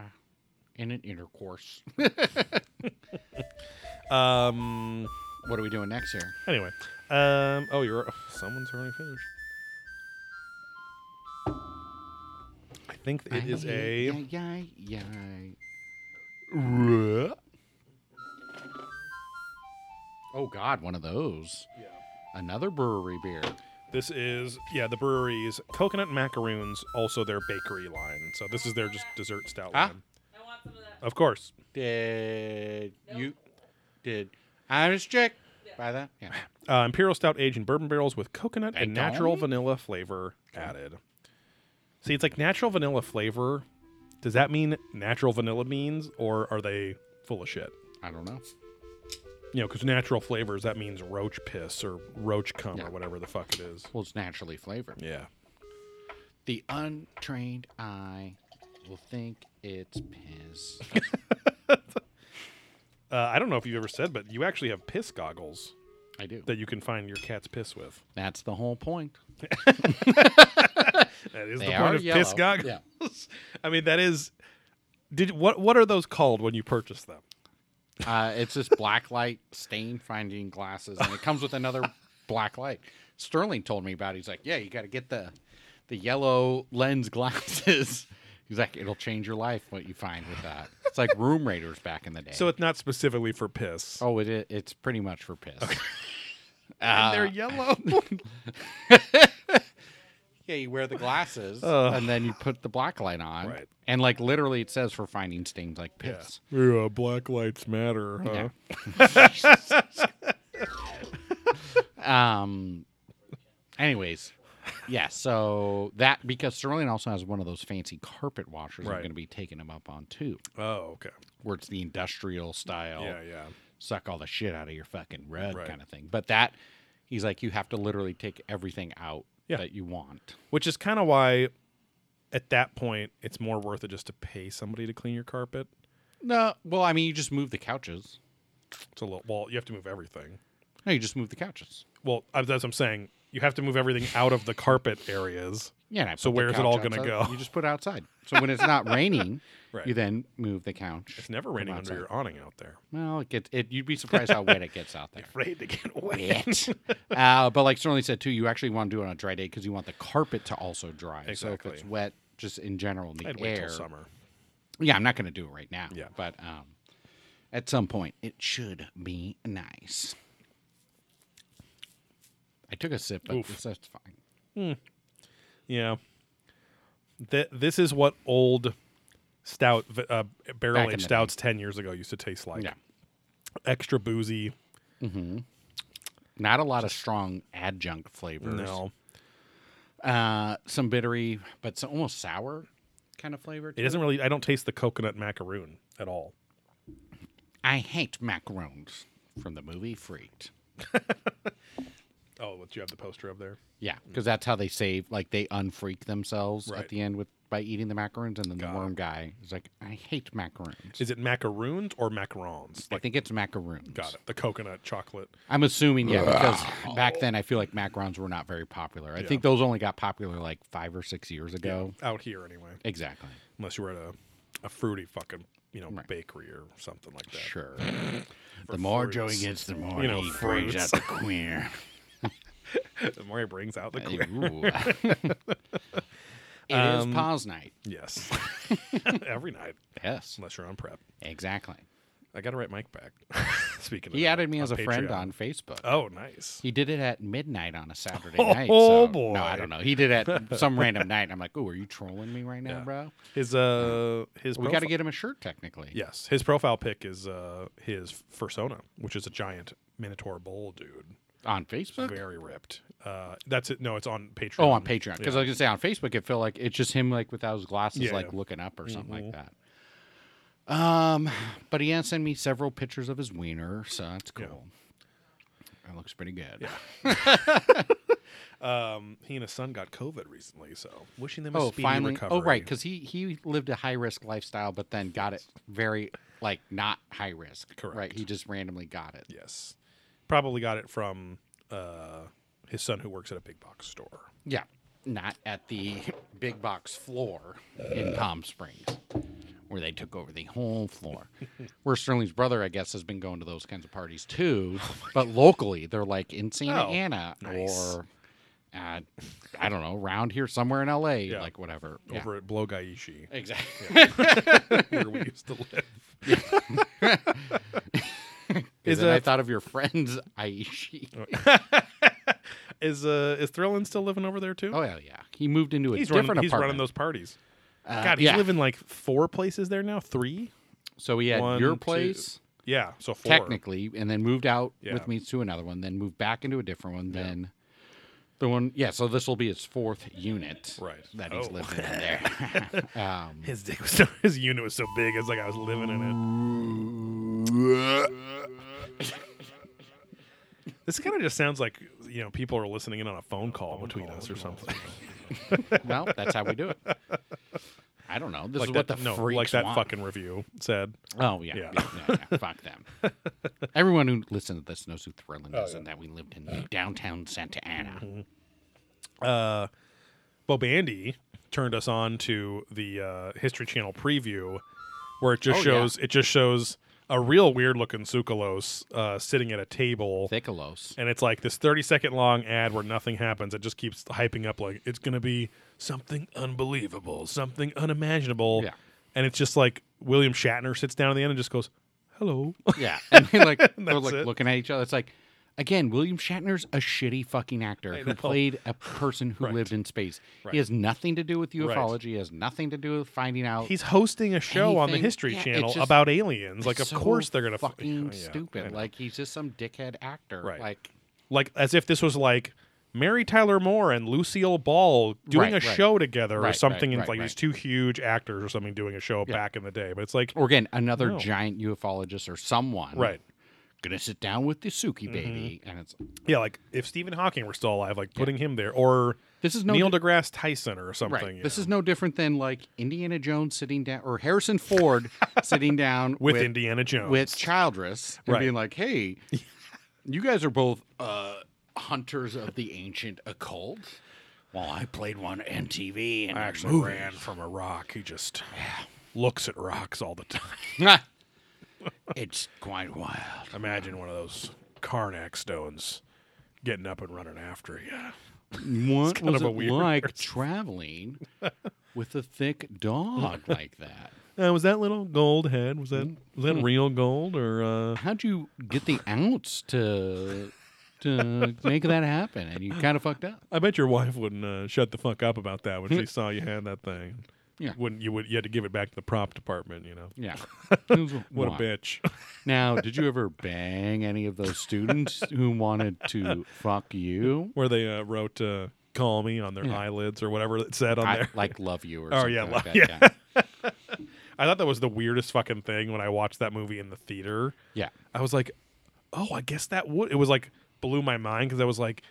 Speaker 2: in an intercourse. [LAUGHS]
Speaker 1: um.
Speaker 2: what are we doing next here?
Speaker 1: Anyway, um, oh, you're oh, someone's already finished. I think it is a.
Speaker 2: Ay, ay, ay, ay. Oh God, one of those. Another brewery beer.
Speaker 1: This is yeah, the breweries coconut macaroons, also their bakery line. So this is their just dessert stout
Speaker 2: Huh?
Speaker 1: line.
Speaker 3: I want some of that.
Speaker 1: Of course,
Speaker 2: Did
Speaker 3: Nope.
Speaker 2: you did I was tricked
Speaker 3: Yeah.
Speaker 2: by that? Yeah.
Speaker 1: uh, imperial stout aged in bourbon barrels with coconut and
Speaker 2: Thank
Speaker 1: natural
Speaker 2: God.
Speaker 1: vanilla flavor added. See, it's like natural vanilla flavor. Does that mean natural vanilla beans, or are they full of shit?
Speaker 2: I don't know.
Speaker 1: you know, because natural flavors that means roach piss or roach cum
Speaker 2: Yeah.
Speaker 1: or whatever the fuck it is.
Speaker 2: Well, it's naturally flavored.
Speaker 1: Yeah,
Speaker 2: The untrained eye will think it's piss.
Speaker 1: uh, I don't know if you've ever said, but you actually have piss goggles [LAUGHS]
Speaker 2: I do.
Speaker 1: that you can find your cat's piss with.
Speaker 2: That's the whole point.
Speaker 1: That is
Speaker 2: They
Speaker 1: the
Speaker 2: are
Speaker 1: point of piss
Speaker 2: yellow.
Speaker 1: goggles. [LAUGHS]
Speaker 2: Yeah.
Speaker 1: I mean, that is. Did what? What are those called when you purchase them?
Speaker 2: Uh, it's this black light stain finding glasses, and it comes with
Speaker 1: [LAUGHS]
Speaker 2: another black light. Sterling told me about. it. He's like, yeah, you got to get the the yellow lens glasses. [LAUGHS] He's like, it'll change your life what you find with that. It's like Room Raiders back in the day.
Speaker 1: So it's not specifically for piss.
Speaker 2: oh, it i- it's pretty much for piss.
Speaker 1: and they're
Speaker 2: Uh,
Speaker 1: yellow.
Speaker 2: [LAUGHS] yeah, you wear the glasses,
Speaker 1: Ugh.
Speaker 2: and then you put the black light on,
Speaker 1: Right.
Speaker 2: and like literally, it says for finding stains like piss.
Speaker 4: Yeah, black lights matter, huh?
Speaker 2: Yeah. Uh-huh. [LAUGHS] um. Anyways, yeah. So that because Sterling also has one of those fancy carpet washers. I'm
Speaker 1: Right.
Speaker 2: going to be taking him up on too,
Speaker 1: oh, okay.
Speaker 2: where it's the industrial style,
Speaker 1: Yeah, yeah.
Speaker 2: suck all the shit out of your fucking rug
Speaker 1: Right.
Speaker 2: kind of thing. But that he's like, you have to literally take everything out
Speaker 1: Yeah.
Speaker 2: that you want.
Speaker 1: Which is kind of why, at that point, it's more worth it just to pay somebody to clean your carpet.
Speaker 2: No, well, I mean, you just move the couches.
Speaker 1: It's a little. Well, you have to move everything.
Speaker 2: No, you just move the couches.
Speaker 1: Well, I- that's what I'm saying. You have to move everything out of the carpet areas.
Speaker 2: Yeah. and I
Speaker 1: So
Speaker 2: put the
Speaker 1: where's it
Speaker 2: couch
Speaker 1: all gonna
Speaker 2: outside.
Speaker 1: go?
Speaker 2: You just put it outside. So when it's not raining,
Speaker 1: Right.
Speaker 2: you then move the couch.
Speaker 1: It's never
Speaker 2: from
Speaker 1: raining under
Speaker 2: outside.
Speaker 1: your awning out there.
Speaker 2: Well, it gets it. You'd be surprised how wet it gets out
Speaker 1: [LAUGHS]
Speaker 2: there.
Speaker 1: Afraid to get away.
Speaker 2: Wet. uh, but like Sterling said too, you actually want to do it on a dry day because you want the carpet to also dry. So
Speaker 1: Exactly.
Speaker 2: if it's wet, just in general, in the
Speaker 1: [LAUGHS] I'd wait
Speaker 2: air.
Speaker 1: till summer.
Speaker 2: Yeah, I'm not going to do it right now.
Speaker 1: Yeah.
Speaker 2: but um, at some point, it should be nice. I took a sip, but
Speaker 1: Oof.
Speaker 2: it's, that's fine.
Speaker 1: Yeah. Th- this is what old stout v- uh,
Speaker 2: Back
Speaker 1: barrel
Speaker 2: in the
Speaker 1: aged
Speaker 2: day.
Speaker 1: stouts 10 years ago used to taste like.
Speaker 2: Yeah.
Speaker 1: Extra boozy.
Speaker 2: Not a lot of strong adjunct flavors.
Speaker 1: No.
Speaker 2: Uh, some bittery, but some almost sour kind of flavor.
Speaker 1: It
Speaker 2: to
Speaker 1: doesn't really I don't taste the coconut macaroon at all.
Speaker 2: I hate macarons from the movie Freaked.
Speaker 1: Oh, what you have the poster up there.
Speaker 2: Yeah, because that's how they save. Like they unfreak themselves
Speaker 1: Right.
Speaker 2: at the end with by eating the macarons, and then
Speaker 1: Got it.
Speaker 2: the worm guy is like, "I hate macarons."
Speaker 1: Is it macaroons or macarons?
Speaker 2: I think it's macaroons.
Speaker 1: Got it. The coconut chocolate.
Speaker 2: I'm assuming, yeah, because back then I feel like macarons were not very popular. I
Speaker 1: Oh. Yeah.
Speaker 2: think those only got popular like five or six years ago.
Speaker 1: Out here anyway.
Speaker 2: Exactly.
Speaker 1: Unless you were at a, a fruity fucking, you know,
Speaker 2: Right.
Speaker 1: bakery or something like that.
Speaker 2: Sure. the more
Speaker 1: fruits.
Speaker 2: Joey gets, the more
Speaker 1: You know,
Speaker 2: he brings
Speaker 1: fruits.
Speaker 2: out the queer.
Speaker 1: [LAUGHS] the more it brings out the queer.
Speaker 2: Ooh. [LAUGHS]
Speaker 1: [LAUGHS]
Speaker 2: it is
Speaker 1: Um,
Speaker 2: pause night.
Speaker 1: Yes. [LAUGHS] Every night.
Speaker 2: Yes,
Speaker 1: Unless you're on prep.
Speaker 2: exactly.
Speaker 1: I gotta write Mike back. [LAUGHS] Speaking of
Speaker 2: He
Speaker 1: that,
Speaker 2: added me
Speaker 1: on
Speaker 2: as a friend
Speaker 1: Patreon.
Speaker 2: on Facebook.
Speaker 1: Oh, nice.
Speaker 2: He did it at midnight on a Saturday
Speaker 1: Oh,
Speaker 2: night. so-
Speaker 1: boy.
Speaker 2: No, I don't know. He did it at some random night. I'm like, "Ooh, are you trolling me right now,
Speaker 1: Yeah.
Speaker 2: bro?"
Speaker 1: His uh his
Speaker 2: We got to
Speaker 1: profi-
Speaker 2: get him a shirt, technically.
Speaker 1: Yes. His profile pic is uh his persona, which is a giant minotaur bull dude.
Speaker 2: On Facebook.
Speaker 1: Very ripped. Uh that's it. No, it's on Patreon.
Speaker 2: Oh, on Patreon. Because
Speaker 1: Yeah.
Speaker 2: I was gonna say on Facebook, it felt like it's just him, like without his glasses,
Speaker 1: Yeah,
Speaker 2: like
Speaker 1: yeah. Mm-hmm.
Speaker 2: looking up or something like that. Um, but he has sent me several pictures of his wiener, so that's
Speaker 1: Yeah.
Speaker 2: cool. That looks pretty good.
Speaker 1: Um, he and his son got COVID recently, so wishing them a
Speaker 2: Oh,
Speaker 1: speedy
Speaker 2: finally.
Speaker 1: recovery.
Speaker 2: Oh, right, because he he lived a high risk lifestyle, but then got it very like not high risk. Right.
Speaker 1: Correct.
Speaker 2: He just randomly got it.
Speaker 1: Yes. Probably got it from uh his son who works at a big box store.
Speaker 2: Yeah. Not at the big box floor in Palm Springs, where they took over the
Speaker 1: [LAUGHS]
Speaker 2: whole floor. Where Sterling's brother, I guess, has been going to those kinds of parties too, but locally they're like in Santa
Speaker 1: Oh,
Speaker 2: Ana
Speaker 1: nice.
Speaker 2: or uh, I don't know, around here somewhere in LA,
Speaker 1: Yeah.
Speaker 2: like whatever. Yeah.
Speaker 1: Over at
Speaker 2: [LAUGHS]
Speaker 1: Blogaishi, [LAUGHS]
Speaker 2: Exactly.
Speaker 1: where we used to live. Is
Speaker 2: Is then I
Speaker 1: a-
Speaker 2: thought of your friends [LAUGHS] Aishi.
Speaker 1: Is uh is Thrillin still living over there too?
Speaker 2: Oh hell yeah, he moved into a
Speaker 1: he's
Speaker 2: different
Speaker 1: running, he's running
Speaker 2: apartment. Uh,
Speaker 1: those parties. God, he's
Speaker 2: yeah.
Speaker 1: living like four places there now. Three?
Speaker 2: so he had
Speaker 1: One,
Speaker 2: your
Speaker 1: two-
Speaker 2: place.
Speaker 1: Yeah, so four.
Speaker 2: technically, and then moved out
Speaker 1: Yeah.
Speaker 2: with me to another one, then moved back into a different one, then the one. Yeah, so this will be his fourth unit,
Speaker 1: Right.
Speaker 2: That he's
Speaker 1: Oh.
Speaker 2: living in there.
Speaker 1: [LAUGHS]
Speaker 2: [LAUGHS] um,
Speaker 1: His dick was so, [LAUGHS] his unit was so big. It's like I was living in it. this kind of just sounds like you know people are listening in on a phone call between us or something.
Speaker 2: well, that's how we do it. I don't know. This
Speaker 1: like
Speaker 2: is
Speaker 1: that,
Speaker 2: what the
Speaker 1: no,
Speaker 2: freaks
Speaker 1: like that
Speaker 2: want.
Speaker 1: fucking review said.
Speaker 2: Oh yeah,
Speaker 1: Yeah.
Speaker 2: yeah. yeah,
Speaker 1: [LAUGHS]
Speaker 2: yeah, fuck them. Everyone who listens to this knows who Thrilling
Speaker 1: Oh,
Speaker 2: is, and that we lived in downtown Santa Ana.
Speaker 1: Mm-hmm. Bobandy turned us on to the uh, History Channel preview, where it just
Speaker 2: Oh, yeah.
Speaker 1: shows it just shows a real weird looking Sukalos uh, sitting at a table.
Speaker 2: Thickelos.
Speaker 1: and it's like this 30 second long ad where nothing happens it just keeps hyping up like it's going to be something unbelievable something unimaginable
Speaker 2: Yeah.
Speaker 1: and it's just like william shatner sits down at the end and just goes hello
Speaker 2: Yeah, [LAUGHS] and they like
Speaker 1: [LAUGHS]
Speaker 2: they're
Speaker 1: That's
Speaker 2: like
Speaker 1: it.
Speaker 2: looking at each other. It's like, again, William Shatner's a shitty fucking actor who
Speaker 1: know.
Speaker 2: played a person who lived in space. He has nothing to do with ufology. He has nothing to do with finding out.
Speaker 1: he's hosting a show on the
Speaker 2: Anything-
Speaker 1: history
Speaker 2: yeah, it's
Speaker 1: channel
Speaker 2: just-
Speaker 1: about aliens like of
Speaker 2: It's so
Speaker 1: course they're going to
Speaker 2: fucking
Speaker 1: yeah, I
Speaker 2: stupid.
Speaker 1: know.
Speaker 2: Like he's just some dickhead actor.
Speaker 1: Right.
Speaker 2: Like
Speaker 1: like as if this was like Mary Tyler Moore and Lucille Ball doing
Speaker 2: Right,
Speaker 1: a
Speaker 2: right.
Speaker 1: show together or
Speaker 2: Right,
Speaker 1: something,
Speaker 2: right,
Speaker 1: and it's
Speaker 2: right,
Speaker 1: like
Speaker 2: right.
Speaker 1: these two huge actors or something doing a show back in the day. But it's like,
Speaker 2: or again, another
Speaker 1: No.
Speaker 2: giant ufologist or someone.
Speaker 1: right, Mm-hmm.
Speaker 2: Gonna sit down with the Suki baby, and it's
Speaker 1: yeah, like if Stephen Hawking were still alive, like putting him there, or
Speaker 2: this is no
Speaker 1: Neil deGrasse Tyson or something.
Speaker 2: Right.
Speaker 1: you
Speaker 2: This
Speaker 1: know,
Speaker 2: is no different than like Indiana Jones sitting down or Harrison
Speaker 1: [LAUGHS]
Speaker 2: Ford sitting down
Speaker 1: with, Indiana Jones.
Speaker 2: with Childress and
Speaker 1: Right.
Speaker 2: being like,
Speaker 1: [LAUGHS]
Speaker 2: "Hey, you guys are both uh, hunters of the ancient occult." Well, I played one on TV and
Speaker 1: I
Speaker 2: I
Speaker 1: actually ran from a rock. He just looks at rocks all the [LAUGHS] time.
Speaker 2: [LAUGHS]
Speaker 1: [LAUGHS]
Speaker 2: it's quite wild.
Speaker 1: Imagine one of those Karnak stones getting up and running after you.
Speaker 2: What
Speaker 1: kind
Speaker 2: was
Speaker 1: of a
Speaker 2: it
Speaker 1: weird
Speaker 2: like traveling
Speaker 1: [LAUGHS]
Speaker 2: with a thick dog like that?
Speaker 1: Uh, was that little gold head?
Speaker 2: Mm-hmm.
Speaker 1: Was that was that real gold or? Uh... [LAUGHS]
Speaker 2: How'd you get the ounce to to make that happen, and you kind of fucked up.
Speaker 1: I bet your wife wouldn't uh, shut the fuck up about that when she saw you had that thing.
Speaker 2: Hmm. Yeah.
Speaker 1: Wouldn't you would you had to give it back to the prop department, you know.
Speaker 2: Yeah,
Speaker 1: [LAUGHS] What a bitch. [LAUGHS]
Speaker 2: Now, did you ever bang any of those students who wanted to fuck you?
Speaker 1: Where they uh, wrote uh, call me on their
Speaker 2: Yeah.
Speaker 1: eyelids or whatever it said on
Speaker 2: I-
Speaker 1: there.
Speaker 2: like love you or
Speaker 1: Oh,
Speaker 2: something
Speaker 1: yeah, love-
Speaker 2: like that.
Speaker 1: [LAUGHS]
Speaker 2: Yeah.
Speaker 1: I thought that was the weirdest fucking thing when I watched that movie in the theater.
Speaker 2: yeah.
Speaker 1: I was like, "Oh, I guess that would." It was like blew my mind cuz I was like,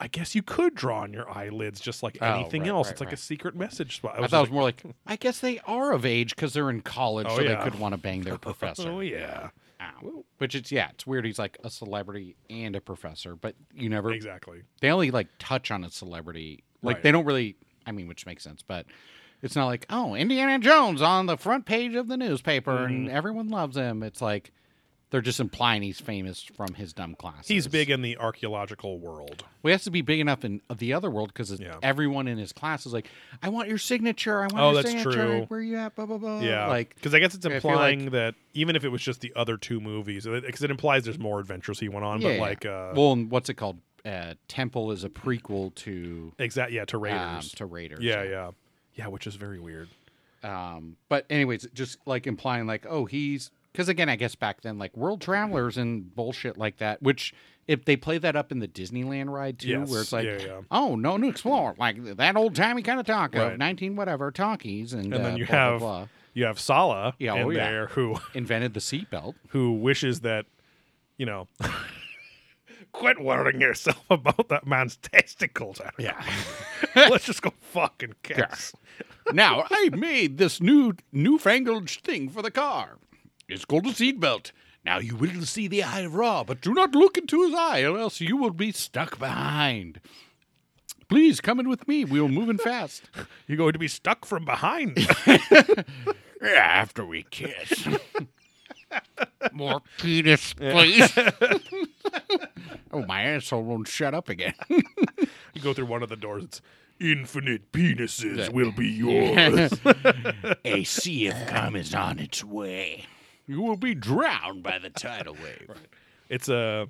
Speaker 1: I guess you could draw on your eyelids just like
Speaker 2: Oh,
Speaker 1: anything
Speaker 2: right,
Speaker 1: else.
Speaker 2: right,
Speaker 1: it's like a
Speaker 2: right.
Speaker 1: secret message spot.
Speaker 2: I
Speaker 1: was
Speaker 2: thought it was
Speaker 1: just
Speaker 2: more like, I guess they are of age because they're in college,
Speaker 1: Oh,
Speaker 2: so
Speaker 1: yeah.
Speaker 2: they could want to bang their
Speaker 1: like, [LAUGHS]
Speaker 2: professor.
Speaker 1: "Oh yeah."
Speaker 2: Ow. Which it's yeah, it's weird. He's like a celebrity and a professor, but you never.
Speaker 1: Exactly.
Speaker 2: They only like touch on a celebrity. Like
Speaker 1: Right.
Speaker 2: they don't really. I mean, which makes sense, but it's not like oh, Indiana Jones on the front page of the newspaper
Speaker 1: Mm-hmm.
Speaker 2: and everyone loves him. It's like they're just implying he's famous from his dumb class.
Speaker 1: He's big in the archaeological world.
Speaker 2: Well, he has to be big enough in the other world because
Speaker 1: Yeah.
Speaker 2: everyone in his class is like, "I want your signature. I want
Speaker 1: Oh,
Speaker 2: your
Speaker 1: that's
Speaker 2: signature.
Speaker 1: true.
Speaker 2: Where you at? Blah blah blah."
Speaker 1: Yeah,
Speaker 2: like
Speaker 1: because I guess it's
Speaker 2: I feel like-
Speaker 1: implying that even if it was just the other two movies, because it implies there's more adventures he went on,
Speaker 2: yeah,
Speaker 1: but
Speaker 2: yeah.
Speaker 1: like, uh,
Speaker 2: well, and what's it called? Uh, Temple is a prequel to
Speaker 1: exact, yeah, to Raiders,
Speaker 2: um, to Raiders.
Speaker 1: yeah, yeah, yeah, which is very weird.
Speaker 2: Um, but anyways, just like implying like, oh, he's because again, I guess back then like world travelers and bullshit like that, which if they play that up in the Disneyland ride too,
Speaker 1: Yes,
Speaker 2: where it's like,
Speaker 1: yeah, yeah.
Speaker 2: oh, no new explorer, like that old timey kind of talk
Speaker 1: Right.
Speaker 2: of nineteen whatever talkies, and,
Speaker 1: And
Speaker 2: uh,
Speaker 1: then you
Speaker 2: blah,
Speaker 1: have
Speaker 2: blah, blah.
Speaker 1: you have Sala
Speaker 2: Yeah,
Speaker 1: in
Speaker 2: oh, yeah.
Speaker 1: there who
Speaker 2: invented the seatbelt.
Speaker 1: who wishes that you know, [LAUGHS] quit worrying yourself about that man's testicles. [LAUGHS]
Speaker 2: Yeah.
Speaker 1: let's just go fucking kiss.
Speaker 2: now I made this new newfangled thing for the car. It's called a seatbelt. Now you will see the eye of Ra, but do not look into his eye, or else you will be stuck behind. Please come in with me. We will move in fast.
Speaker 1: You're going to be stuck from behind. [LAUGHS]
Speaker 2: Yeah, [LAUGHS] after we kiss. [LAUGHS] More penis, please. [LAUGHS] oh, my asshole won't shut up again.
Speaker 1: you go through one of the doors. It's infinite penises
Speaker 2: [LAUGHS] Yeah.
Speaker 1: will be yours.
Speaker 2: [LAUGHS] a sea of cum is on its way. You will be drowned by the tidal wave.
Speaker 1: It's a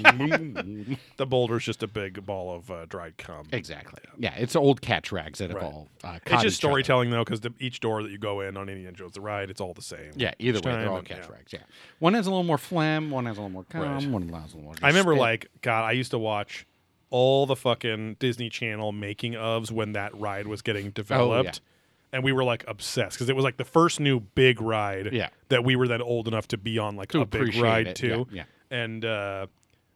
Speaker 1: the boulder's just a big ball of uh, dried [LAUGHS] cum.
Speaker 2: exactly. Yeah, it's old cat rags that have
Speaker 1: Right.
Speaker 2: all. Uh, caught
Speaker 1: It's
Speaker 2: each
Speaker 1: just storytelling though, because each door that you go in on Indiana Jones the ride, it's all the same.
Speaker 2: other. Yeah, either
Speaker 1: Each
Speaker 2: way,
Speaker 1: time
Speaker 2: they're all
Speaker 1: and-
Speaker 2: cat
Speaker 1: yeah.
Speaker 2: rags. Yeah, one has a little more phlegm, one has a little more cum,
Speaker 1: Right.
Speaker 2: one has a little more.
Speaker 1: I remember
Speaker 2: spit.
Speaker 1: like God, I used to watch all the fucking Disney Channel making ofs when that ride was
Speaker 2: Oh,
Speaker 1: getting developed. And we were like obsessed because it was like the first new big ride
Speaker 2: Yeah.
Speaker 1: that we were then old enough to be on like
Speaker 2: To
Speaker 1: a big
Speaker 2: appreciate
Speaker 1: ride
Speaker 2: it,
Speaker 1: too.
Speaker 2: yeah,
Speaker 1: And uh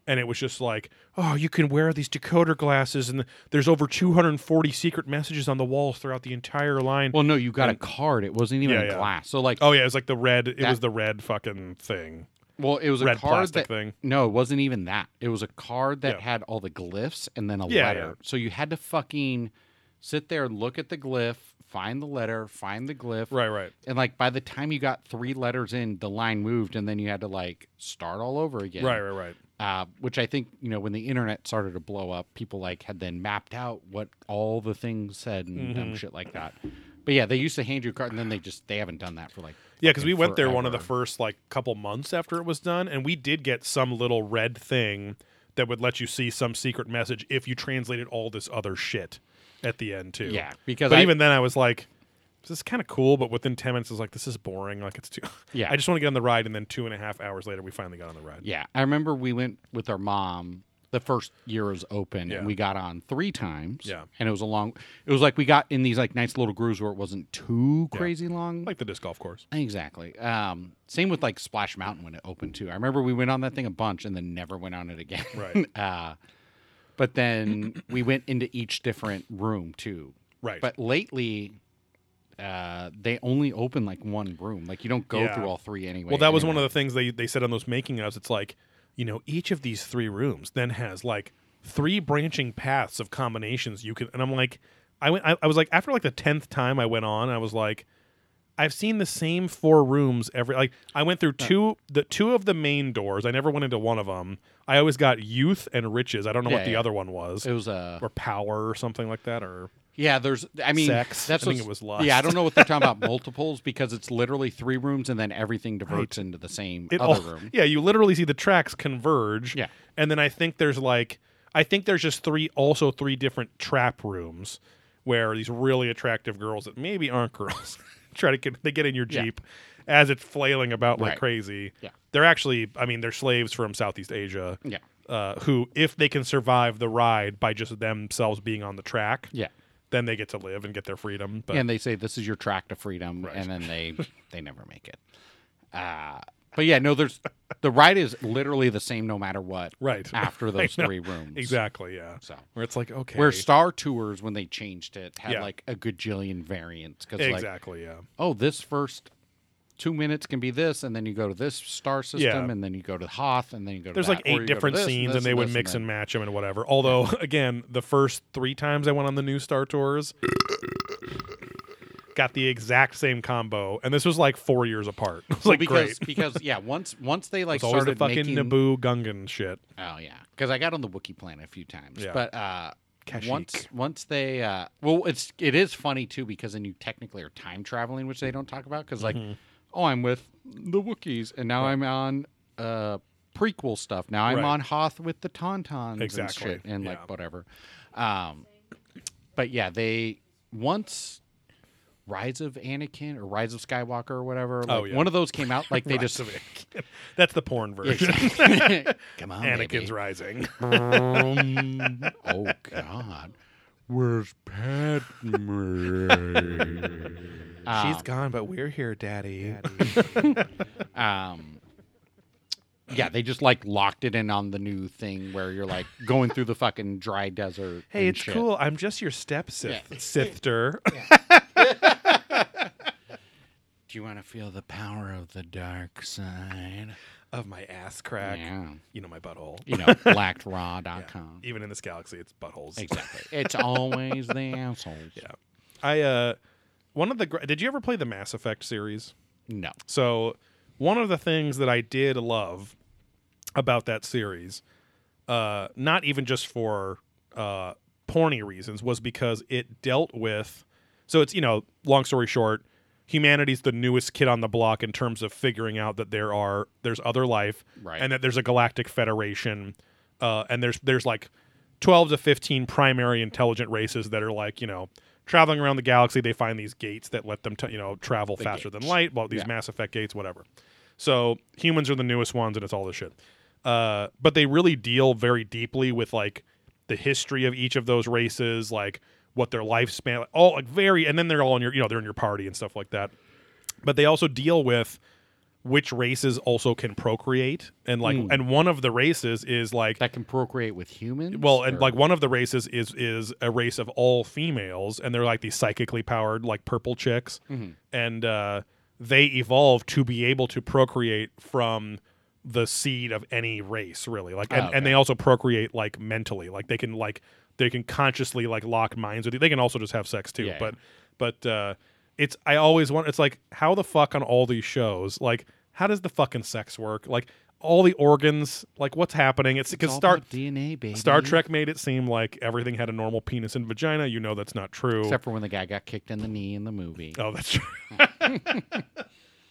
Speaker 1: and it was just like, oh, you can wear these decoder glasses, and there's over 240 secret messages on the walls throughout the entire line.
Speaker 2: Well, no, you got a card. It wasn't even
Speaker 1: Yeah,
Speaker 2: a
Speaker 1: yeah.
Speaker 2: glass. So like,
Speaker 1: oh yeah, it was like the red. It
Speaker 2: That-
Speaker 1: was the red fucking thing.
Speaker 2: well, it was a
Speaker 1: red
Speaker 2: card
Speaker 1: plastic
Speaker 2: that-
Speaker 1: thing.
Speaker 2: No, it wasn't even that. It was a card that
Speaker 1: Yeah.
Speaker 2: had all the glyphs and then a
Speaker 1: Yeah,
Speaker 2: letter.
Speaker 1: yeah.
Speaker 2: So you had to fucking sit there, look at the glyph, find the letter, find the glyph,
Speaker 1: Right, right.
Speaker 2: And like by the time you got three letters in, the line moved, and then you had to like start all over again.
Speaker 1: Right, right, right.
Speaker 2: Uh, which I think you know when the internet started to blow up, people like had then mapped out what all the things said and dumb
Speaker 1: Mm-hmm.
Speaker 2: shit like that. But yeah, they used to hand you a card, and then they just they haven't done that for like
Speaker 1: Yeah, because we
Speaker 2: fucking
Speaker 1: went there one of the
Speaker 2: forever.
Speaker 1: first like couple months after it was done, and we did get some little red thing that would let you see some secret message if you translated all this other shit at the end too.
Speaker 2: Yeah, because
Speaker 1: but
Speaker 2: I-
Speaker 1: even then, I was like, "This is kind of cool," but within ten minutes, I was like, "This is boring." Like it's too. [LAUGHS]
Speaker 2: Yeah.
Speaker 1: I just want to get on the ride, and then two and a half hours later, we finally got on the ride.
Speaker 2: Yeah, I remember we went with our mom the first year it was open,
Speaker 1: Yeah.
Speaker 2: and we got on three times.
Speaker 1: Yeah.
Speaker 2: and it was a long. It was like we got in these like nice little grooves where it wasn't too
Speaker 1: Yeah.
Speaker 2: crazy long.
Speaker 1: Like the disc golf course.
Speaker 2: exactly. Um, same with like Splash Mountain when it opened too. I remember we went on that thing a bunch and then never went on it again.
Speaker 1: Right.
Speaker 2: uh, [LAUGHS] but then we went into each different room too.
Speaker 1: Right.
Speaker 2: But lately. Uh, they only open like one room. Like you don't go
Speaker 1: Yeah.
Speaker 2: through all three anyway.
Speaker 1: Well, that was one
Speaker 2: anyway.
Speaker 1: of the things they they said on those making ofs. It's like, you know, each of these three rooms then has like three branching paths of combinations you can. And I'm like, I went, I, I was like, after like the tenth time I went on, I was like, I've seen the same four rooms every. Like, I went through two the two of the main doors. I never went into one of them. I always got youth and riches. I don't know
Speaker 2: Yeah,
Speaker 1: what the
Speaker 2: yeah.
Speaker 1: other one was,
Speaker 2: It was a
Speaker 1: or power or something like that, or
Speaker 2: Yeah, there's. I mean,
Speaker 1: Sex. I
Speaker 2: That's
Speaker 1: think
Speaker 2: what's-
Speaker 1: it was lust.
Speaker 2: Yeah, I don't know what they're
Speaker 1: [LAUGHS]
Speaker 2: talking about multiples because it's literally three rooms and then everything diverts into the same
Speaker 1: It
Speaker 2: other
Speaker 1: all- [LAUGHS]
Speaker 2: room.
Speaker 1: Yeah, you literally see the tracks converge.
Speaker 2: Yeah.
Speaker 1: And then I think there's like I think there's just three also three different trap rooms where these really attractive girls that maybe aren't girls [LAUGHS] try to get they get in your
Speaker 2: Yeah.
Speaker 1: Jeep as it's flailing about like
Speaker 2: Right.
Speaker 1: crazy.
Speaker 2: Yeah.
Speaker 1: They're actually I mean, they're slaves from Southeast Asia.
Speaker 2: Yeah.
Speaker 1: Uh, who, if they can survive the ride by just themselves being on the track,
Speaker 2: Yeah.
Speaker 1: then they get to live and get their freedom. But
Speaker 2: and they say this is your track to freedom, and
Speaker 1: [LAUGHS]
Speaker 2: then they they never make it. Uh, but yeah, no, there's the ride is literally the same no matter what.
Speaker 1: Right. [LAUGHS]
Speaker 2: after those
Speaker 1: know.
Speaker 2: three rooms,
Speaker 1: exactly, yeah.
Speaker 2: So.
Speaker 1: where it's like okay,
Speaker 2: Where Star Tours, when they changed it, had
Speaker 1: Yeah.
Speaker 2: like a gajillion variants because like
Speaker 1: exactly, yeah.
Speaker 2: oh, this first two minutes can be this, and then you go to this star system,
Speaker 1: Yeah.
Speaker 2: and then you go to Hoth, and then you go to
Speaker 1: There's like
Speaker 2: that, or you
Speaker 1: eight
Speaker 2: go to
Speaker 1: different
Speaker 2: this,
Speaker 1: scenes,
Speaker 2: this,
Speaker 1: and they would
Speaker 2: this,
Speaker 1: mix
Speaker 2: then-
Speaker 1: and match them and whatever. Although, [LAUGHS] again, the first three times I went on the new Star Tours, got the exact same combo, and this was like four years apart. [LAUGHS] It was
Speaker 2: Well,
Speaker 1: like
Speaker 2: because
Speaker 1: great.
Speaker 2: because yeah, once
Speaker 1: [LAUGHS]
Speaker 2: once they like
Speaker 1: It's always the
Speaker 2: started
Speaker 1: fucking
Speaker 2: making
Speaker 1: Naboo Gungan [LAUGHS] shit.
Speaker 2: oh yeah, because I got on the Wookiee planet a few times,
Speaker 1: Yeah.
Speaker 2: but uh,
Speaker 1: Kashyyyk.
Speaker 2: once once they uh, well, it's it is funny too because then you technically are time traveling, which they don't talk about because
Speaker 1: Mm-hmm.
Speaker 2: like oh, I'm with the Wookiees, and now I'm on uh prequel stuff. Now I'm
Speaker 1: Right.
Speaker 2: on Hoth with the Tauntauns
Speaker 1: Exactly,
Speaker 2: and shit, and
Speaker 1: yeah.
Speaker 2: like whatever. Um, but yeah, they once Rise of Anakin or Rise of Skywalker or whatever. Like
Speaker 1: Oh, yeah.
Speaker 2: One of those came out
Speaker 1: [LAUGHS]
Speaker 2: like they just
Speaker 1: That's the porn version.
Speaker 2: [LAUGHS] come on,
Speaker 1: Anakin's [LAUGHS]
Speaker 2: baby.
Speaker 1: rising.
Speaker 2: oh God, where's Padme?
Speaker 1: She's gone, but we're here, Daddy.
Speaker 2: um, yeah, they just like locked it in on the new thing where you're like going through the fucking dry desert.
Speaker 1: [LAUGHS] Hey,
Speaker 2: and
Speaker 1: it's
Speaker 2: shit.
Speaker 1: cool. I'm just your step sith-
Speaker 2: Yeah.
Speaker 1: sifter.
Speaker 2: Do you want to feel the power of the dark side?
Speaker 1: [LAUGHS] of my ass crack.
Speaker 2: Yeah.
Speaker 1: You know my butthole.
Speaker 2: You know,
Speaker 1: [LAUGHS]
Speaker 2: blackedraw.com.
Speaker 1: Even in this galaxy, it's buttholes.
Speaker 2: Exactly. It's always the assholes.
Speaker 1: Yeah. I uh one of the gr- did you ever play the Mass Effect series?
Speaker 2: No.
Speaker 1: So one of the things that I did love about that series, uh, not even just for uh, porny reasons, was because it dealt with. So it's you know, long story short, humanity's the newest kid on the block in terms of figuring out that there are there's other life,
Speaker 2: Right.
Speaker 1: and that there's a galactic federation, uh, and there's there's like twelve to fifteen primary intelligent races that are like you know. Traveling around the galaxy, they find these gates that let them, t- you know, travel faster than
Speaker 2: gates.
Speaker 1: light. Well, these
Speaker 2: Yeah.
Speaker 1: Mass Effect gates, whatever. So humans are the newest ones, and it's all this shit. Uh, but they really deal very deeply with like the history of each of those races, like what their lifespan, like, all like very, and then they're all in your, you know, they're in your party and stuff like that. But they also deal with which races also can procreate, and like, and one of the races is like
Speaker 2: That can procreate with humans?
Speaker 1: well, and
Speaker 2: or-
Speaker 1: like one of the races is is a race of all females, and they're like these psychically powered, like purple chicks,
Speaker 2: Mm-hmm.
Speaker 1: and uh, they evolve to be able to procreate from the seed of any race, really. Like, and,
Speaker 2: Ah, okay.
Speaker 1: and they also procreate like mentally, like they can like they can consciously like lock minds with you. They can also just have sex too,
Speaker 2: Yeah.
Speaker 1: but but uh, it's I always want. It's like how the fuck on all these shows, like how does the fucking sex work, like. All the organs, like what's happening? It's
Speaker 2: It's
Speaker 1: because
Speaker 2: all
Speaker 1: Star
Speaker 2: about DNA, baby.
Speaker 1: Star Trek made it seem like everything had a normal penis and vagina. You know that's not true.
Speaker 2: Except for when the guy got kicked in the knee in the movie.
Speaker 1: [LAUGHS] oh, that's true.
Speaker 2: Hmm.
Speaker 1: [LAUGHS]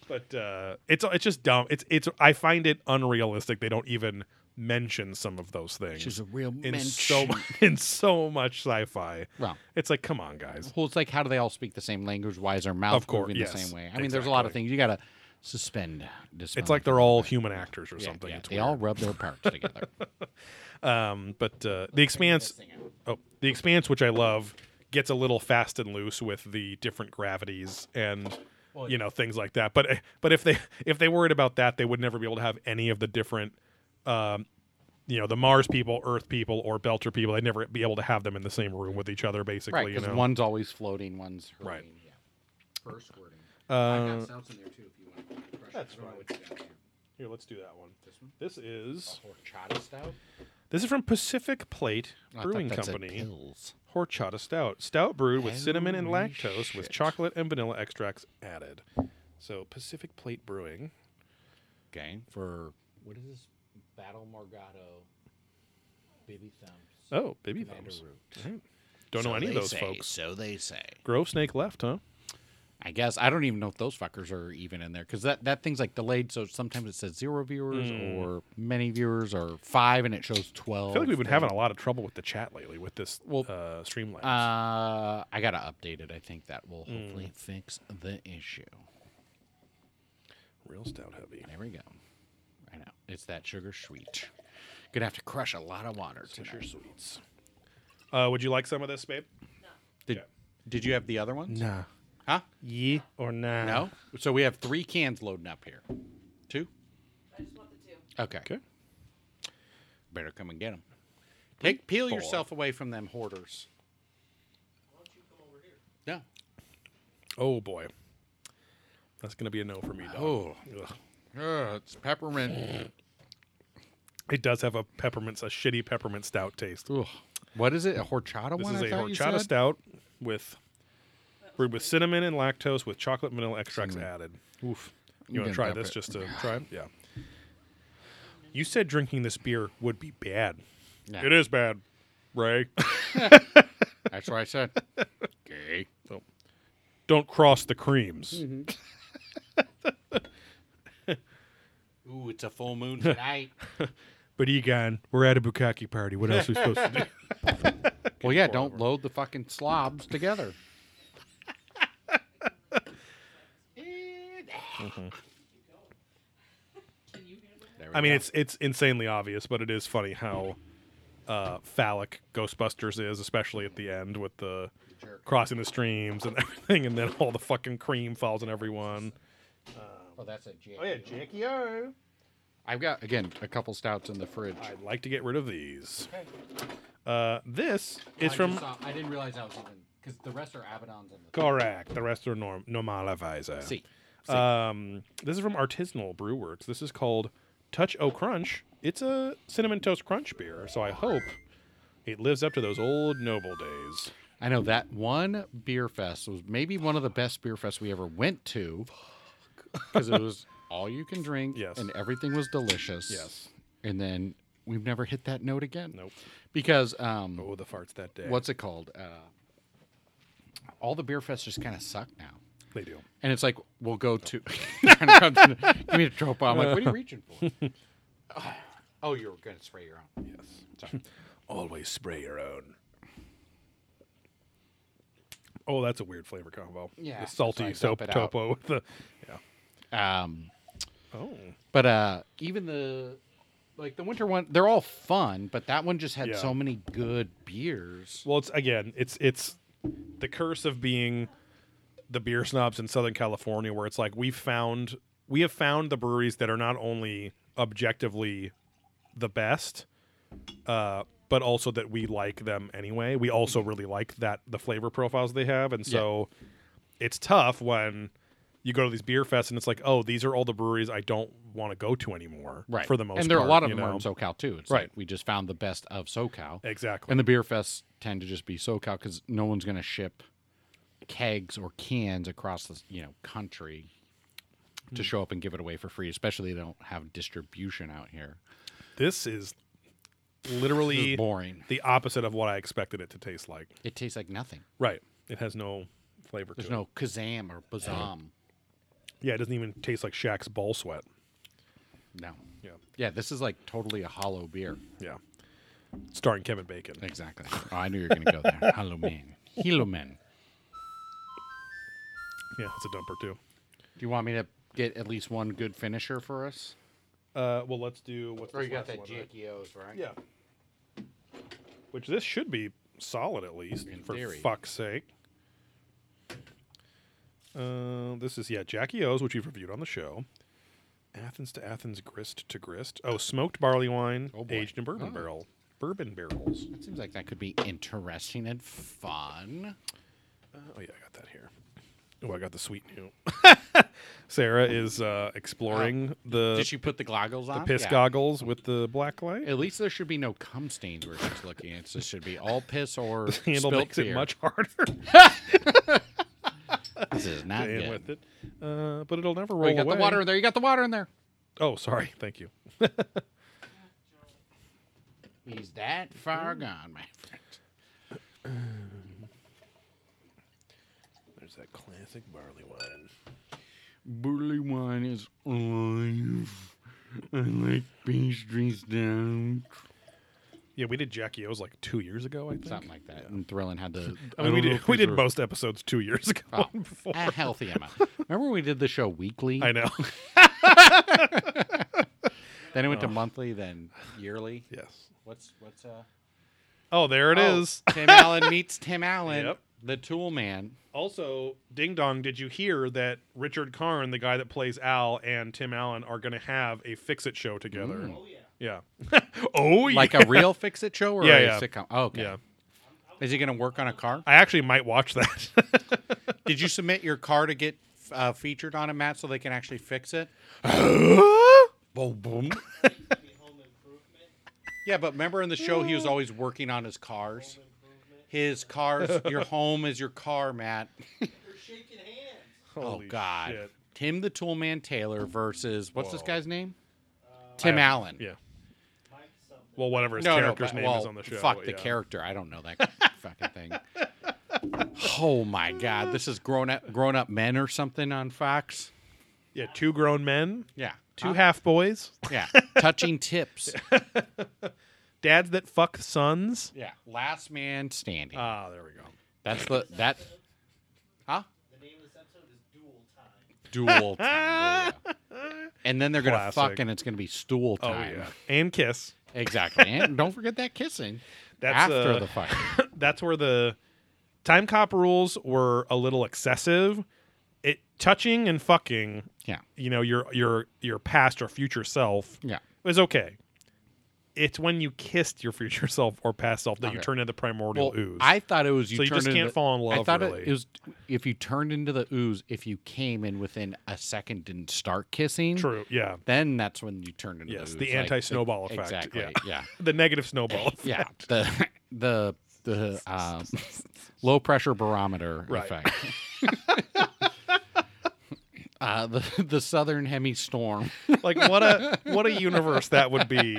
Speaker 1: but uh, it's it's just dumb. It's it's I find it unrealistic. They don't even mention some of those things.
Speaker 2: She's a real
Speaker 1: in
Speaker 2: mensch.
Speaker 1: so [LAUGHS] mu- in so much sci-fi.
Speaker 2: Well.
Speaker 1: it's like come on, guys.
Speaker 2: Well, it's like how do they all speak the same language? Why is their mouth
Speaker 1: Of course,
Speaker 2: moving
Speaker 1: yes,
Speaker 2: the same way? I mean, there's a lot of
Speaker 1: exactly.
Speaker 2: things you gotta suspend. Disbelief.
Speaker 1: It's like they're all human actors or
Speaker 2: Yeah,
Speaker 1: something.
Speaker 2: yeah,
Speaker 1: It's
Speaker 2: they
Speaker 1: weird.
Speaker 2: all rub
Speaker 1: [LAUGHS]
Speaker 2: their parts together.
Speaker 1: Um, but uh, the expanse, oh, the expanse, which I love, gets a little fast and loose with the different gravities and you know things like that. But eh, but if they if they worried about that, they would never be able to have any of the different, um, you know, the Mars people, Earth people, or Belter people. They'd never be able to have them in the same room with each other, basically.
Speaker 2: right,
Speaker 1: you
Speaker 2: because
Speaker 1: know,
Speaker 2: one's always floating, one's
Speaker 1: Right. Uh,
Speaker 2: hurting. Yeah. Or squirting.
Speaker 1: Um,
Speaker 2: I got sounds in there too if you want to crush That's right.
Speaker 1: here, let's do that one. This, is
Speaker 2: Horchata stout?
Speaker 1: this is from Pacific Plate
Speaker 2: I thought
Speaker 1: Brewing
Speaker 2: that said
Speaker 1: Company.
Speaker 2: pills.
Speaker 1: horchata stout. Stout brewed with cinnamon and
Speaker 2: Holy
Speaker 1: lactose with
Speaker 2: shit.
Speaker 1: chocolate and vanilla extracts added. So Pacific Plate Brewing.
Speaker 2: Okay. For what is this? Battle Morgado, Baby Thumbs,
Speaker 1: Oh, baby
Speaker 2: Vanderroot.
Speaker 1: Right. Don't know
Speaker 2: So
Speaker 1: any of
Speaker 2: they
Speaker 1: those
Speaker 2: say,
Speaker 1: folks.
Speaker 2: So they say.
Speaker 1: Grove Snake left, huh?
Speaker 2: I guess I don't even know if those fuckers are even in there because that that thing's like delayed. So sometimes it says zero viewers or many viewers or five, and it shows twelve.
Speaker 1: Hmm. I feel like we've been having a lot of trouble with the chat lately with this
Speaker 2: Well,
Speaker 1: uh, Streamlabs.
Speaker 2: Uh, I gotta update it. I think that will
Speaker 1: Hmm.
Speaker 2: hopefully fix the issue.
Speaker 1: Real stout heavy.
Speaker 2: There we go. I know it's that sugar sweet. Gonna have to crush a lot of water tonight.
Speaker 1: Fisher sweets. Uh, would you like some of this, babe?
Speaker 2: Did,
Speaker 1: Yeah.
Speaker 2: did you have the other ones?
Speaker 1: Nah.
Speaker 2: Huh?
Speaker 1: Ye or nah?
Speaker 2: No. So we have three cans loading up here. Two.
Speaker 3: I just want the two.
Speaker 2: Okay.
Speaker 1: Okay.
Speaker 2: Better come and get them. Take peel yourself away from them hoarders. No.
Speaker 1: Oh boy. That's gonna be a no for me, dog.
Speaker 2: Oh.
Speaker 1: Ugh.
Speaker 2: Ugh, it's peppermint.
Speaker 1: It does have a peppermint, a shitty peppermint stout taste.
Speaker 2: Ugh. [SNIFFS] What is it? A horchata
Speaker 1: This
Speaker 2: one?
Speaker 1: is
Speaker 2: I
Speaker 1: a
Speaker 2: thought you
Speaker 1: horchata
Speaker 2: said?
Speaker 1: stout with brewed with cinnamon and lactose with chocolate vanilla extracts
Speaker 2: Cinnamon.
Speaker 1: added. Oof. You
Speaker 2: You
Speaker 1: want
Speaker 2: can
Speaker 1: to try
Speaker 2: dump
Speaker 1: this
Speaker 2: it.
Speaker 1: just
Speaker 2: [SIGHS]
Speaker 1: to try? it? Yeah. You said drinking this beer would be bad.
Speaker 2: Yeah,
Speaker 1: It is bad, Ray. [LAUGHS]
Speaker 2: That's what I said. [LAUGHS] okay.
Speaker 1: Don't cross the creams.
Speaker 2: Mm-hmm. Ooh, it's a full moon tonight.
Speaker 1: But Egon, we're at a bukkake party. What else are we supposed to do?
Speaker 2: well, yeah, don't load the fucking slobs together. There we
Speaker 1: I mean,
Speaker 2: go.
Speaker 1: it's it's insanely obvious, but it is funny how uh, phallic Ghostbusters is, especially at the end with the crossing the streams and [LAUGHS] everything, and then all the fucking cream falls on everyone.
Speaker 2: Oh, that's a J.
Speaker 1: Jackie O.
Speaker 2: I've got again a couple stouts in the fridge.
Speaker 1: I'd like to get rid of these. Uh, this is
Speaker 2: I
Speaker 1: from
Speaker 2: just saw- I didn't realize I was even because the rest are Abaddon's in the
Speaker 1: Correct. The rest are norm normalizer.
Speaker 2: See,
Speaker 1: Um, this is from Artisanal Brewworks. This is called Touch O Crunch. It's a cinnamon toast crunch beer, so I hope it lives up to those old noble days.
Speaker 2: I know that one beer fest was maybe one of the best beer fests we ever went to because
Speaker 1: [LAUGHS]
Speaker 2: it was all you can drink
Speaker 1: Yes.
Speaker 2: and everything was delicious.
Speaker 1: Yes.
Speaker 2: And then we've never hit that note again.
Speaker 1: Nope.
Speaker 2: Because um,
Speaker 1: Oh, the farts that day.
Speaker 2: what's it called? Uh, all the beer fests just kind of suck now.
Speaker 1: they do?
Speaker 2: And it's like, we'll
Speaker 1: [LAUGHS]
Speaker 2: go to. [LAUGHS] Give me a trope. I'm like, what are you
Speaker 1: [LAUGHS]
Speaker 2: reaching for? oh, you were going to spray your own.
Speaker 1: Yes.
Speaker 2: Sorry.
Speaker 1: Always spray your own. Oh, that's a weird flavor combo.
Speaker 2: Yeah,
Speaker 1: The
Speaker 2: that's why I
Speaker 1: salty soap
Speaker 2: dump it out.
Speaker 1: topo with the yeah.
Speaker 2: Um,
Speaker 1: Oh.
Speaker 2: But uh even the like the winter one, they're all fun, but that one just had
Speaker 1: Yeah.
Speaker 2: so many good beers.
Speaker 1: Well, it's again, it's it's the curse of being the beer snobs in Southern California, where it's like we found we have found the breweries that are not only objectively the best, uh, but also that we like them anyway. We also
Speaker 2: Mm-hmm.
Speaker 1: really like that the flavor profiles they have, and so it's tough when you go to these beer fests and it's like, oh, these are all the breweries I don't want to go to anymore. For the most,
Speaker 2: and there are
Speaker 1: part,
Speaker 2: a lot of
Speaker 1: you
Speaker 2: them are in
Speaker 1: know?
Speaker 2: SoCal too. It's
Speaker 1: Right.
Speaker 2: like we just found the best of SoCal,
Speaker 1: exactly.
Speaker 2: and the beer fests tend to just be SoCal because no one's going to ship kegs or cans across the you know country
Speaker 1: Hmm.
Speaker 2: to show up and give it away for free. Especially they don't have distribution out here.
Speaker 1: this is
Speaker 2: This is
Speaker 1: literally
Speaker 2: boring.
Speaker 1: the opposite of what I expected it to taste like.
Speaker 2: It tastes like nothing.
Speaker 1: Right. It has no flavor
Speaker 2: There's
Speaker 1: to it.
Speaker 2: no kazam or bazam.
Speaker 1: Yeah, it doesn't even taste like Shaq's ball sweat.
Speaker 2: No.
Speaker 1: Yeah.
Speaker 2: Yeah, this is like totally a hollow beer.
Speaker 1: Yeah. Starring Kevin Bacon.
Speaker 2: Exactly. Oh, I knew you were going to go
Speaker 1: [LAUGHS]
Speaker 2: there. Halloween. Halloween.
Speaker 1: Yeah, it's a dumper too.
Speaker 2: Do you want me to get at least one good finisher for us?
Speaker 1: Uh, well, let's do what's this last one, right?
Speaker 2: O's, right?
Speaker 1: Yeah. Which this should be solid at least
Speaker 2: In
Speaker 1: for
Speaker 2: theory.
Speaker 1: fuck's sake. Uh, this is yeah Jackie O's, which we've reviewed on the show. Athens to Athens, grist to grist. Oh, smoked barley wine,
Speaker 2: Oh, boy.
Speaker 1: aged in bourbon
Speaker 2: Oh.
Speaker 1: barrel, bourbon barrels.
Speaker 2: That seems like that could be interesting and fun.
Speaker 1: Oh yeah, I got that here. Oh, I got the sweet new. [LAUGHS] Sarah is uh, exploring the
Speaker 2: Did she put the goggles on?
Speaker 1: piss
Speaker 2: Yeah.
Speaker 1: goggles with the black light.
Speaker 2: At least there should be no cum stains where she's looking. It just should be all
Speaker 1: [LAUGHS]
Speaker 2: piss or
Speaker 1: Handle
Speaker 2: spilt
Speaker 1: makes
Speaker 2: beer.
Speaker 1: it much
Speaker 2: [LAUGHS]
Speaker 1: harder
Speaker 2: This is not
Speaker 1: to
Speaker 2: good.
Speaker 1: end with it, uh, but it'll never
Speaker 2: oh,
Speaker 1: roll
Speaker 2: you got
Speaker 1: away.
Speaker 2: the water in there. You got the water in there.
Speaker 1: Oh, sorry. Thank you.
Speaker 2: Mm. He's that far gone, my friend.
Speaker 1: There's that classic barley wine.
Speaker 2: Burley wine is alive. I like pastries down.
Speaker 1: Yeah, we did Jackie O's like two years ago, I think.
Speaker 2: Something like that. And Thrillin
Speaker 1: [LAUGHS]
Speaker 2: had the.
Speaker 1: I mean, we
Speaker 2: don't know
Speaker 1: did
Speaker 2: if
Speaker 1: we
Speaker 2: these
Speaker 1: did
Speaker 2: were-
Speaker 1: most episodes two years ago.
Speaker 2: Oh,
Speaker 1: and [LAUGHS] before.
Speaker 2: a healthy Emma. Remember when we did the show weekly?
Speaker 1: I know.
Speaker 2: Then it went
Speaker 1: Oh.
Speaker 2: to monthly, then yearly.
Speaker 1: yes.
Speaker 2: What's what's uh?
Speaker 1: Oh, there it is.
Speaker 2: Oh,
Speaker 1: [LAUGHS]
Speaker 2: Tim Allen meets Tim Allen,
Speaker 1: Yep.
Speaker 2: the Tool Man.
Speaker 1: Also, ding dong, did you hear that Richard Karn, the guy that plays Al, and Tim Allen are going to have a fix it show together? Oh, yeah. Yeah. [LAUGHS] oh, yeah.
Speaker 2: Mm. Like a real fix it show or
Speaker 1: Yeah,
Speaker 2: a
Speaker 1: yeah.
Speaker 2: sitcom? Oh, okay.
Speaker 1: Yeah.
Speaker 2: Is he going to work on a car?
Speaker 1: I actually might watch that. [LAUGHS]
Speaker 2: Did you submit your car to get uh, featured on it, Matt, so they can actually fix it? Boom, boom. yeah, but remember in the show he was always working on his cars.
Speaker 1: [LAUGHS]
Speaker 2: His cars, your home is your car, Matt.
Speaker 1: Holy
Speaker 2: oh God,
Speaker 1: shit.
Speaker 2: Tim the Toolman Taylor versus what's this
Speaker 1: Whoa. Uh,
Speaker 2: guy's name? Tim
Speaker 1: I-
Speaker 2: Allen.
Speaker 1: Yeah. Well, whatever his
Speaker 2: No,
Speaker 1: character's
Speaker 2: no, but-
Speaker 1: name
Speaker 2: well,
Speaker 1: is on the show.
Speaker 2: Fuck the
Speaker 1: yeah.
Speaker 2: character. I don't
Speaker 1: [LAUGHS]
Speaker 2: know that fucking thing. Oh my god, this is grown up grown up men or something on Fox.
Speaker 1: Yeah, two grown men,
Speaker 2: Yeah,
Speaker 1: two half boys, [LAUGHS]
Speaker 2: Yeah, touching tips.
Speaker 1: dads that fuck sons.
Speaker 2: Yeah, last man standing.
Speaker 1: Ah, there we go.
Speaker 2: That's the that. Huh?
Speaker 5: The name of this episode is Dual Time.
Speaker 1: [LAUGHS]
Speaker 2: Dual time. yeah, yeah. And then they're gonna
Speaker 1: Classic.
Speaker 2: fuck, and it's gonna be stool
Speaker 1: Oh,
Speaker 2: time.
Speaker 1: yeah. And kiss. [LAUGHS]
Speaker 2: Exactly. And don't forget that kissing
Speaker 1: That's,
Speaker 2: after
Speaker 1: uh,
Speaker 2: the fuck.
Speaker 1: that's where the time cop rules were a little excessive. It touching and fucking,
Speaker 2: Yeah,
Speaker 1: you know, your your your past or future self
Speaker 2: yeah.
Speaker 1: is okay. It's when you kissed your future [LAUGHS] self or past self that you
Speaker 2: Okay.
Speaker 1: turn into primordial
Speaker 2: Well,
Speaker 1: ooze.
Speaker 2: I thought it was you.
Speaker 1: So you
Speaker 2: turned
Speaker 1: just can't
Speaker 2: into-
Speaker 1: fall in
Speaker 2: I
Speaker 1: love,
Speaker 2: thought
Speaker 1: really.
Speaker 2: it, it was if you turned into the ooze. If you came in within a second, didn't start kissing.
Speaker 1: True. Yeah.
Speaker 2: Then that's when you turned into
Speaker 1: Yes,
Speaker 2: the ooze.
Speaker 1: the anti-snowball
Speaker 2: like,
Speaker 1: effect,
Speaker 2: Exactly.
Speaker 1: yeah. [LAUGHS]
Speaker 2: yeah.
Speaker 1: The negative snowball.
Speaker 2: [LAUGHS] yeah the the the um, low pressure barometer
Speaker 1: Right.
Speaker 2: effect [LAUGHS] uh, the the southern
Speaker 1: [LAUGHS]
Speaker 2: hemi storm
Speaker 1: like what a what a universe that would be.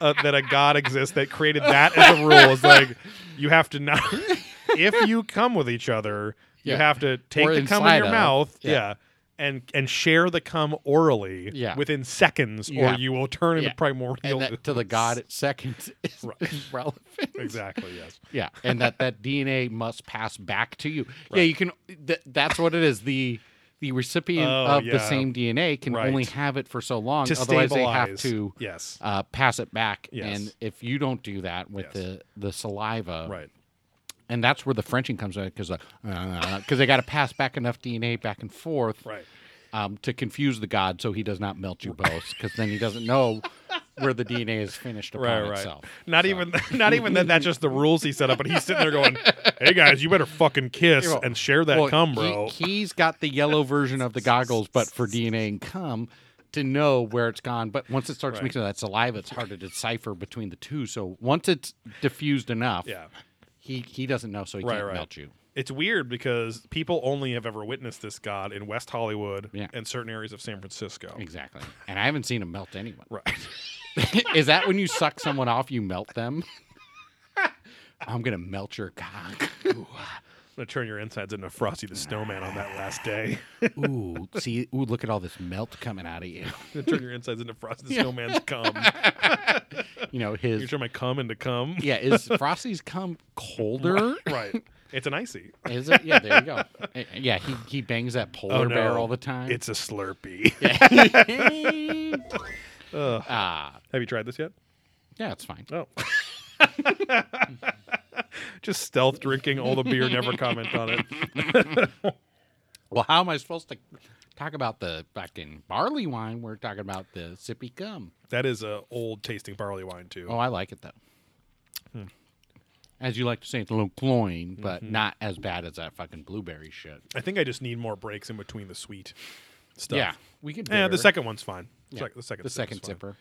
Speaker 1: Uh, that a god exists that created that as a rule is like you have to
Speaker 2: [LAUGHS]
Speaker 1: not if you come with each other you
Speaker 2: Yeah.
Speaker 1: have to take
Speaker 2: Or
Speaker 1: the cum in
Speaker 2: inside
Speaker 1: your
Speaker 2: of,
Speaker 1: mouth yeah.
Speaker 2: yeah.
Speaker 1: and and share the cum orally
Speaker 2: Yeah.
Speaker 1: within seconds
Speaker 2: Yeah.
Speaker 1: or you will turn into
Speaker 2: Yeah.
Speaker 1: primordial
Speaker 2: and that to the god at seconds is [LAUGHS] relevant
Speaker 1: exactly yes
Speaker 2: yeah and that that [LAUGHS] dna must pass back to you yeah you can th- that's what it is the the recipient
Speaker 1: Oh,
Speaker 2: of
Speaker 1: yeah.
Speaker 2: the same dna can
Speaker 1: Right.
Speaker 2: only have it for so long
Speaker 1: to
Speaker 2: otherwise
Speaker 1: stabilize
Speaker 2: they have to
Speaker 1: yes
Speaker 2: uh, pass it back
Speaker 1: Yes.
Speaker 2: and if you don't do that with
Speaker 1: Yes.
Speaker 2: the the saliva
Speaker 1: right
Speaker 2: and that's where the Frenching comes in uh, because because they got to pass back enough DNA back and forth
Speaker 1: right
Speaker 2: um, to confuse the god so he does not melt you both because then he doesn't know where the DNA is finished
Speaker 1: [LAUGHS]
Speaker 2: upon
Speaker 1: right right
Speaker 2: itself.
Speaker 1: not
Speaker 2: So-
Speaker 1: even [LAUGHS] not even that that's just the rules he set up but he's sitting there
Speaker 2: [LAUGHS]
Speaker 1: going hey guys you better fucking kiss
Speaker 2: Well,
Speaker 1: and share that
Speaker 2: well,
Speaker 1: cum bro
Speaker 2: He, has got the yellow version of the goggles, but for DNA and cum to know where it's gone. But once it starts
Speaker 1: Right.
Speaker 2: mixing with that saliva, it's hard to decipher between the two. So once it's diffused enough,
Speaker 1: yeah
Speaker 2: he he doesn't know, so he
Speaker 1: Right,
Speaker 2: can't
Speaker 1: right.
Speaker 2: melt you.
Speaker 1: it's weird because people only have ever witnessed this god in West Hollywood
Speaker 2: Yeah.
Speaker 1: and certain areas of San Francisco.
Speaker 2: Exactly, and I haven't seen him melt anyone.
Speaker 1: Oh. Right.
Speaker 2: [LAUGHS] Is that when you suck someone off, you melt them? [LAUGHS] I'm gonna melt your cock.
Speaker 1: I'm gonna turn your insides into Frosty the Snowman on that
Speaker 2: [SIGHS]
Speaker 1: last day.
Speaker 2: [LAUGHS]
Speaker 1: [LAUGHS]
Speaker 2: Ooh, see, ooh, look at all this melt coming out of you.
Speaker 1: I'm gonna turn your insides into Frosty the
Speaker 2: [LAUGHS]
Speaker 1: Snowman's cum.
Speaker 2: You know
Speaker 1: You
Speaker 2: his.
Speaker 1: turn my cum into cum.
Speaker 2: Yeah, is Frosty's cum colder?
Speaker 1: Right. It's an icy.
Speaker 2: Is it? Yeah, there you go. Eh, Yeah, he he bangs that polar
Speaker 1: Oh,
Speaker 2: bear
Speaker 1: no.
Speaker 2: all the time. [LAUGHS]
Speaker 1: It's [LAUGHS] a Slurpee.
Speaker 2: ah,
Speaker 1: [LAUGHS] Have you tried this yet?
Speaker 2: yeah, it's fine.
Speaker 1: No. [LAUGHS] Just stealth drinking all the beer, never comment on it.
Speaker 2: Well, how am I supposed to talk about the fucking barley wine? We're talking about the sippy cum.
Speaker 1: That is a old tasting barley wine too.
Speaker 2: Oh, I like it though.
Speaker 1: Hmm.
Speaker 2: As you like to say, it's a little cloying,
Speaker 1: Mm-hmm.
Speaker 2: but not as bad as that fucking blueberry shit.
Speaker 1: I think I just need more breaks in between the sweet stuff.
Speaker 2: Yeah, we could.
Speaker 1: Yeah, the
Speaker 2: bitter.
Speaker 1: second one's fine. The
Speaker 2: Yeah,
Speaker 1: sec- The second,
Speaker 2: the
Speaker 1: sip's
Speaker 2: second
Speaker 1: fine.
Speaker 2: zipper.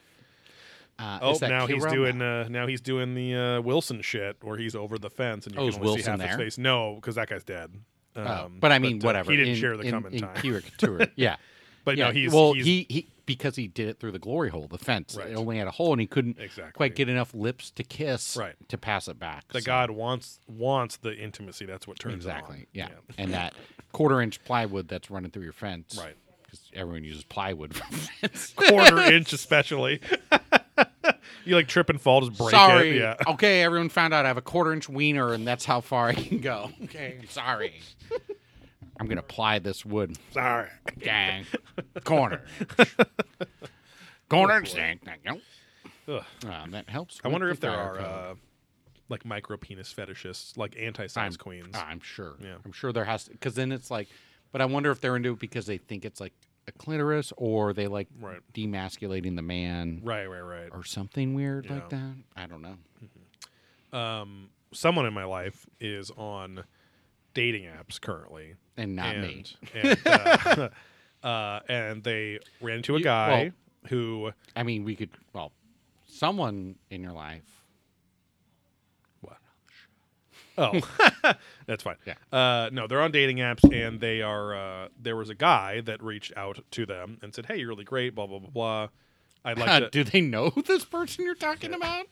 Speaker 2: Uh,
Speaker 1: Oh,
Speaker 2: it's that
Speaker 1: now he's
Speaker 2: Kirama.
Speaker 1: doing uh, now he's doing the uh, Wilson shit where he's over the fence and you
Speaker 2: Oh,
Speaker 1: can
Speaker 2: is
Speaker 1: only see
Speaker 2: Wilson
Speaker 1: half his
Speaker 2: there?
Speaker 1: face. No, because that guy's dead. Um,
Speaker 2: Oh, but I mean,
Speaker 1: uh,
Speaker 2: whatever.
Speaker 1: He didn't
Speaker 2: in,
Speaker 1: share the
Speaker 2: in,
Speaker 1: cum in,
Speaker 2: in
Speaker 1: time.
Speaker 2: caricature, yeah,
Speaker 1: [LAUGHS] But no, he's
Speaker 2: well,
Speaker 1: he's,
Speaker 2: he he because he did it through the glory hole, the fence.
Speaker 1: Right.
Speaker 2: It only had a hole, and he couldn't
Speaker 1: Exactly.
Speaker 2: quite get enough lips to kiss
Speaker 1: Right.
Speaker 2: to pass it back.
Speaker 1: the
Speaker 2: so-
Speaker 1: God wants wants the intimacy. That's what turns it on.
Speaker 2: exactly, yeah.
Speaker 1: [LAUGHS]
Speaker 2: and that quarter inch plywood that's running through your fence,
Speaker 1: Right.
Speaker 2: Because everyone uses plywood for [LAUGHS] fence.
Speaker 1: quarter inch especially. [LAUGHS] you like trip and fall, just break
Speaker 2: sorry.
Speaker 1: it. Yeah.
Speaker 2: Okay, everyone found out I have a quarter inch wiener, and that's how far I can go. [LAUGHS] Okay, I'm
Speaker 1: [LAUGHS]
Speaker 2: sorry. I'm gonna ply this wood.
Speaker 1: Sorry. [LAUGHS]
Speaker 2: Dang. Corner. Corner. Dang. Nope.
Speaker 1: Oh, Ugh.
Speaker 2: Uh, that helps.
Speaker 1: I
Speaker 2: with
Speaker 1: wonder
Speaker 2: the
Speaker 1: if there
Speaker 2: fire
Speaker 1: are
Speaker 2: code.
Speaker 1: uh, like micro penis fetishists, like anti size queens.
Speaker 2: I'm sure.
Speaker 1: Yeah.
Speaker 2: I'm sure there has to because then it's like, but I wonder if they're into it because they think it's like a clitoris or they like
Speaker 1: Right.
Speaker 2: demasculating the man
Speaker 1: Right, right, right.
Speaker 2: or something weird like
Speaker 1: Yeah.
Speaker 2: that. I don't know.
Speaker 1: Someone in my life is on dating apps currently.
Speaker 2: And not
Speaker 1: and,
Speaker 2: me.
Speaker 1: And, uh, uh, [LAUGHS] and they ran into a
Speaker 2: You-
Speaker 1: guy who
Speaker 2: I mean, we could. Well, someone in your life.
Speaker 1: What? Oh, [LAUGHS] that's fine.
Speaker 2: Yeah.
Speaker 1: Uh, no, they're on dating apps, and they are. Uh, there was a guy that reached out to them and said, "Hey, you're really great. Blah blah blah blah. I'd like
Speaker 2: [LAUGHS]
Speaker 1: to.
Speaker 2: Do they know this person you're talking about?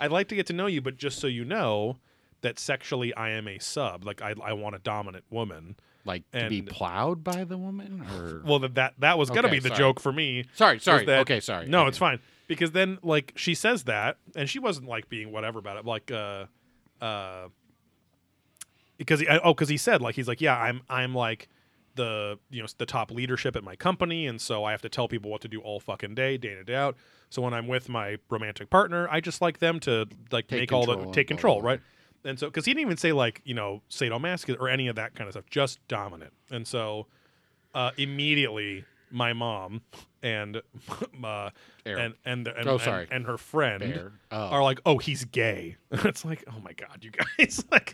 Speaker 1: I'd like to get to know you, but just so you know, that sexually, I am a sub. Like I, I want a dominant woman.
Speaker 2: Like to be
Speaker 1: And-
Speaker 2: plowed by the woman, or
Speaker 1: Well, that that, that was gonna
Speaker 2: Okay,
Speaker 1: be the
Speaker 2: sorry.
Speaker 1: joke for me.
Speaker 2: sorry, sorry,
Speaker 1: was that-
Speaker 2: okay, sorry.
Speaker 1: No,
Speaker 2: okay.
Speaker 1: it's fine because then like she says that, and she wasn't like being whatever about it. Like, uh, uh, because he, oh, because he said like he's like yeah, I'm I'm like the you know the top leadership at my company, and so I have to tell people what to do all fucking day, day in and day out. So when I'm with my romantic partner, I just like them to like
Speaker 2: Take
Speaker 1: make all the
Speaker 2: control and
Speaker 1: take
Speaker 2: blah,
Speaker 1: control,
Speaker 2: blah, blah.
Speaker 1: right? And so because he didn't even say like you know sadomasochism or any of that kind of stuff, just dominant. And so uh, immediately my mom and [LAUGHS] uh, and
Speaker 2: Eric.
Speaker 1: and, and,
Speaker 2: Oh,
Speaker 1: and-
Speaker 2: sorry.
Speaker 1: and her friend
Speaker 2: Bear. Oh.
Speaker 1: are like, oh, he's gay. [LAUGHS] it's like, oh my god, you guys, [LAUGHS] like,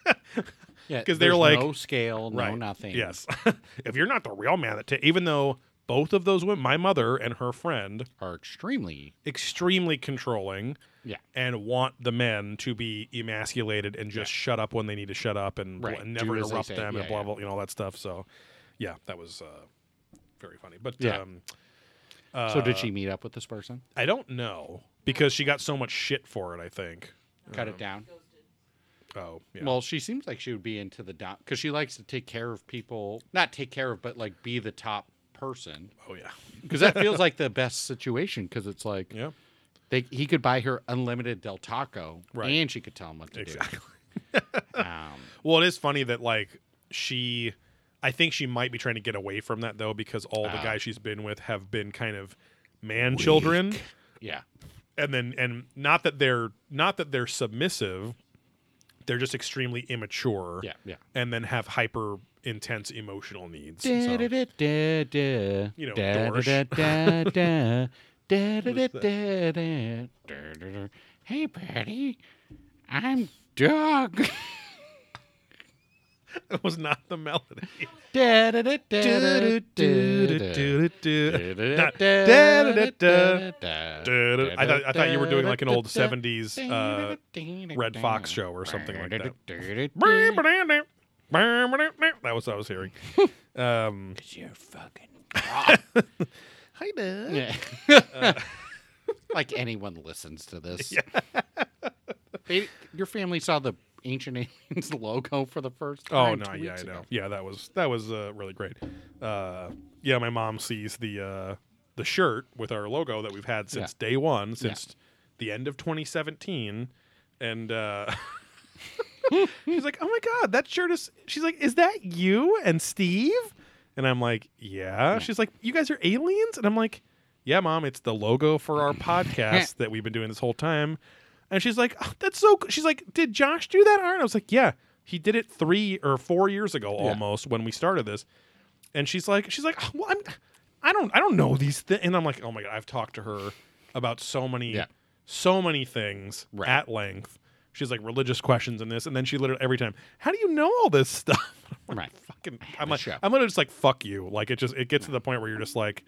Speaker 2: Yeah,
Speaker 1: 'cause they're
Speaker 2: there's
Speaker 1: like-
Speaker 2: no scale, no
Speaker 1: right,
Speaker 2: nothing.
Speaker 1: Yes, [LAUGHS] if you're not the real man, that ta- even though both of those women, my mother and her friend,
Speaker 2: are extremely
Speaker 1: extremely controlling
Speaker 2: yeah.
Speaker 1: and want the men to be emasculated and just shut up when they need to shut up and, bl-
Speaker 2: Right.
Speaker 1: and
Speaker 2: Do
Speaker 1: never
Speaker 2: as they
Speaker 1: interrupt
Speaker 2: say.
Speaker 1: them
Speaker 2: Yeah,
Speaker 1: and blah
Speaker 2: yeah.
Speaker 1: blah, you know all that stuff. So, yeah, that was uh, very funny. But
Speaker 2: Yeah.
Speaker 1: um,
Speaker 2: so
Speaker 1: Uh,
Speaker 2: did she meet up with this person?
Speaker 1: I don't know because she got so much shit for it. I think.
Speaker 2: Cut it down.
Speaker 3: Ghosted.
Speaker 1: Oh, yeah.
Speaker 2: Well, she seems like she would be into the dom because she likes to take care of people. Not take care of, but like be the top person
Speaker 1: oh yeah,
Speaker 2: because that feels like the best situation because it's like
Speaker 1: yeah,
Speaker 2: they, he could buy her unlimited Del Taco
Speaker 1: Right.
Speaker 2: and she could tell him what to
Speaker 1: exactly.
Speaker 2: do. Um,
Speaker 1: Well, it is funny that like she, I think she might be trying to get away from that though because all the
Speaker 2: Ah.
Speaker 1: guys she's been with have been kind of man children,
Speaker 2: yeah,
Speaker 1: and then and not that they're not that they're submissive, they're just extremely immature.
Speaker 2: yeah, yeah.
Speaker 1: and then have hyper intense emotional needs. So-
Speaker 2: You
Speaker 1: know,
Speaker 2: know, Hey, Patty, I'm Doug.
Speaker 1: [LAUGHS]
Speaker 2: [LAUGHS]
Speaker 1: that was not the melody. Dude, I thought, I thought you were doing like an old 70s
Speaker 2: [LAUGHS]
Speaker 1: uh, [LAUGHS] Red Fox show or something like that.
Speaker 2: that.
Speaker 1: That was what I was hearing. Um,
Speaker 2: You're fucking.
Speaker 1: Hi there.
Speaker 2: Yeah.
Speaker 1: Uh.
Speaker 2: [LAUGHS] like anyone listens to this. [LAUGHS] They- your family saw the Ancient Aliens [LAUGHS] logo for the first
Speaker 1: Oh
Speaker 2: time.
Speaker 1: no,
Speaker 2: two
Speaker 1: yeah,
Speaker 2: weeks
Speaker 1: I know.
Speaker 2: ago.
Speaker 1: Yeah, that was that was uh, really great. Uh, yeah, my mom sees the uh, the shirt with our logo that we've had since day one, since the end of 2017, and uh, [LAUGHS] she's like, "Oh my god, that shirt is." She's like, "Is that you and Steve?" And I'm like, "Yeah." She's like, "You guys are aliens?" And I'm like, "Yeah, mom, it's the logo for our podcast that we've been doing this whole time." And she's like, oh, "That's so." Cool. She's like, "Did Josh do that art?" And I was like, "Yeah, he did it three or four years ago, almost when we started this." And she's like, "She's like, oh, well, I'm, I don't, I don't know these things." And I'm like, "Oh my god, I've talked to her about so many,
Speaker 2: Yeah.
Speaker 1: so many things
Speaker 2: Right.
Speaker 1: at length." She's like religious questions and this, and then she literally every time, "How do you know all this stuff?" [LAUGHS] I'm like,
Speaker 2: Right.
Speaker 1: fucking,
Speaker 2: have
Speaker 1: I'm
Speaker 2: a
Speaker 1: like,
Speaker 2: show.
Speaker 1: I'm literally just like, "Fuck you!" Like it just, it gets to the point where you're just like,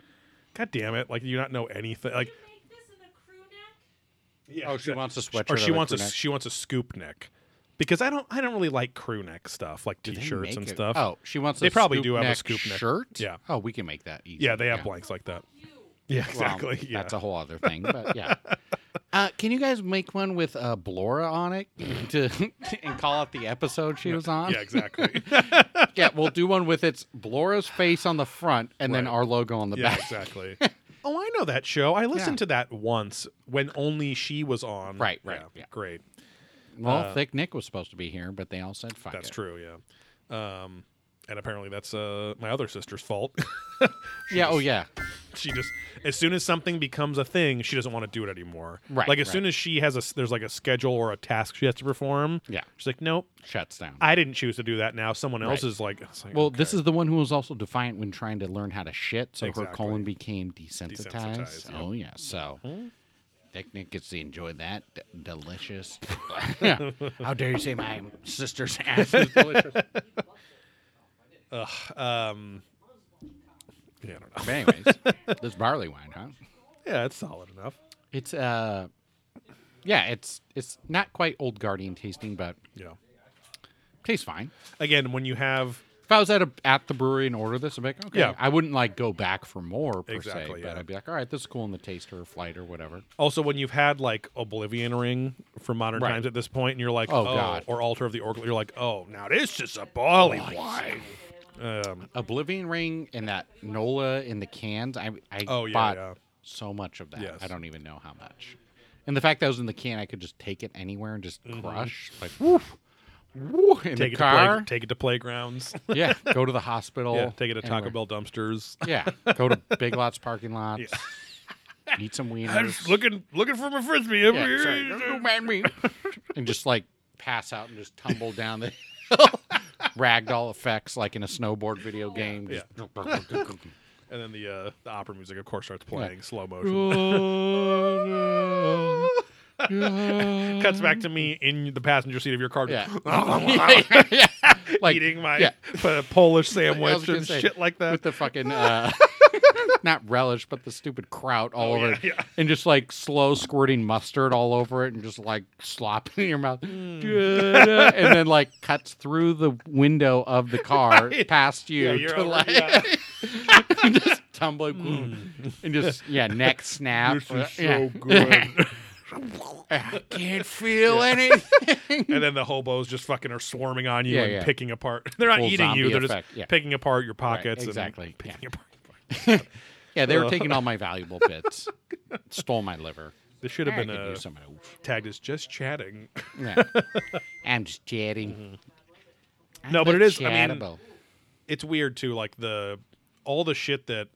Speaker 1: "God damn it!" Like you not know anything. Like
Speaker 3: you make this in a crew neck?
Speaker 1: yeah,
Speaker 2: Oh, she wants a sweatshirt.
Speaker 1: or she
Speaker 2: with
Speaker 1: wants a
Speaker 2: crew neck.
Speaker 1: she wants a scoop neck because I don't I don't really like crew neck stuff like
Speaker 2: Do they
Speaker 1: t-shirts
Speaker 2: make
Speaker 1: and
Speaker 2: it-
Speaker 1: stuff.
Speaker 2: Oh, she wants.
Speaker 1: They
Speaker 2: a
Speaker 1: probably
Speaker 2: scoop
Speaker 1: do have a
Speaker 2: neck
Speaker 1: scoop neck.
Speaker 2: shirt.
Speaker 1: Yeah.
Speaker 2: Oh, we can make that easy.
Speaker 1: yeah, they have blanks like that. [LAUGHS]
Speaker 3: You.
Speaker 1: Yeah,
Speaker 2: Well,
Speaker 1: exactly. [LAUGHS] yeah.
Speaker 2: That's a whole other thing,
Speaker 1: [LAUGHS]
Speaker 2: but yeah. Uh, can you guys make one with uh, Blora on it [LAUGHS] to and call it the episode she was on?
Speaker 1: yeah, exactly.
Speaker 2: [LAUGHS] yeah, we'll do one with its Blora's face on the front and then
Speaker 1: Right.
Speaker 2: our logo on the
Speaker 1: yeah,
Speaker 2: back. [LAUGHS]
Speaker 1: exactly. Oh, I know that show. I listened to
Speaker 2: Yeah.
Speaker 1: that once when only she was on.
Speaker 2: Right, right,
Speaker 1: Yeah,
Speaker 2: yeah.
Speaker 1: Great.
Speaker 2: Well,
Speaker 1: Uh,
Speaker 2: Thick Nick was supposed to be here, but they all said fuck
Speaker 1: That's
Speaker 2: it.
Speaker 1: true. Yeah. Um, and apparently that's uh, my other sister's fault. [LAUGHS]
Speaker 2: Yeah, oh yeah.
Speaker 1: she just as soon as something becomes a thing, she doesn't want to do it anymore.
Speaker 2: Right,
Speaker 1: Like as
Speaker 2: right.
Speaker 1: soon as she has a s- there's like a schedule or a task she has to perform.
Speaker 2: Yeah.
Speaker 1: She's like, nope,
Speaker 2: Shuts down.
Speaker 1: I didn't choose to do that. Now someone else
Speaker 2: Right.
Speaker 1: is like, it's like,
Speaker 2: well,
Speaker 1: okay,
Speaker 2: this is the one who was also defiant when trying to learn how to shit, so her
Speaker 1: Exactly.
Speaker 2: colon became desensitized.
Speaker 1: Desensitized, yep. Mm-hmm.
Speaker 2: Oh yeah, so Thick Nick gets to enjoy that D-
Speaker 1: [LAUGHS]
Speaker 2: delicious. [LAUGHS] Yeah. How dare you say my sister's ass is delicious?
Speaker 1: um, yeah, I don't know.
Speaker 2: But anyways, this barley wine, huh?
Speaker 1: Yeah, it's solid enough.
Speaker 2: It's uh, yeah, it's it's not quite old Guardian tasting, but
Speaker 1: You know,
Speaker 2: tastes fine.
Speaker 1: again, when you have
Speaker 2: If I was at a, at the brewery and order this, I'd be like, okay,
Speaker 1: Yeah.
Speaker 2: I wouldn't like go back for more per
Speaker 1: Exactly,
Speaker 2: se, but
Speaker 1: yeah.
Speaker 2: I'd be like, all right, this is cool in the taster or flight or whatever.
Speaker 1: also when you've had like Oblivion Ring for modern
Speaker 2: Right.
Speaker 1: times at this point, and you're like,
Speaker 2: Oh, God.
Speaker 1: or Altar of the Oracle, you're like, oh, now this is a barley wine. Um,
Speaker 2: Oblivion Ring and that Nola in the cans, I I
Speaker 1: Oh, yeah,
Speaker 2: bought
Speaker 1: yeah.
Speaker 2: so much of that.
Speaker 1: Yes.
Speaker 2: I don't even know how much. And the fact that I was in the can, I could just take it anywhere and just crush like woof, woof in
Speaker 1: Mm-hmm. take
Speaker 2: the
Speaker 1: it to
Speaker 2: car. [LAUGHS]
Speaker 1: play, take it to playgrounds.
Speaker 2: yeah, go to the hospital.
Speaker 1: yeah, take it to Taco
Speaker 2: anywhere.
Speaker 1: Bell
Speaker 2: [LAUGHS]
Speaker 1: dumpsters.
Speaker 2: Yeah,
Speaker 1: [LAUGHS]
Speaker 2: go to Big Lots parking lots. Eat some wieners.
Speaker 1: looking looking for my frisbee over
Speaker 2: Yeah, sorry,
Speaker 1: here.
Speaker 2: don't remind me. [LAUGHS] and just like pass out and just tumble down [LAUGHS] the hill. ragdoll effects like in a snowboard video game. Just- [LAUGHS]
Speaker 1: And then the uh, the opera music, of course, starts playing slow motion.
Speaker 2: yeah.
Speaker 1: Cuts back to me in the passenger seat of your
Speaker 2: [LAUGHS]
Speaker 1: car, just
Speaker 2: yeah, [LAUGHS] yeah, yeah. Like,
Speaker 1: eating my
Speaker 2: yeah. [LAUGHS]
Speaker 1: p- [LAUGHS] Polish
Speaker 2: I was
Speaker 1: sandwich
Speaker 2: gonna
Speaker 1: and
Speaker 2: say,
Speaker 1: shit like that.
Speaker 2: with the fucking
Speaker 1: [LAUGHS]
Speaker 2: uh, not relish, but the stupid kraut all over
Speaker 1: Oh, yeah,
Speaker 2: it,
Speaker 1: yeah.
Speaker 2: and just like slow squirting mustard all over it, and just like slopping [LAUGHS] in your mouth,
Speaker 1: Mm.
Speaker 2: and then like cuts through the window of the car past
Speaker 1: [LAUGHS]
Speaker 2: you
Speaker 1: Yeah, you're Mm.
Speaker 2: to
Speaker 1: over-
Speaker 2: like
Speaker 1: yeah.
Speaker 2: just [LAUGHS] tumbling and just
Speaker 1: [LAUGHS]
Speaker 2: yeah neck snap. Yeah.
Speaker 1: good.
Speaker 2: [LAUGHS] I can't feel anything.
Speaker 1: and then the hobos just fucking are swarming on you
Speaker 2: Yeah,
Speaker 1: and
Speaker 2: yeah.
Speaker 1: picking apart. [LAUGHS] They're not
Speaker 2: Full
Speaker 1: eating you.
Speaker 2: zombie
Speaker 1: They're
Speaker 2: effect,
Speaker 1: just
Speaker 2: yeah.
Speaker 1: picking apart your pockets. and
Speaker 2: exactly,
Speaker 1: picking
Speaker 2: yeah.
Speaker 1: apart your pockets.
Speaker 2: [LAUGHS] yeah, they were
Speaker 1: Uh.
Speaker 2: taking all my valuable
Speaker 1: [LAUGHS]
Speaker 2: bits. Stole my liver.
Speaker 1: This should have
Speaker 2: I
Speaker 1: been
Speaker 2: could
Speaker 1: uh,
Speaker 2: do some of those.
Speaker 1: tagged as just chatting.
Speaker 2: Yeah. [LAUGHS] I'm just chatting. I'm
Speaker 1: Mm-hmm. No, but
Speaker 2: a
Speaker 1: it is- I mean-
Speaker 2: chattable.
Speaker 1: it's weird too like the all the shit that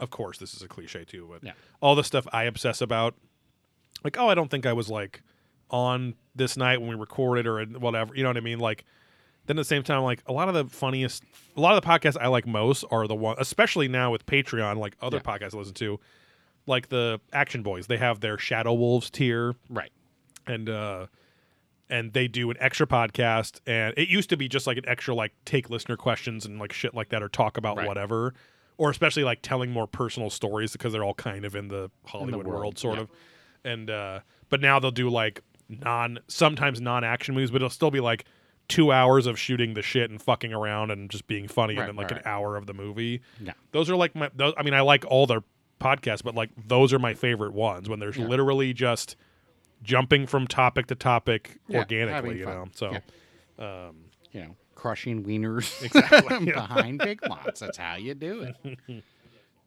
Speaker 1: of course this is a cliche too but
Speaker 2: Yeah.
Speaker 1: all the stuff i obsess about like oh i don't think i was like on this night when we recorded or whatever you know what i mean like then at the same time like a lot of the funniest a lot of the podcasts i like most are the one especially now with patreon like other
Speaker 2: Yeah.
Speaker 1: podcasts i listen to like the action boys they have their shadow wolves tier
Speaker 2: right.
Speaker 1: and uh and they do an extra podcast and it used to be just like an extra like take listener questions and like shit like that or talk about
Speaker 2: Right.
Speaker 1: whatever or especially like telling more personal stories because they're all kind of in the hollywood world,
Speaker 2: world,
Speaker 1: sort
Speaker 2: yeah.
Speaker 1: of and uh but now they'll do like non sometimes non-action movies but it'll still be like two hours of shooting the shit and fucking around and just being funny
Speaker 2: Right,
Speaker 1: and then like
Speaker 2: right,
Speaker 1: an
Speaker 2: right.
Speaker 1: hour of the movie
Speaker 2: Yeah.
Speaker 1: those are like my those, i mean i like all their podcasts but like those are my favorite ones when there's
Speaker 2: Yeah.
Speaker 1: literally just jumping from topic to topic
Speaker 2: Yeah, having
Speaker 1: organically, you
Speaker 2: fun.
Speaker 1: know. So
Speaker 2: Yeah. You know, crushing wieners [LAUGHS] behind big lots. That's how you do it.
Speaker 1: [LAUGHS]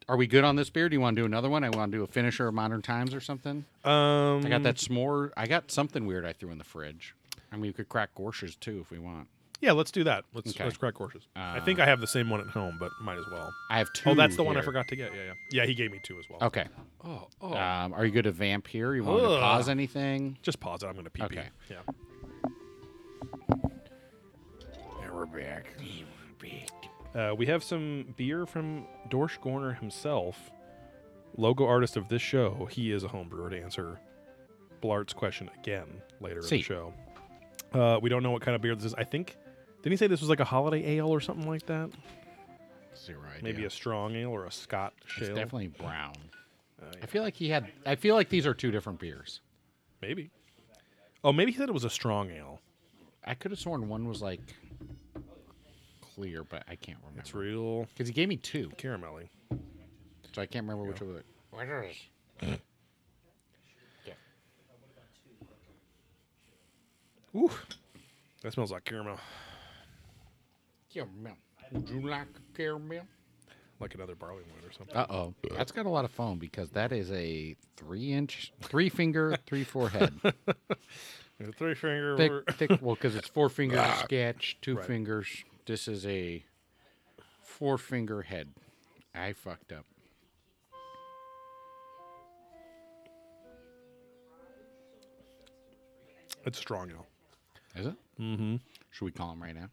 Speaker 2: Are we good on this beer? Do you want to do another one? I want to do a finisher of modern times or something.
Speaker 1: um
Speaker 2: I got that s'more. I got something weird I threw in the fridge. I mean, we could crack gorshers too if we want.
Speaker 1: yeah, let's do that. Let's
Speaker 2: Okay.
Speaker 1: let's crack horses. I think I have the same one at home, but might as well.
Speaker 2: I have two.
Speaker 1: Oh, that's the one I
Speaker 2: here.
Speaker 1: forgot to get. Yeah, yeah. Yeah, he gave me two as well.
Speaker 2: Okay.
Speaker 1: Oh, oh.
Speaker 2: Um, are you good at vamp here? You want me to
Speaker 1: Ugh.
Speaker 2: pause anything?
Speaker 1: Just pause it. I'm going to pee pee.
Speaker 2: Okay.
Speaker 1: Yeah.
Speaker 2: we're back.
Speaker 1: Uh, we have some beer from Dorsch Gorner himself, logo artist of this show. He is a homebrewer to answer Blart's question again later in
Speaker 2: See.
Speaker 1: the show. Uh, we don't know what kind of beer this is. I think, didn't he say this was like a holiday ale or something like that?
Speaker 2: Zero idea.
Speaker 1: Maybe a strong ale or a Scotch
Speaker 2: It's
Speaker 1: ale.
Speaker 2: definitely brown. I feel like he had. I feel like these are two different beers.
Speaker 1: Maybe. Oh, maybe he said it was a strong ale.
Speaker 2: I could have sworn one was like clear, but I can't remember.
Speaker 1: It's real
Speaker 2: Because he gave me two,
Speaker 1: caramelly.
Speaker 2: so I can't remember which of the. What is?
Speaker 1: Ooh, that smells like caramel.
Speaker 2: Caramel. Would you like caramel?
Speaker 1: Like another barley wine or something.
Speaker 2: Uh oh, that's got a lot of foam because that is a three-inch, three-finger, three-forehead,
Speaker 1: The three finger.
Speaker 2: thick,
Speaker 1: wor-
Speaker 2: thick. Well, because it's four fingers sketch, two
Speaker 1: Right.
Speaker 2: fingers. This is a four-finger head. I fucked up.
Speaker 1: [LAUGHS] It's strong ale.
Speaker 2: Is it? Mm-hmm. Should we call him right now?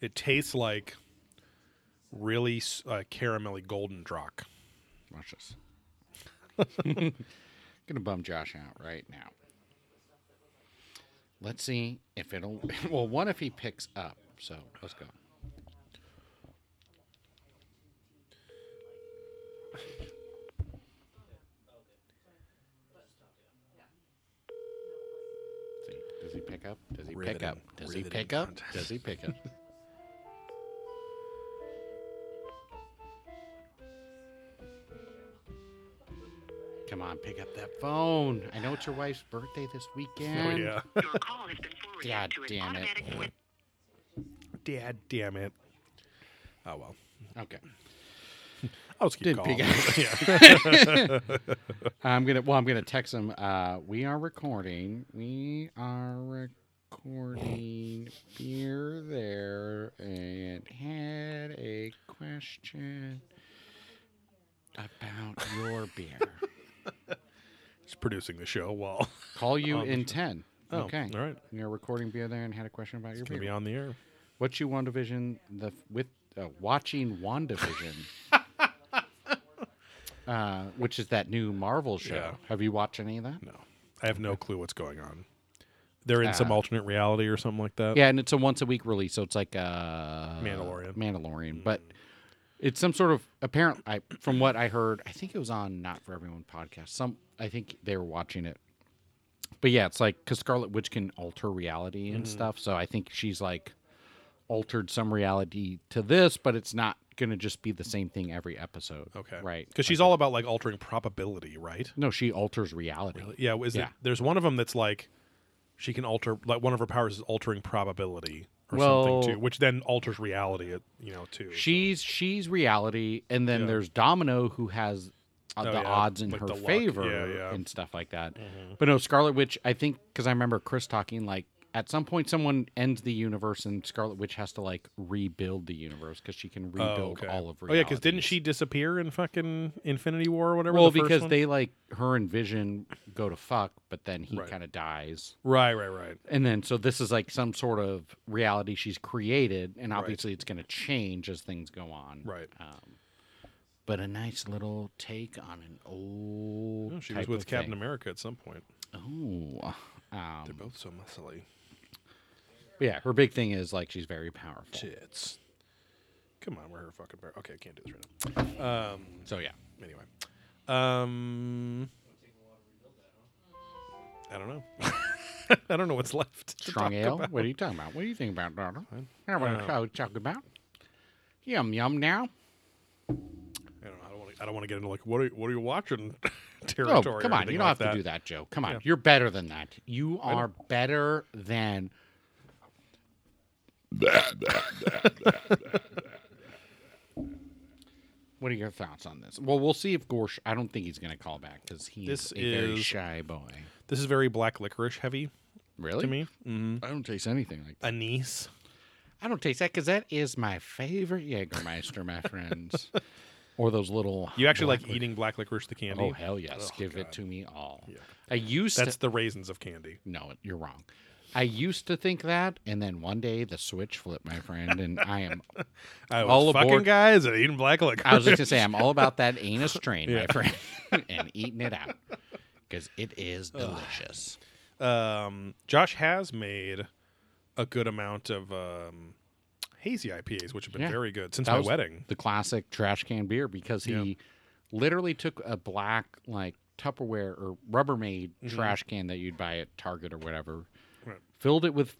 Speaker 1: It tastes like really s- uh, caramelly golden drock.
Speaker 2: Watch this. [LAUGHS] Gonna bum Josh out right now. Let's see if it'll. [LAUGHS] Well, one if he picks up. So let's go. See, Does he pick up? Does he pick up?
Speaker 1: Riveting-
Speaker 2: Does he
Speaker 1: riveting
Speaker 2: pick up?
Speaker 1: content.
Speaker 2: Does he pick up? Come on, pick up that phone. I know it's your wife's birthday this
Speaker 1: [LAUGHS] Oh
Speaker 2: weekend.
Speaker 1: yeah. [LAUGHS]
Speaker 6: Your call has been forwarded
Speaker 2: God
Speaker 6: to an
Speaker 2: damn it.
Speaker 6: automatic voice.
Speaker 1: Dad, damn it. Oh well.
Speaker 2: Okay.
Speaker 1: I'll just keep
Speaker 2: Didn't
Speaker 1: calling.
Speaker 2: pick up.
Speaker 1: [LAUGHS]
Speaker 2: [LAUGHS] I'm gonna. Well, I'm gonna text him. Uh, we are recording. We are recording. Beer there and had a question about your beer.
Speaker 1: He's producing the show while [LAUGHS]
Speaker 2: Call you in ten.
Speaker 1: Oh,
Speaker 2: okay.
Speaker 1: all right.
Speaker 2: We are recording beer there and had a question about your
Speaker 1: it's gonna
Speaker 2: beer.
Speaker 1: be on the air.
Speaker 2: What's you WandaVision the with uh, watching WandaVision, uh, which is that new Marvel show.
Speaker 1: Yeah.
Speaker 2: Have you watched any of that?
Speaker 1: No, I have no clue what's going on. They're in some
Speaker 2: Ah.
Speaker 1: alternate reality or something like that.
Speaker 2: Yeah, and it's a once a week release, so it's like uh
Speaker 1: Oh. Mandalorian. Mm.
Speaker 2: Mandalorian, but it's some sort of apparent. I from what I heard, I think it was on Not for Everyone podcast. Some I think they were watching it, but yeah, it's like because Scarlet Witch can alter reality
Speaker 1: Mm-hmm.
Speaker 2: and stuff. So I think she's like altered some reality to this, but it's not going to just be the same thing every episode.
Speaker 1: Okay.
Speaker 2: right?
Speaker 1: Because she's all about like altering probability, right?
Speaker 2: no, she alters reality.
Speaker 1: Yeah. Is
Speaker 2: Yeah.
Speaker 1: It, there's one of them that's like she can alter like one of her powers is altering probability or
Speaker 2: Well-
Speaker 1: something too, which then alters reality. uh, You know, too.
Speaker 2: She's she's reality, and then
Speaker 1: Yeah.
Speaker 2: there's Domino who has uh,
Speaker 1: Oh,
Speaker 2: the
Speaker 1: yeah,
Speaker 2: odds in
Speaker 1: like
Speaker 2: her
Speaker 1: the luck.
Speaker 2: favor
Speaker 1: Yeah, Mm-hmm. yeah.
Speaker 2: and stuff like that. But no, Scarlet Witch. I think because I remember Chris talking like at some point someone ends the universe and Scarlet Witch has to like rebuild the universe because she can
Speaker 1: Oh,
Speaker 2: rebuild
Speaker 1: okay.
Speaker 2: all of.
Speaker 1: Oh yeah, because didn't
Speaker 2: realities.
Speaker 1: she disappear in fucking Infinity War or whatever?
Speaker 2: Well,
Speaker 1: the first
Speaker 2: because
Speaker 1: one?
Speaker 2: they like her and Vision go to fuck, but then he
Speaker 1: Right.
Speaker 2: kind of dies.
Speaker 1: right, right, right.
Speaker 2: And then, so this is like some sort of reality she's created, and obviously it's going to change as things go on.
Speaker 1: Right.
Speaker 2: Um, but a nice little take on an old.
Speaker 1: Oh, she
Speaker 2: type
Speaker 1: was with
Speaker 2: of
Speaker 1: Captain
Speaker 2: thing.
Speaker 1: America at some point.
Speaker 2: Oh. Um,
Speaker 1: They're both so muscly.
Speaker 2: but yeah, her big thing is like she's very powerful.
Speaker 1: Tits. Come on, we're her fucking bear. Okay, I can't do this right now.
Speaker 2: So yeah,
Speaker 1: anyway. Um, I don't know. [LAUGHS] I don't know what's left. to
Speaker 2: strong
Speaker 1: talk
Speaker 2: ale.
Speaker 1: about. Uh,
Speaker 2: What are you talking about? What do you think about, daughter? I want to talk about. Yum yum now.
Speaker 1: I don't know. I don't want to. I don't want to get into like what are what are you watching [LAUGHS]
Speaker 2: Oh,
Speaker 1: territory. or
Speaker 2: come on.
Speaker 1: anything
Speaker 2: You don't
Speaker 1: like
Speaker 2: have to do that, Joe. Come on.
Speaker 1: Yeah.
Speaker 2: You're better than that. You are better than. what are your thoughts on this? Well, we'll see if Gorsh. I don't think he's going to call back because he's
Speaker 1: This
Speaker 2: a very
Speaker 1: is-
Speaker 2: shy boy.
Speaker 1: This is very black licorice heavy
Speaker 2: Really?
Speaker 1: to me. Mm-hmm.
Speaker 2: I don't taste anything like that.
Speaker 1: Anise.
Speaker 2: I don't taste that because that is my favorite Jägermeister, my
Speaker 1: [LAUGHS]
Speaker 2: friends. Or those little.
Speaker 1: You actually
Speaker 2: black
Speaker 1: like eating black licorice the candy?
Speaker 2: Oh hell yes!
Speaker 1: Oh,
Speaker 2: Give
Speaker 1: God.
Speaker 2: it to me all. I used to
Speaker 1: That's the raisins of candy.
Speaker 2: No, you're wrong. I used to think that, and then one day the switch flipped, my friend, and I am.
Speaker 1: I was
Speaker 2: All
Speaker 1: fucking
Speaker 2: aboard-
Speaker 1: guys and eating black licorice.
Speaker 2: I was just gonna say I'm all about that anus train, my friend, [LAUGHS] and eating it out because it is delicious.
Speaker 1: [LAUGHS] um, Josh has made a good amount of um, hazy IPAs, which have been
Speaker 2: Yeah.
Speaker 1: very good since
Speaker 2: That
Speaker 1: my
Speaker 2: was
Speaker 1: wedding.
Speaker 2: the classic trash can beer, because he literally took a black like Tupperware or Rubbermaid trash can that you'd buy at Target or whatever,
Speaker 1: Mm-hmm. Right.
Speaker 2: filled it with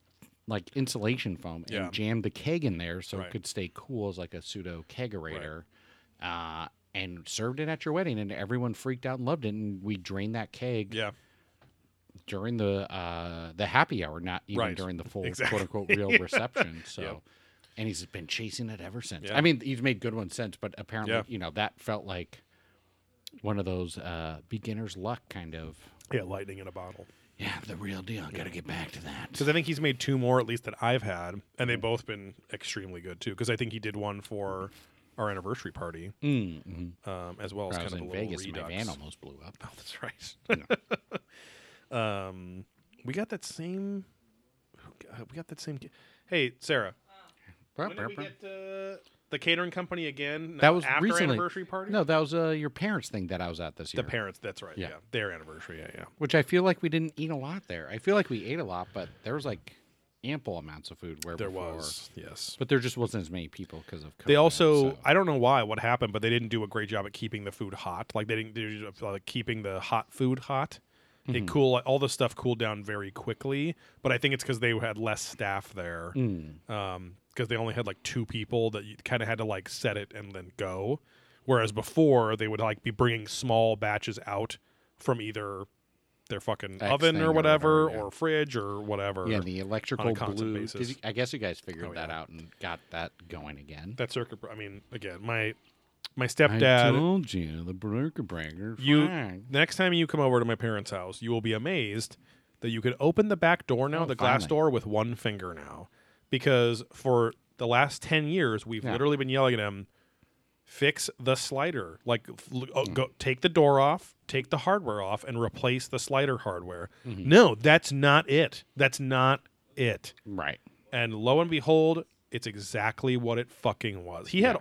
Speaker 2: like insulation foam, and
Speaker 1: Yeah.
Speaker 2: jammed the keg in there so
Speaker 1: Right.
Speaker 2: it could stay cool as like a pseudo kegerator. Uh, and served it at your wedding, and everyone freaked out and loved it. And we drained that keg
Speaker 1: Yeah.
Speaker 2: during the uh, the happy hour, not even
Speaker 1: Right. [LAUGHS]
Speaker 2: during the full
Speaker 1: Exactly.
Speaker 2: quote unquote real reception.
Speaker 1: [LAUGHS]
Speaker 2: So, and he's been chasing it ever since.
Speaker 1: Yeah.
Speaker 2: I mean, he's made good ones since, but apparently,
Speaker 1: Yeah.
Speaker 2: you know, that felt like one of those uh, beginner's luck kind of.
Speaker 1: Yeah, lightning in a bottle.
Speaker 2: Yeah, the real deal. Got to get back to that.
Speaker 1: Because I think he's made two more, at least that I've had, and they've both been extremely good too. Because I think he did one for our anniversary party
Speaker 2: Mm-hmm.
Speaker 1: um, as well as
Speaker 2: I
Speaker 1: kind
Speaker 2: was
Speaker 1: of a
Speaker 2: in
Speaker 1: little
Speaker 2: Vegas, and
Speaker 1: redux.
Speaker 2: my van almost blew up.
Speaker 1: [LAUGHS] Oh, that's right. um, we got that same. who g- uh, We got that same. g- Hey, Sarah. When did we get uh, the catering company again?
Speaker 2: that was
Speaker 1: after
Speaker 2: recently.
Speaker 1: anniversary party.
Speaker 2: No, that was uh, your parents' thing that I was at this
Speaker 1: the
Speaker 2: year.
Speaker 1: parents. That's right. Yeah.
Speaker 2: Yeah.
Speaker 1: their anniversary. Yeah, yeah.
Speaker 2: which I feel like we didn't eat a lot there. I feel like we ate a lot, but there was like ample amounts of food where
Speaker 1: There
Speaker 2: before,
Speaker 1: was yes.
Speaker 2: but there just wasn't as many people because of. COVID,
Speaker 1: They also,
Speaker 2: so-
Speaker 1: I don't know why, what happened, but they didn't do a great job at keeping the food hot. Like they didn't do like keeping the hot food hot.
Speaker 2: Mm-hmm.
Speaker 1: It cool all the stuff cooled down very quickly, but I think it's because they had less staff there.
Speaker 2: Mm.
Speaker 1: because they only had like two people that you kind of had to like set it and then go. Whereas before they would like be bringing small batches out from either their fucking
Speaker 2: X
Speaker 1: oven
Speaker 2: thing
Speaker 1: or
Speaker 2: or
Speaker 1: whatever,
Speaker 2: whatever,
Speaker 1: or,
Speaker 2: yeah.
Speaker 1: fridge or whatever.
Speaker 2: yeah, the electrical
Speaker 1: constant
Speaker 2: blue. did
Speaker 1: basis.
Speaker 2: you- I guess you guys figured
Speaker 1: Oh,
Speaker 2: that
Speaker 1: yeah.
Speaker 2: out and got that going again.
Speaker 1: that circuit. br- I mean, again, my my
Speaker 2: I
Speaker 1: stepdad.
Speaker 2: told you the breaker breaker.
Speaker 1: You
Speaker 2: fine.
Speaker 1: the next time you come over to my parents' house, you will be amazed that you could open the back door now,
Speaker 2: Oh,
Speaker 1: the glass
Speaker 2: finally.
Speaker 1: door with one finger now. Because for the last 10 years, we've
Speaker 2: Yeah.
Speaker 1: literally been yelling at him, fix the slider. Like f- l- oh,
Speaker 2: Hmm.
Speaker 1: go take the door off, take the hardware off and replace the slider hardware.
Speaker 2: Mm-hmm.
Speaker 1: No, that's not it. That's not it.
Speaker 2: right?
Speaker 1: And lo and behold, it's exactly what it fucking was. He had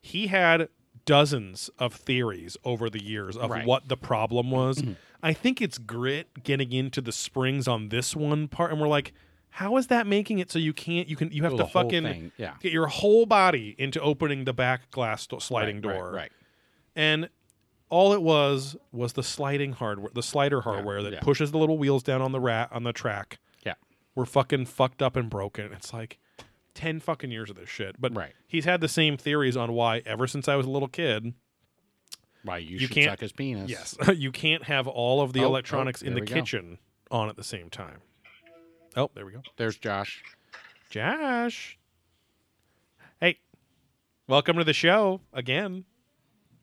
Speaker 1: he had dozens of theories over the years of
Speaker 2: Right.
Speaker 1: what the problem
Speaker 2: [CLEARS THROAT]
Speaker 1: was. I think it's grit getting into the springs on this one part and we're like how is that making it so you can't you can you have
Speaker 2: Well,
Speaker 1: to
Speaker 2: the whole
Speaker 1: fucking
Speaker 2: thing, yeah.
Speaker 1: get your whole body into opening the back glass do- sliding
Speaker 2: Right,
Speaker 1: door.
Speaker 2: Right. right.
Speaker 1: And all it was was the sliding hardware, the slider hardware that
Speaker 2: yeah.
Speaker 1: pushes the little wheels down on the rat on the track
Speaker 2: Yeah.
Speaker 1: we're fucking fucked up and broken. It's like 10 fucking years of this shit. But
Speaker 2: Right.
Speaker 1: he's had the same theories on why, ever since I was a little kid,
Speaker 2: Why you,
Speaker 1: You
Speaker 2: should
Speaker 1: can't-
Speaker 2: suck his penis?
Speaker 1: yes, [LAUGHS] you can't have all of the
Speaker 2: Oh, oh,
Speaker 1: electronics in the
Speaker 2: there we go.
Speaker 1: kitchen on at the same time. Oh, there we go.
Speaker 2: There's Josh.
Speaker 1: Josh. Hey, welcome to the show again.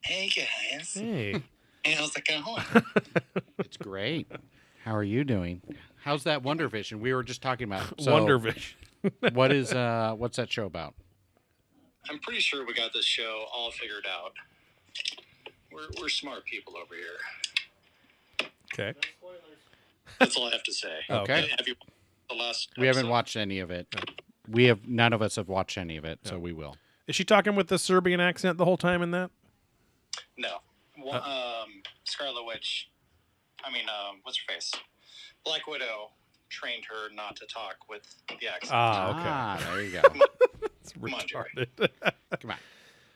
Speaker 6: Hey guys,
Speaker 1: Hey.
Speaker 6: hey, how's it going?
Speaker 2: [LAUGHS] It's great.
Speaker 1: [LAUGHS]
Speaker 2: How are you doing? How's that Wonder Vision? We were just talking about [LAUGHS] so
Speaker 1: Wonder Vision. [LAUGHS]
Speaker 2: what is uh what's that show about?
Speaker 6: I'm pretty sure we got this show all figured out. We're, we're smart people over here.
Speaker 1: Okay.
Speaker 6: That's all I have to say.
Speaker 2: [LAUGHS] Okay.
Speaker 6: Have you the last?
Speaker 2: We haven't
Speaker 6: episode?
Speaker 2: watched any of it. We have none of us have watched any of it, so we will.
Speaker 1: Is she talking with the Serbian accent the whole time in that?
Speaker 6: No. Well,
Speaker 2: Uh.
Speaker 6: um, Scarlet Witch. I mean, um, what's her face? Black Widow trained her not to talk with the accent.
Speaker 1: Ah,
Speaker 2: Ah, there
Speaker 1: [LAUGHS]
Speaker 2: you go.
Speaker 1: okay.
Speaker 6: Come on, Jerry.
Speaker 1: Retarded. [LAUGHS]
Speaker 2: Come on.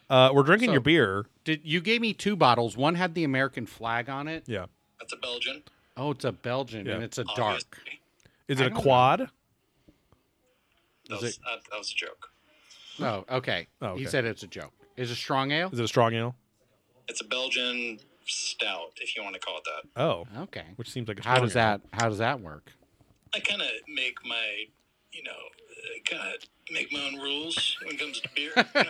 Speaker 1: Uh, we're drinking
Speaker 2: So-
Speaker 1: your beer.
Speaker 2: Did you gave me two bottles? One had the American flag on it.
Speaker 1: Yeah.
Speaker 6: That's a Belgian.
Speaker 2: Oh, it's a Belgian
Speaker 1: Yeah.
Speaker 2: and it's a dark.
Speaker 6: obviously.
Speaker 1: Is
Speaker 2: I
Speaker 1: it a
Speaker 2: don't know.
Speaker 1: quad?
Speaker 6: That
Speaker 2: Is
Speaker 6: was,
Speaker 2: it-
Speaker 6: that, that was a joke.
Speaker 2: Oh, okay.
Speaker 1: Oh, okay.
Speaker 2: He said it's a joke. Is it strong ale?
Speaker 1: Is it a strong ale?
Speaker 6: It's a Belgian stout, if you want to call it that.
Speaker 1: Oh,
Speaker 2: Okay.
Speaker 1: which seems like a
Speaker 2: How
Speaker 1: strong
Speaker 2: does
Speaker 1: ale.
Speaker 2: that how does that work?
Speaker 6: I kind of make my, you know, kind of make my own rules when it comes to beer. you know.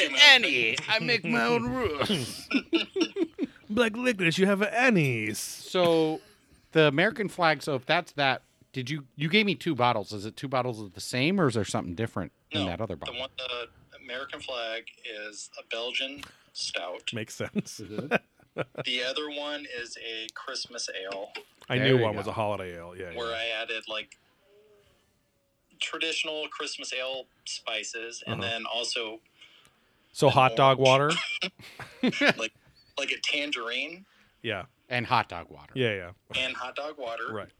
Speaker 6: Do my own thing.
Speaker 2: I make my [LAUGHS] own rules.
Speaker 1: Black licorice, you have anise.
Speaker 2: so the American flag, so if that's that, did you you gave me two bottles. Is it two bottles of the same or is there something different [LAUGHS] in
Speaker 6: No,
Speaker 2: that other
Speaker 6: The
Speaker 2: bottle?
Speaker 6: one, the American flag is a Belgian stout.
Speaker 1: Makes sense.
Speaker 2: [LAUGHS]
Speaker 6: The other one is a Christmas ale,
Speaker 1: I
Speaker 2: There
Speaker 1: knew
Speaker 2: you
Speaker 1: one
Speaker 2: go.
Speaker 1: was a holiday ale. Yeah.
Speaker 6: where
Speaker 1: yeah.
Speaker 6: I added like traditional Christmas ale spices, and
Speaker 2: Uh-huh.
Speaker 6: then also
Speaker 2: [LAUGHS]
Speaker 1: So hot dog water.
Speaker 6: like like a tangerine
Speaker 1: Yeah.
Speaker 2: and hot dog water.
Speaker 1: Yeah. Yeah.
Speaker 6: and hot dog water.
Speaker 1: Right.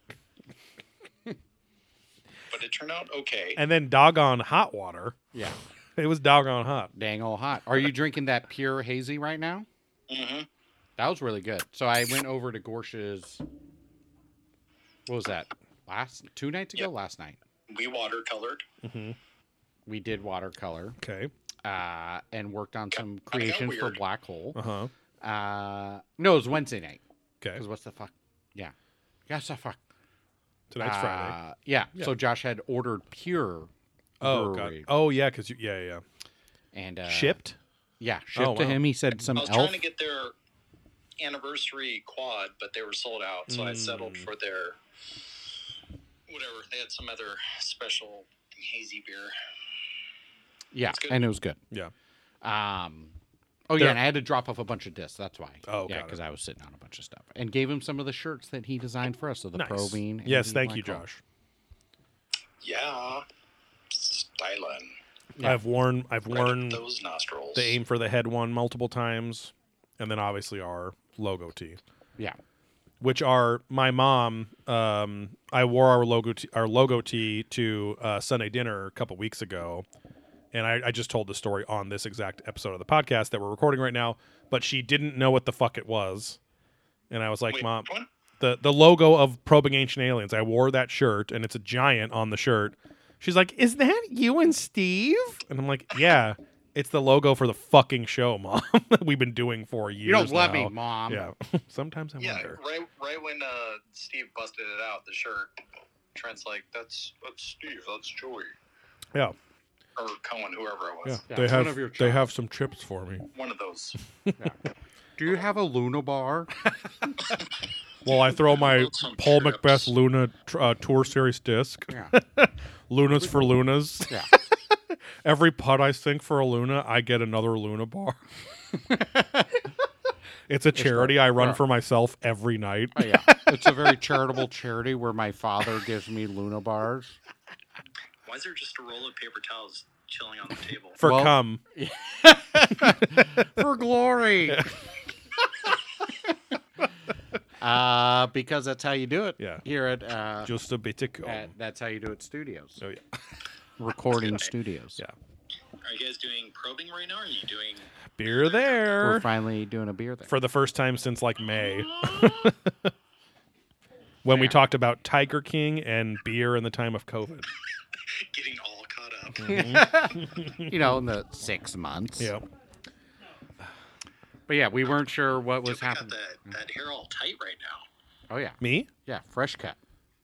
Speaker 6: But it turned out okay.
Speaker 1: And then doggone hot water.
Speaker 2: Yeah.
Speaker 1: [LAUGHS] It was doggone hot.
Speaker 2: Dang old hot. Are you drinking that pure hazy right now?
Speaker 6: hmm
Speaker 2: That was really good. So I went over to Gorsh's. What was that? last two nights ago, last night.
Speaker 6: We watercolored.
Speaker 2: We did watercolor
Speaker 1: Okay.
Speaker 2: uh, and worked on some
Speaker 6: got
Speaker 2: creations for
Speaker 6: weird.
Speaker 2: Black Hole.
Speaker 1: Uh huh.
Speaker 2: Uh, no, it was Wednesday night.
Speaker 1: Okay.
Speaker 2: Because what's the fuck? Yeah. Yes, the fuck.
Speaker 1: Tonight's
Speaker 2: Uh,
Speaker 1: Friday.
Speaker 2: Yeah.
Speaker 1: Yeah.
Speaker 2: So Josh had ordered pure
Speaker 1: Oh god.
Speaker 2: brewery
Speaker 1: Oh yeah, because you yeah yeah. yeah.
Speaker 2: and uh,
Speaker 1: Shipped.
Speaker 2: Yeah, shipped
Speaker 1: Oh,
Speaker 2: to
Speaker 1: wow.
Speaker 2: him. He said some
Speaker 6: I was
Speaker 2: elf.
Speaker 6: trying to get their anniversary quad, but they were sold out,
Speaker 1: Hmm.
Speaker 6: so I settled for their whatever. They had some other special hazy beer.
Speaker 2: yeah,
Speaker 6: It's good.
Speaker 2: and it was good.
Speaker 1: Yeah.
Speaker 2: Um, oh
Speaker 1: They're-
Speaker 2: yeah, and I had to drop off a bunch of discs. That's why.
Speaker 1: Oh,
Speaker 2: yeah,
Speaker 1: got it.
Speaker 2: because I was sitting on a bunch of stuff and gave him some of the shirts that he designed for us. So the
Speaker 1: Nice.
Speaker 2: Provine. and
Speaker 1: yes,
Speaker 2: the
Speaker 1: thank you,
Speaker 2: Black Hole.
Speaker 1: Josh.
Speaker 6: Yeah, styling.
Speaker 2: Yeah.
Speaker 1: I've worn I've
Speaker 6: Right up
Speaker 1: worn
Speaker 6: those nostrils.
Speaker 1: the aim for the head one multiple times, and then obviously our logo tee.
Speaker 2: Yeah,
Speaker 1: which are my mom. Um, I wore our logo t- our logo tee to uh, Sunday dinner a couple weeks ago, and I, I just told the story on this exact episode of the podcast that we're recording right now. But she didn't know what the fuck it was, and I was like,
Speaker 6: Wait,
Speaker 1: "Mom,
Speaker 6: which one?
Speaker 1: the the logo of Probing Ancient Aliens." I wore that shirt, and it's a giant on the shirt. She's like, "Is that you and Steve?" And I'm like, "Yeah." It's the logo for the fucking show, [LAUGHS] Mom. that we've been doing for years.
Speaker 2: you don't love
Speaker 1: now.
Speaker 2: me, mom.
Speaker 1: Yeah. [LAUGHS] Sometimes I
Speaker 6: Yeah,
Speaker 1: wonder.
Speaker 6: right. Right when uh, Steve busted it out, the shirt. Trent's like, "That's that's Steve. That's Joey
Speaker 1: Yeah.
Speaker 6: or Cohen, whoever it
Speaker 1: Yeah,
Speaker 6: was.
Speaker 2: Yeah,
Speaker 1: they
Speaker 2: it's one
Speaker 1: have
Speaker 2: of your
Speaker 1: they have some chips for me.
Speaker 6: One of those.
Speaker 2: Do you have a
Speaker 1: [LAUGHS]
Speaker 2: Luna bar?
Speaker 1: Well, I throw my
Speaker 6: Some
Speaker 1: Paul
Speaker 6: chips.
Speaker 1: Macbeth Luna tr- uh, tour series disc.
Speaker 2: Yeah.
Speaker 1: Lunas for Lunas.
Speaker 2: Yeah.
Speaker 1: Every putt I sink for a Luna, I get another Luna [LAUGHS] bar. it's a charity I run
Speaker 2: Yeah.
Speaker 1: for myself every night.
Speaker 2: Oh, yeah. It's a very charitable charity where my father gives me Luna bars.
Speaker 6: Why is there just a roll of paper towels chilling on the table?
Speaker 1: For
Speaker 2: Well-
Speaker 1: cum. [LAUGHS]
Speaker 2: for glory. uh, because that's how you do it.
Speaker 1: Yeah.
Speaker 2: Here at, uh,
Speaker 1: Just a bit of cum.
Speaker 2: at that's how you do it. Studios,
Speaker 1: Oh, yeah.
Speaker 2: recording studios.
Speaker 1: [LAUGHS] Yeah.
Speaker 6: Are you guys doing probing right now? Or are you doing?
Speaker 1: Beer
Speaker 2: We're
Speaker 1: there.
Speaker 2: finally doing a beer there.
Speaker 1: for the first time since like [LAUGHS] May. when we
Speaker 2: Yeah.
Speaker 1: talked about Tiger King and beer in the time of COVID.
Speaker 6: Getting all caught up. [LAUGHS]
Speaker 2: you know, in the six months.
Speaker 1: Yeah.
Speaker 2: But yeah, we weren't sure what was
Speaker 6: Dude, we got
Speaker 2: happening.
Speaker 6: That, that hair all tight right now.
Speaker 2: Oh yeah,
Speaker 1: Me?
Speaker 2: yeah, fresh cut.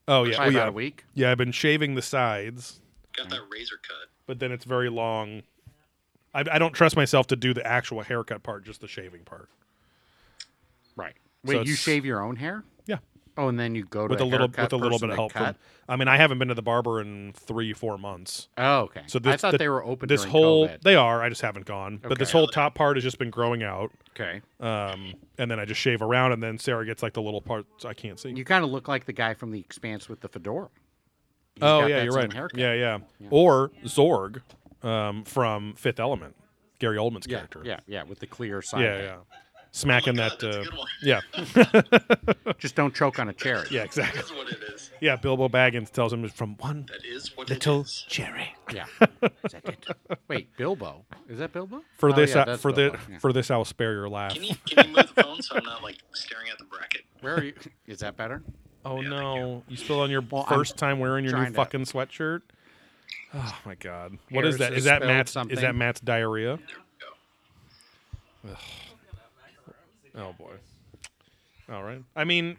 Speaker 1: Oh yeah.
Speaker 2: Probably
Speaker 1: oh,
Speaker 2: about
Speaker 1: yeah.
Speaker 2: a week.
Speaker 1: Yeah, I've been shaving the sides,
Speaker 6: Got that razor cut. [LAUGHS]
Speaker 1: but then it's very long. I, I don't trust myself to do the actual haircut part, just the shaving part.
Speaker 2: Right.
Speaker 1: So
Speaker 2: Wait, you
Speaker 1: it's-
Speaker 2: shave your own hair?
Speaker 1: Yeah,
Speaker 2: Oh, and then you go to
Speaker 1: with a little
Speaker 2: haircut
Speaker 1: with a little
Speaker 2: person
Speaker 1: bit of
Speaker 2: to
Speaker 1: help. From,
Speaker 2: cut?
Speaker 1: I mean, I haven't been to the barber in three four months.
Speaker 2: oh, okay.
Speaker 1: So
Speaker 2: So
Speaker 1: this
Speaker 2: I thought
Speaker 1: the-
Speaker 2: they were open.
Speaker 1: This
Speaker 2: during
Speaker 1: whole
Speaker 2: COVID.
Speaker 1: they are. I just haven't gone. But this
Speaker 2: Okay.
Speaker 1: whole top part has just been growing out,
Speaker 2: okay.
Speaker 1: um, and then I just shave around, and then Sarah gets like the little part I can't see.
Speaker 2: You kind of look like the guy from The Expanse with the fedora. He's
Speaker 1: oh
Speaker 2: got
Speaker 1: yeah,
Speaker 2: that
Speaker 1: you're
Speaker 2: same
Speaker 1: right.
Speaker 2: haircut.
Speaker 1: Yeah, yeah, Or Zorg um, from Fifth Element, Gary Oldman's
Speaker 2: yeah,
Speaker 1: character.
Speaker 2: yeah, yeah, with the clear side.
Speaker 1: yeah, yeah. Smacking
Speaker 6: God,
Speaker 1: that.
Speaker 6: that's a
Speaker 1: Uh,
Speaker 6: good one.
Speaker 1: yeah.
Speaker 2: [LAUGHS] Just don't choke on a cherry.
Speaker 1: Yeah, exactly.
Speaker 6: That is what it is.
Speaker 1: Yeah, Bilbo Baggins tells him it's from one
Speaker 6: That is what
Speaker 1: little
Speaker 6: it is.
Speaker 1: cherry.
Speaker 2: yeah.
Speaker 1: [LAUGHS]
Speaker 2: Is that it? Wait, Bilbo? Is that Bilbo?
Speaker 1: For
Speaker 2: Oh,
Speaker 1: this,
Speaker 2: yeah,
Speaker 1: I-
Speaker 2: that's
Speaker 1: for this,
Speaker 2: Bilbo, yeah.
Speaker 1: for this, I'll spare your laugh.
Speaker 6: Can you can you move the phone so I'm not like staring at the bracket?
Speaker 2: Where are you? Is that better?
Speaker 1: Oh no, you still on your
Speaker 2: Well, I'm
Speaker 1: first time wearing your new
Speaker 2: trying to-
Speaker 1: fucking sweatshirt? Oh my god, what is
Speaker 2: Harris
Speaker 1: that?
Speaker 2: has
Speaker 1: Is that
Speaker 2: spilled
Speaker 1: Matt's? Is that
Speaker 2: something.
Speaker 1: Matt's diarrhea?
Speaker 6: There we go.
Speaker 1: Oh boy. All right. I mean,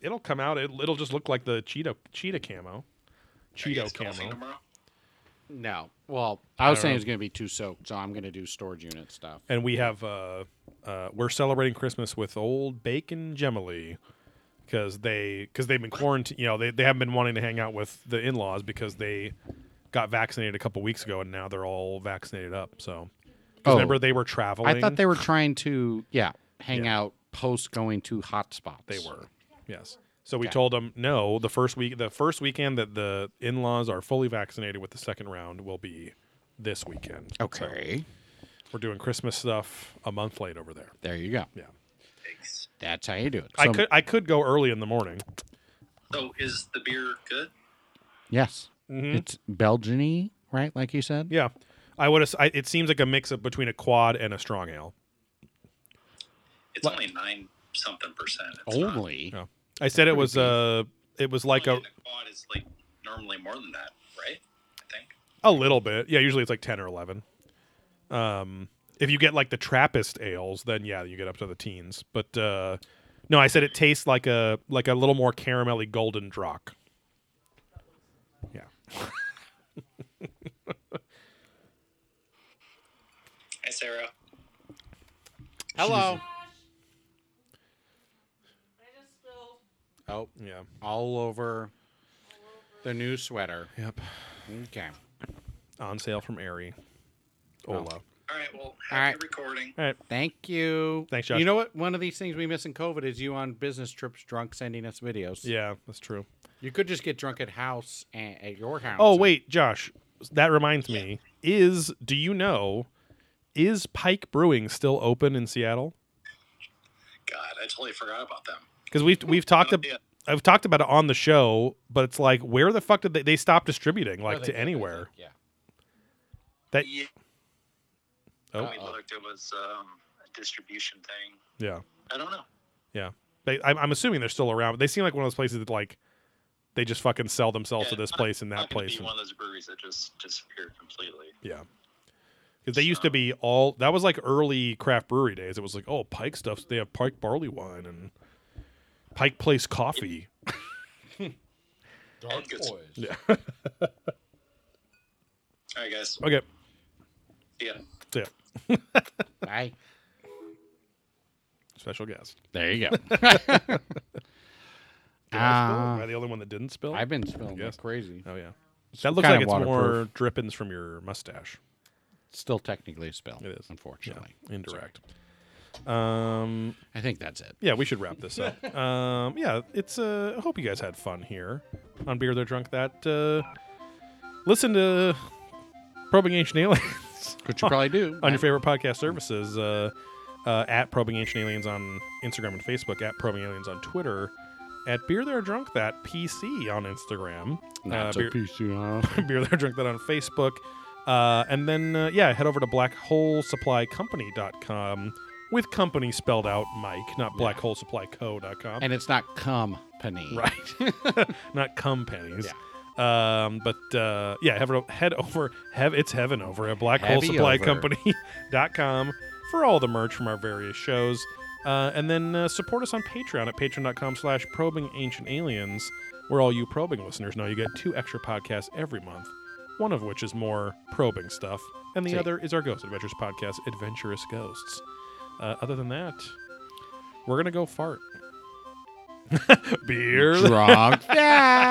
Speaker 1: it'll come out. It'll, it'll just look like the cheetah cheetah camo.
Speaker 6: Are you
Speaker 1: Cheeto
Speaker 6: guys golfing
Speaker 1: camo.
Speaker 6: tomorrow?
Speaker 2: No. Well, I was
Speaker 1: don't
Speaker 2: saying
Speaker 1: know.
Speaker 2: it's going to be too soaked, so I'm going to do storage unit stuff.
Speaker 1: And we have uh, uh, we're celebrating Christmas with old Bacon Gemily because they because they've been quarantined. You know, they they haven't been wanting to hang out with the in laws because they got vaccinated a couple weeks ago and now they're all vaccinated up. So 'Cause
Speaker 2: Oh.
Speaker 1: remember they were traveling.
Speaker 2: I thought they were trying to, yeah, hang out post going to hot spots.
Speaker 1: They were. Yes. So we
Speaker 2: Okay.
Speaker 1: told them no. The first week, the first weekend that the in-laws are fully vaccinated with the second round will be this weekend. So
Speaker 2: Okay.
Speaker 1: we're doing Christmas stuff a month late over there.
Speaker 2: There you go.
Speaker 1: Yeah.
Speaker 6: Thanks.
Speaker 2: That's how you do it.
Speaker 1: I
Speaker 2: So-
Speaker 1: could I could go early in the morning.
Speaker 6: So is the beer good?
Speaker 2: Yes.
Speaker 1: Mm-hmm.
Speaker 2: It's Belgian-y, right? Like you said.
Speaker 1: Hmm? Yeah. I would. ass- I, it seems like a mix up between a quad and a strong ale.
Speaker 6: It's only nine something percent. It's not-
Speaker 2: Only.
Speaker 1: Yeah. I said it was uh it was like
Speaker 6: Well,
Speaker 1: a
Speaker 6: in the quad is like normally more than that, right? I think.
Speaker 1: a little bit. Yeah, usually it's like ten or eleven. Um, if you get like the Trappist ales, then yeah, you get up to the teens. But uh, no, I said it tastes like a like a little more caramelly golden drock. Yeah,
Speaker 6: Hey, Sarah.
Speaker 2: Hello.
Speaker 3: I just spilled
Speaker 2: Oh,
Speaker 1: yeah,
Speaker 2: all over the new sweater.
Speaker 1: yep.
Speaker 2: Okay.
Speaker 1: On sale from Oh. Airy. Ola. All
Speaker 6: All right. Well,
Speaker 2: All right.
Speaker 6: happy recording.
Speaker 1: right.
Speaker 2: Thank you.
Speaker 1: Thanks, Josh.
Speaker 2: You know what? One of these things we miss in COVID is you on business trips drunk sending us videos.
Speaker 1: Yeah, that's true.
Speaker 2: You could just get drunk at house and at your house.
Speaker 1: Oh
Speaker 2: and-
Speaker 1: wait, Josh, that reminds me. Is do you know? Is Pike Brewing still open in Seattle?
Speaker 6: God, I totally forgot about them. Oh,
Speaker 1: Because we've we've talked ab-
Speaker 6: Yeah.
Speaker 1: I've talked about it on the show, but it's like where the fuck did they, they stop distributing
Speaker 2: Oh,
Speaker 1: like
Speaker 2: they
Speaker 1: to
Speaker 2: did, they
Speaker 1: anywhere?
Speaker 2: did, Yeah.
Speaker 1: That
Speaker 6: Yeah.
Speaker 1: Oh.
Speaker 6: We looked. It was um, a distribution thing.
Speaker 1: yeah
Speaker 6: I don't know.
Speaker 1: yeah. They I, I'm assuming they're still around. But they seem like one of those places that like they just fucking sell themselves
Speaker 6: Yeah,
Speaker 1: to this
Speaker 6: it's not-
Speaker 1: place and that
Speaker 6: Not gonna
Speaker 1: place.
Speaker 6: Be
Speaker 1: and-
Speaker 6: one of those breweries that just disappeared completely.
Speaker 1: yeah. Because they used to be all that was like early craft brewery days. It was like, oh, Pike stuff. They have Pike barley wine and Pike Place coffee.
Speaker 2: Dark
Speaker 6: Good.
Speaker 2: boys. [LAUGHS]
Speaker 6: All right, guys.
Speaker 1: Okay,
Speaker 6: See ya.
Speaker 1: so yeah,
Speaker 2: Bye.
Speaker 1: special guest.
Speaker 2: There you [LAUGHS] go.
Speaker 1: Did I spill?
Speaker 2: Uh,
Speaker 1: Am I the only one that didn't spill?
Speaker 2: I've been spilling
Speaker 1: Yes.
Speaker 2: like crazy.
Speaker 1: oh yeah, that looks
Speaker 2: kinda
Speaker 1: like it's more
Speaker 2: waterproof.
Speaker 1: drippings from your mustache.
Speaker 2: Still technically a spill.
Speaker 1: It is.
Speaker 2: Unfortunately.
Speaker 1: Indirect. Um,
Speaker 2: I think that's it.
Speaker 1: yeah, we should wrap this up. [LAUGHS] um, yeah, it's. Uh, I hope you guys had fun here on Beer They're Drunk. That uh, listen to Probing Ancient Aliens
Speaker 2: Which you probably do.
Speaker 1: [LAUGHS] on your favorite podcast services. Uh, uh, at Probing Ancient Aliens on Instagram and Facebook. At Probing Aliens on Twitter. At Beer They're Drunk that PC on Instagram.
Speaker 2: Not
Speaker 1: Uh,
Speaker 2: so
Speaker 1: Beer-
Speaker 2: PC, huh?
Speaker 1: [LAUGHS] beer there drink that on facebook uh, and then uh, yeah head over to blackholesupplycompany.com with company spelled out mike not blackholesupplyco.com [LAUGHS]
Speaker 2: And it's not company.
Speaker 1: right [LAUGHS] not companies
Speaker 2: Yeah.
Speaker 1: um, but uh, yeah head over, head over hev- it's heaven over at [LAUGHS] blackholesupplycompany.com for all the merch from our various shows uh, and then uh, support us on patreon at patreon.com slash probing ancient aliens where all you probing listeners know you get two extra podcasts every month one of which is more probing stuff and the
Speaker 2: See.
Speaker 1: other is our ghost adventures podcast adventurous ghosts uh, other than that we're gonna go fart [LAUGHS] beer
Speaker 2: Drunk. yeah.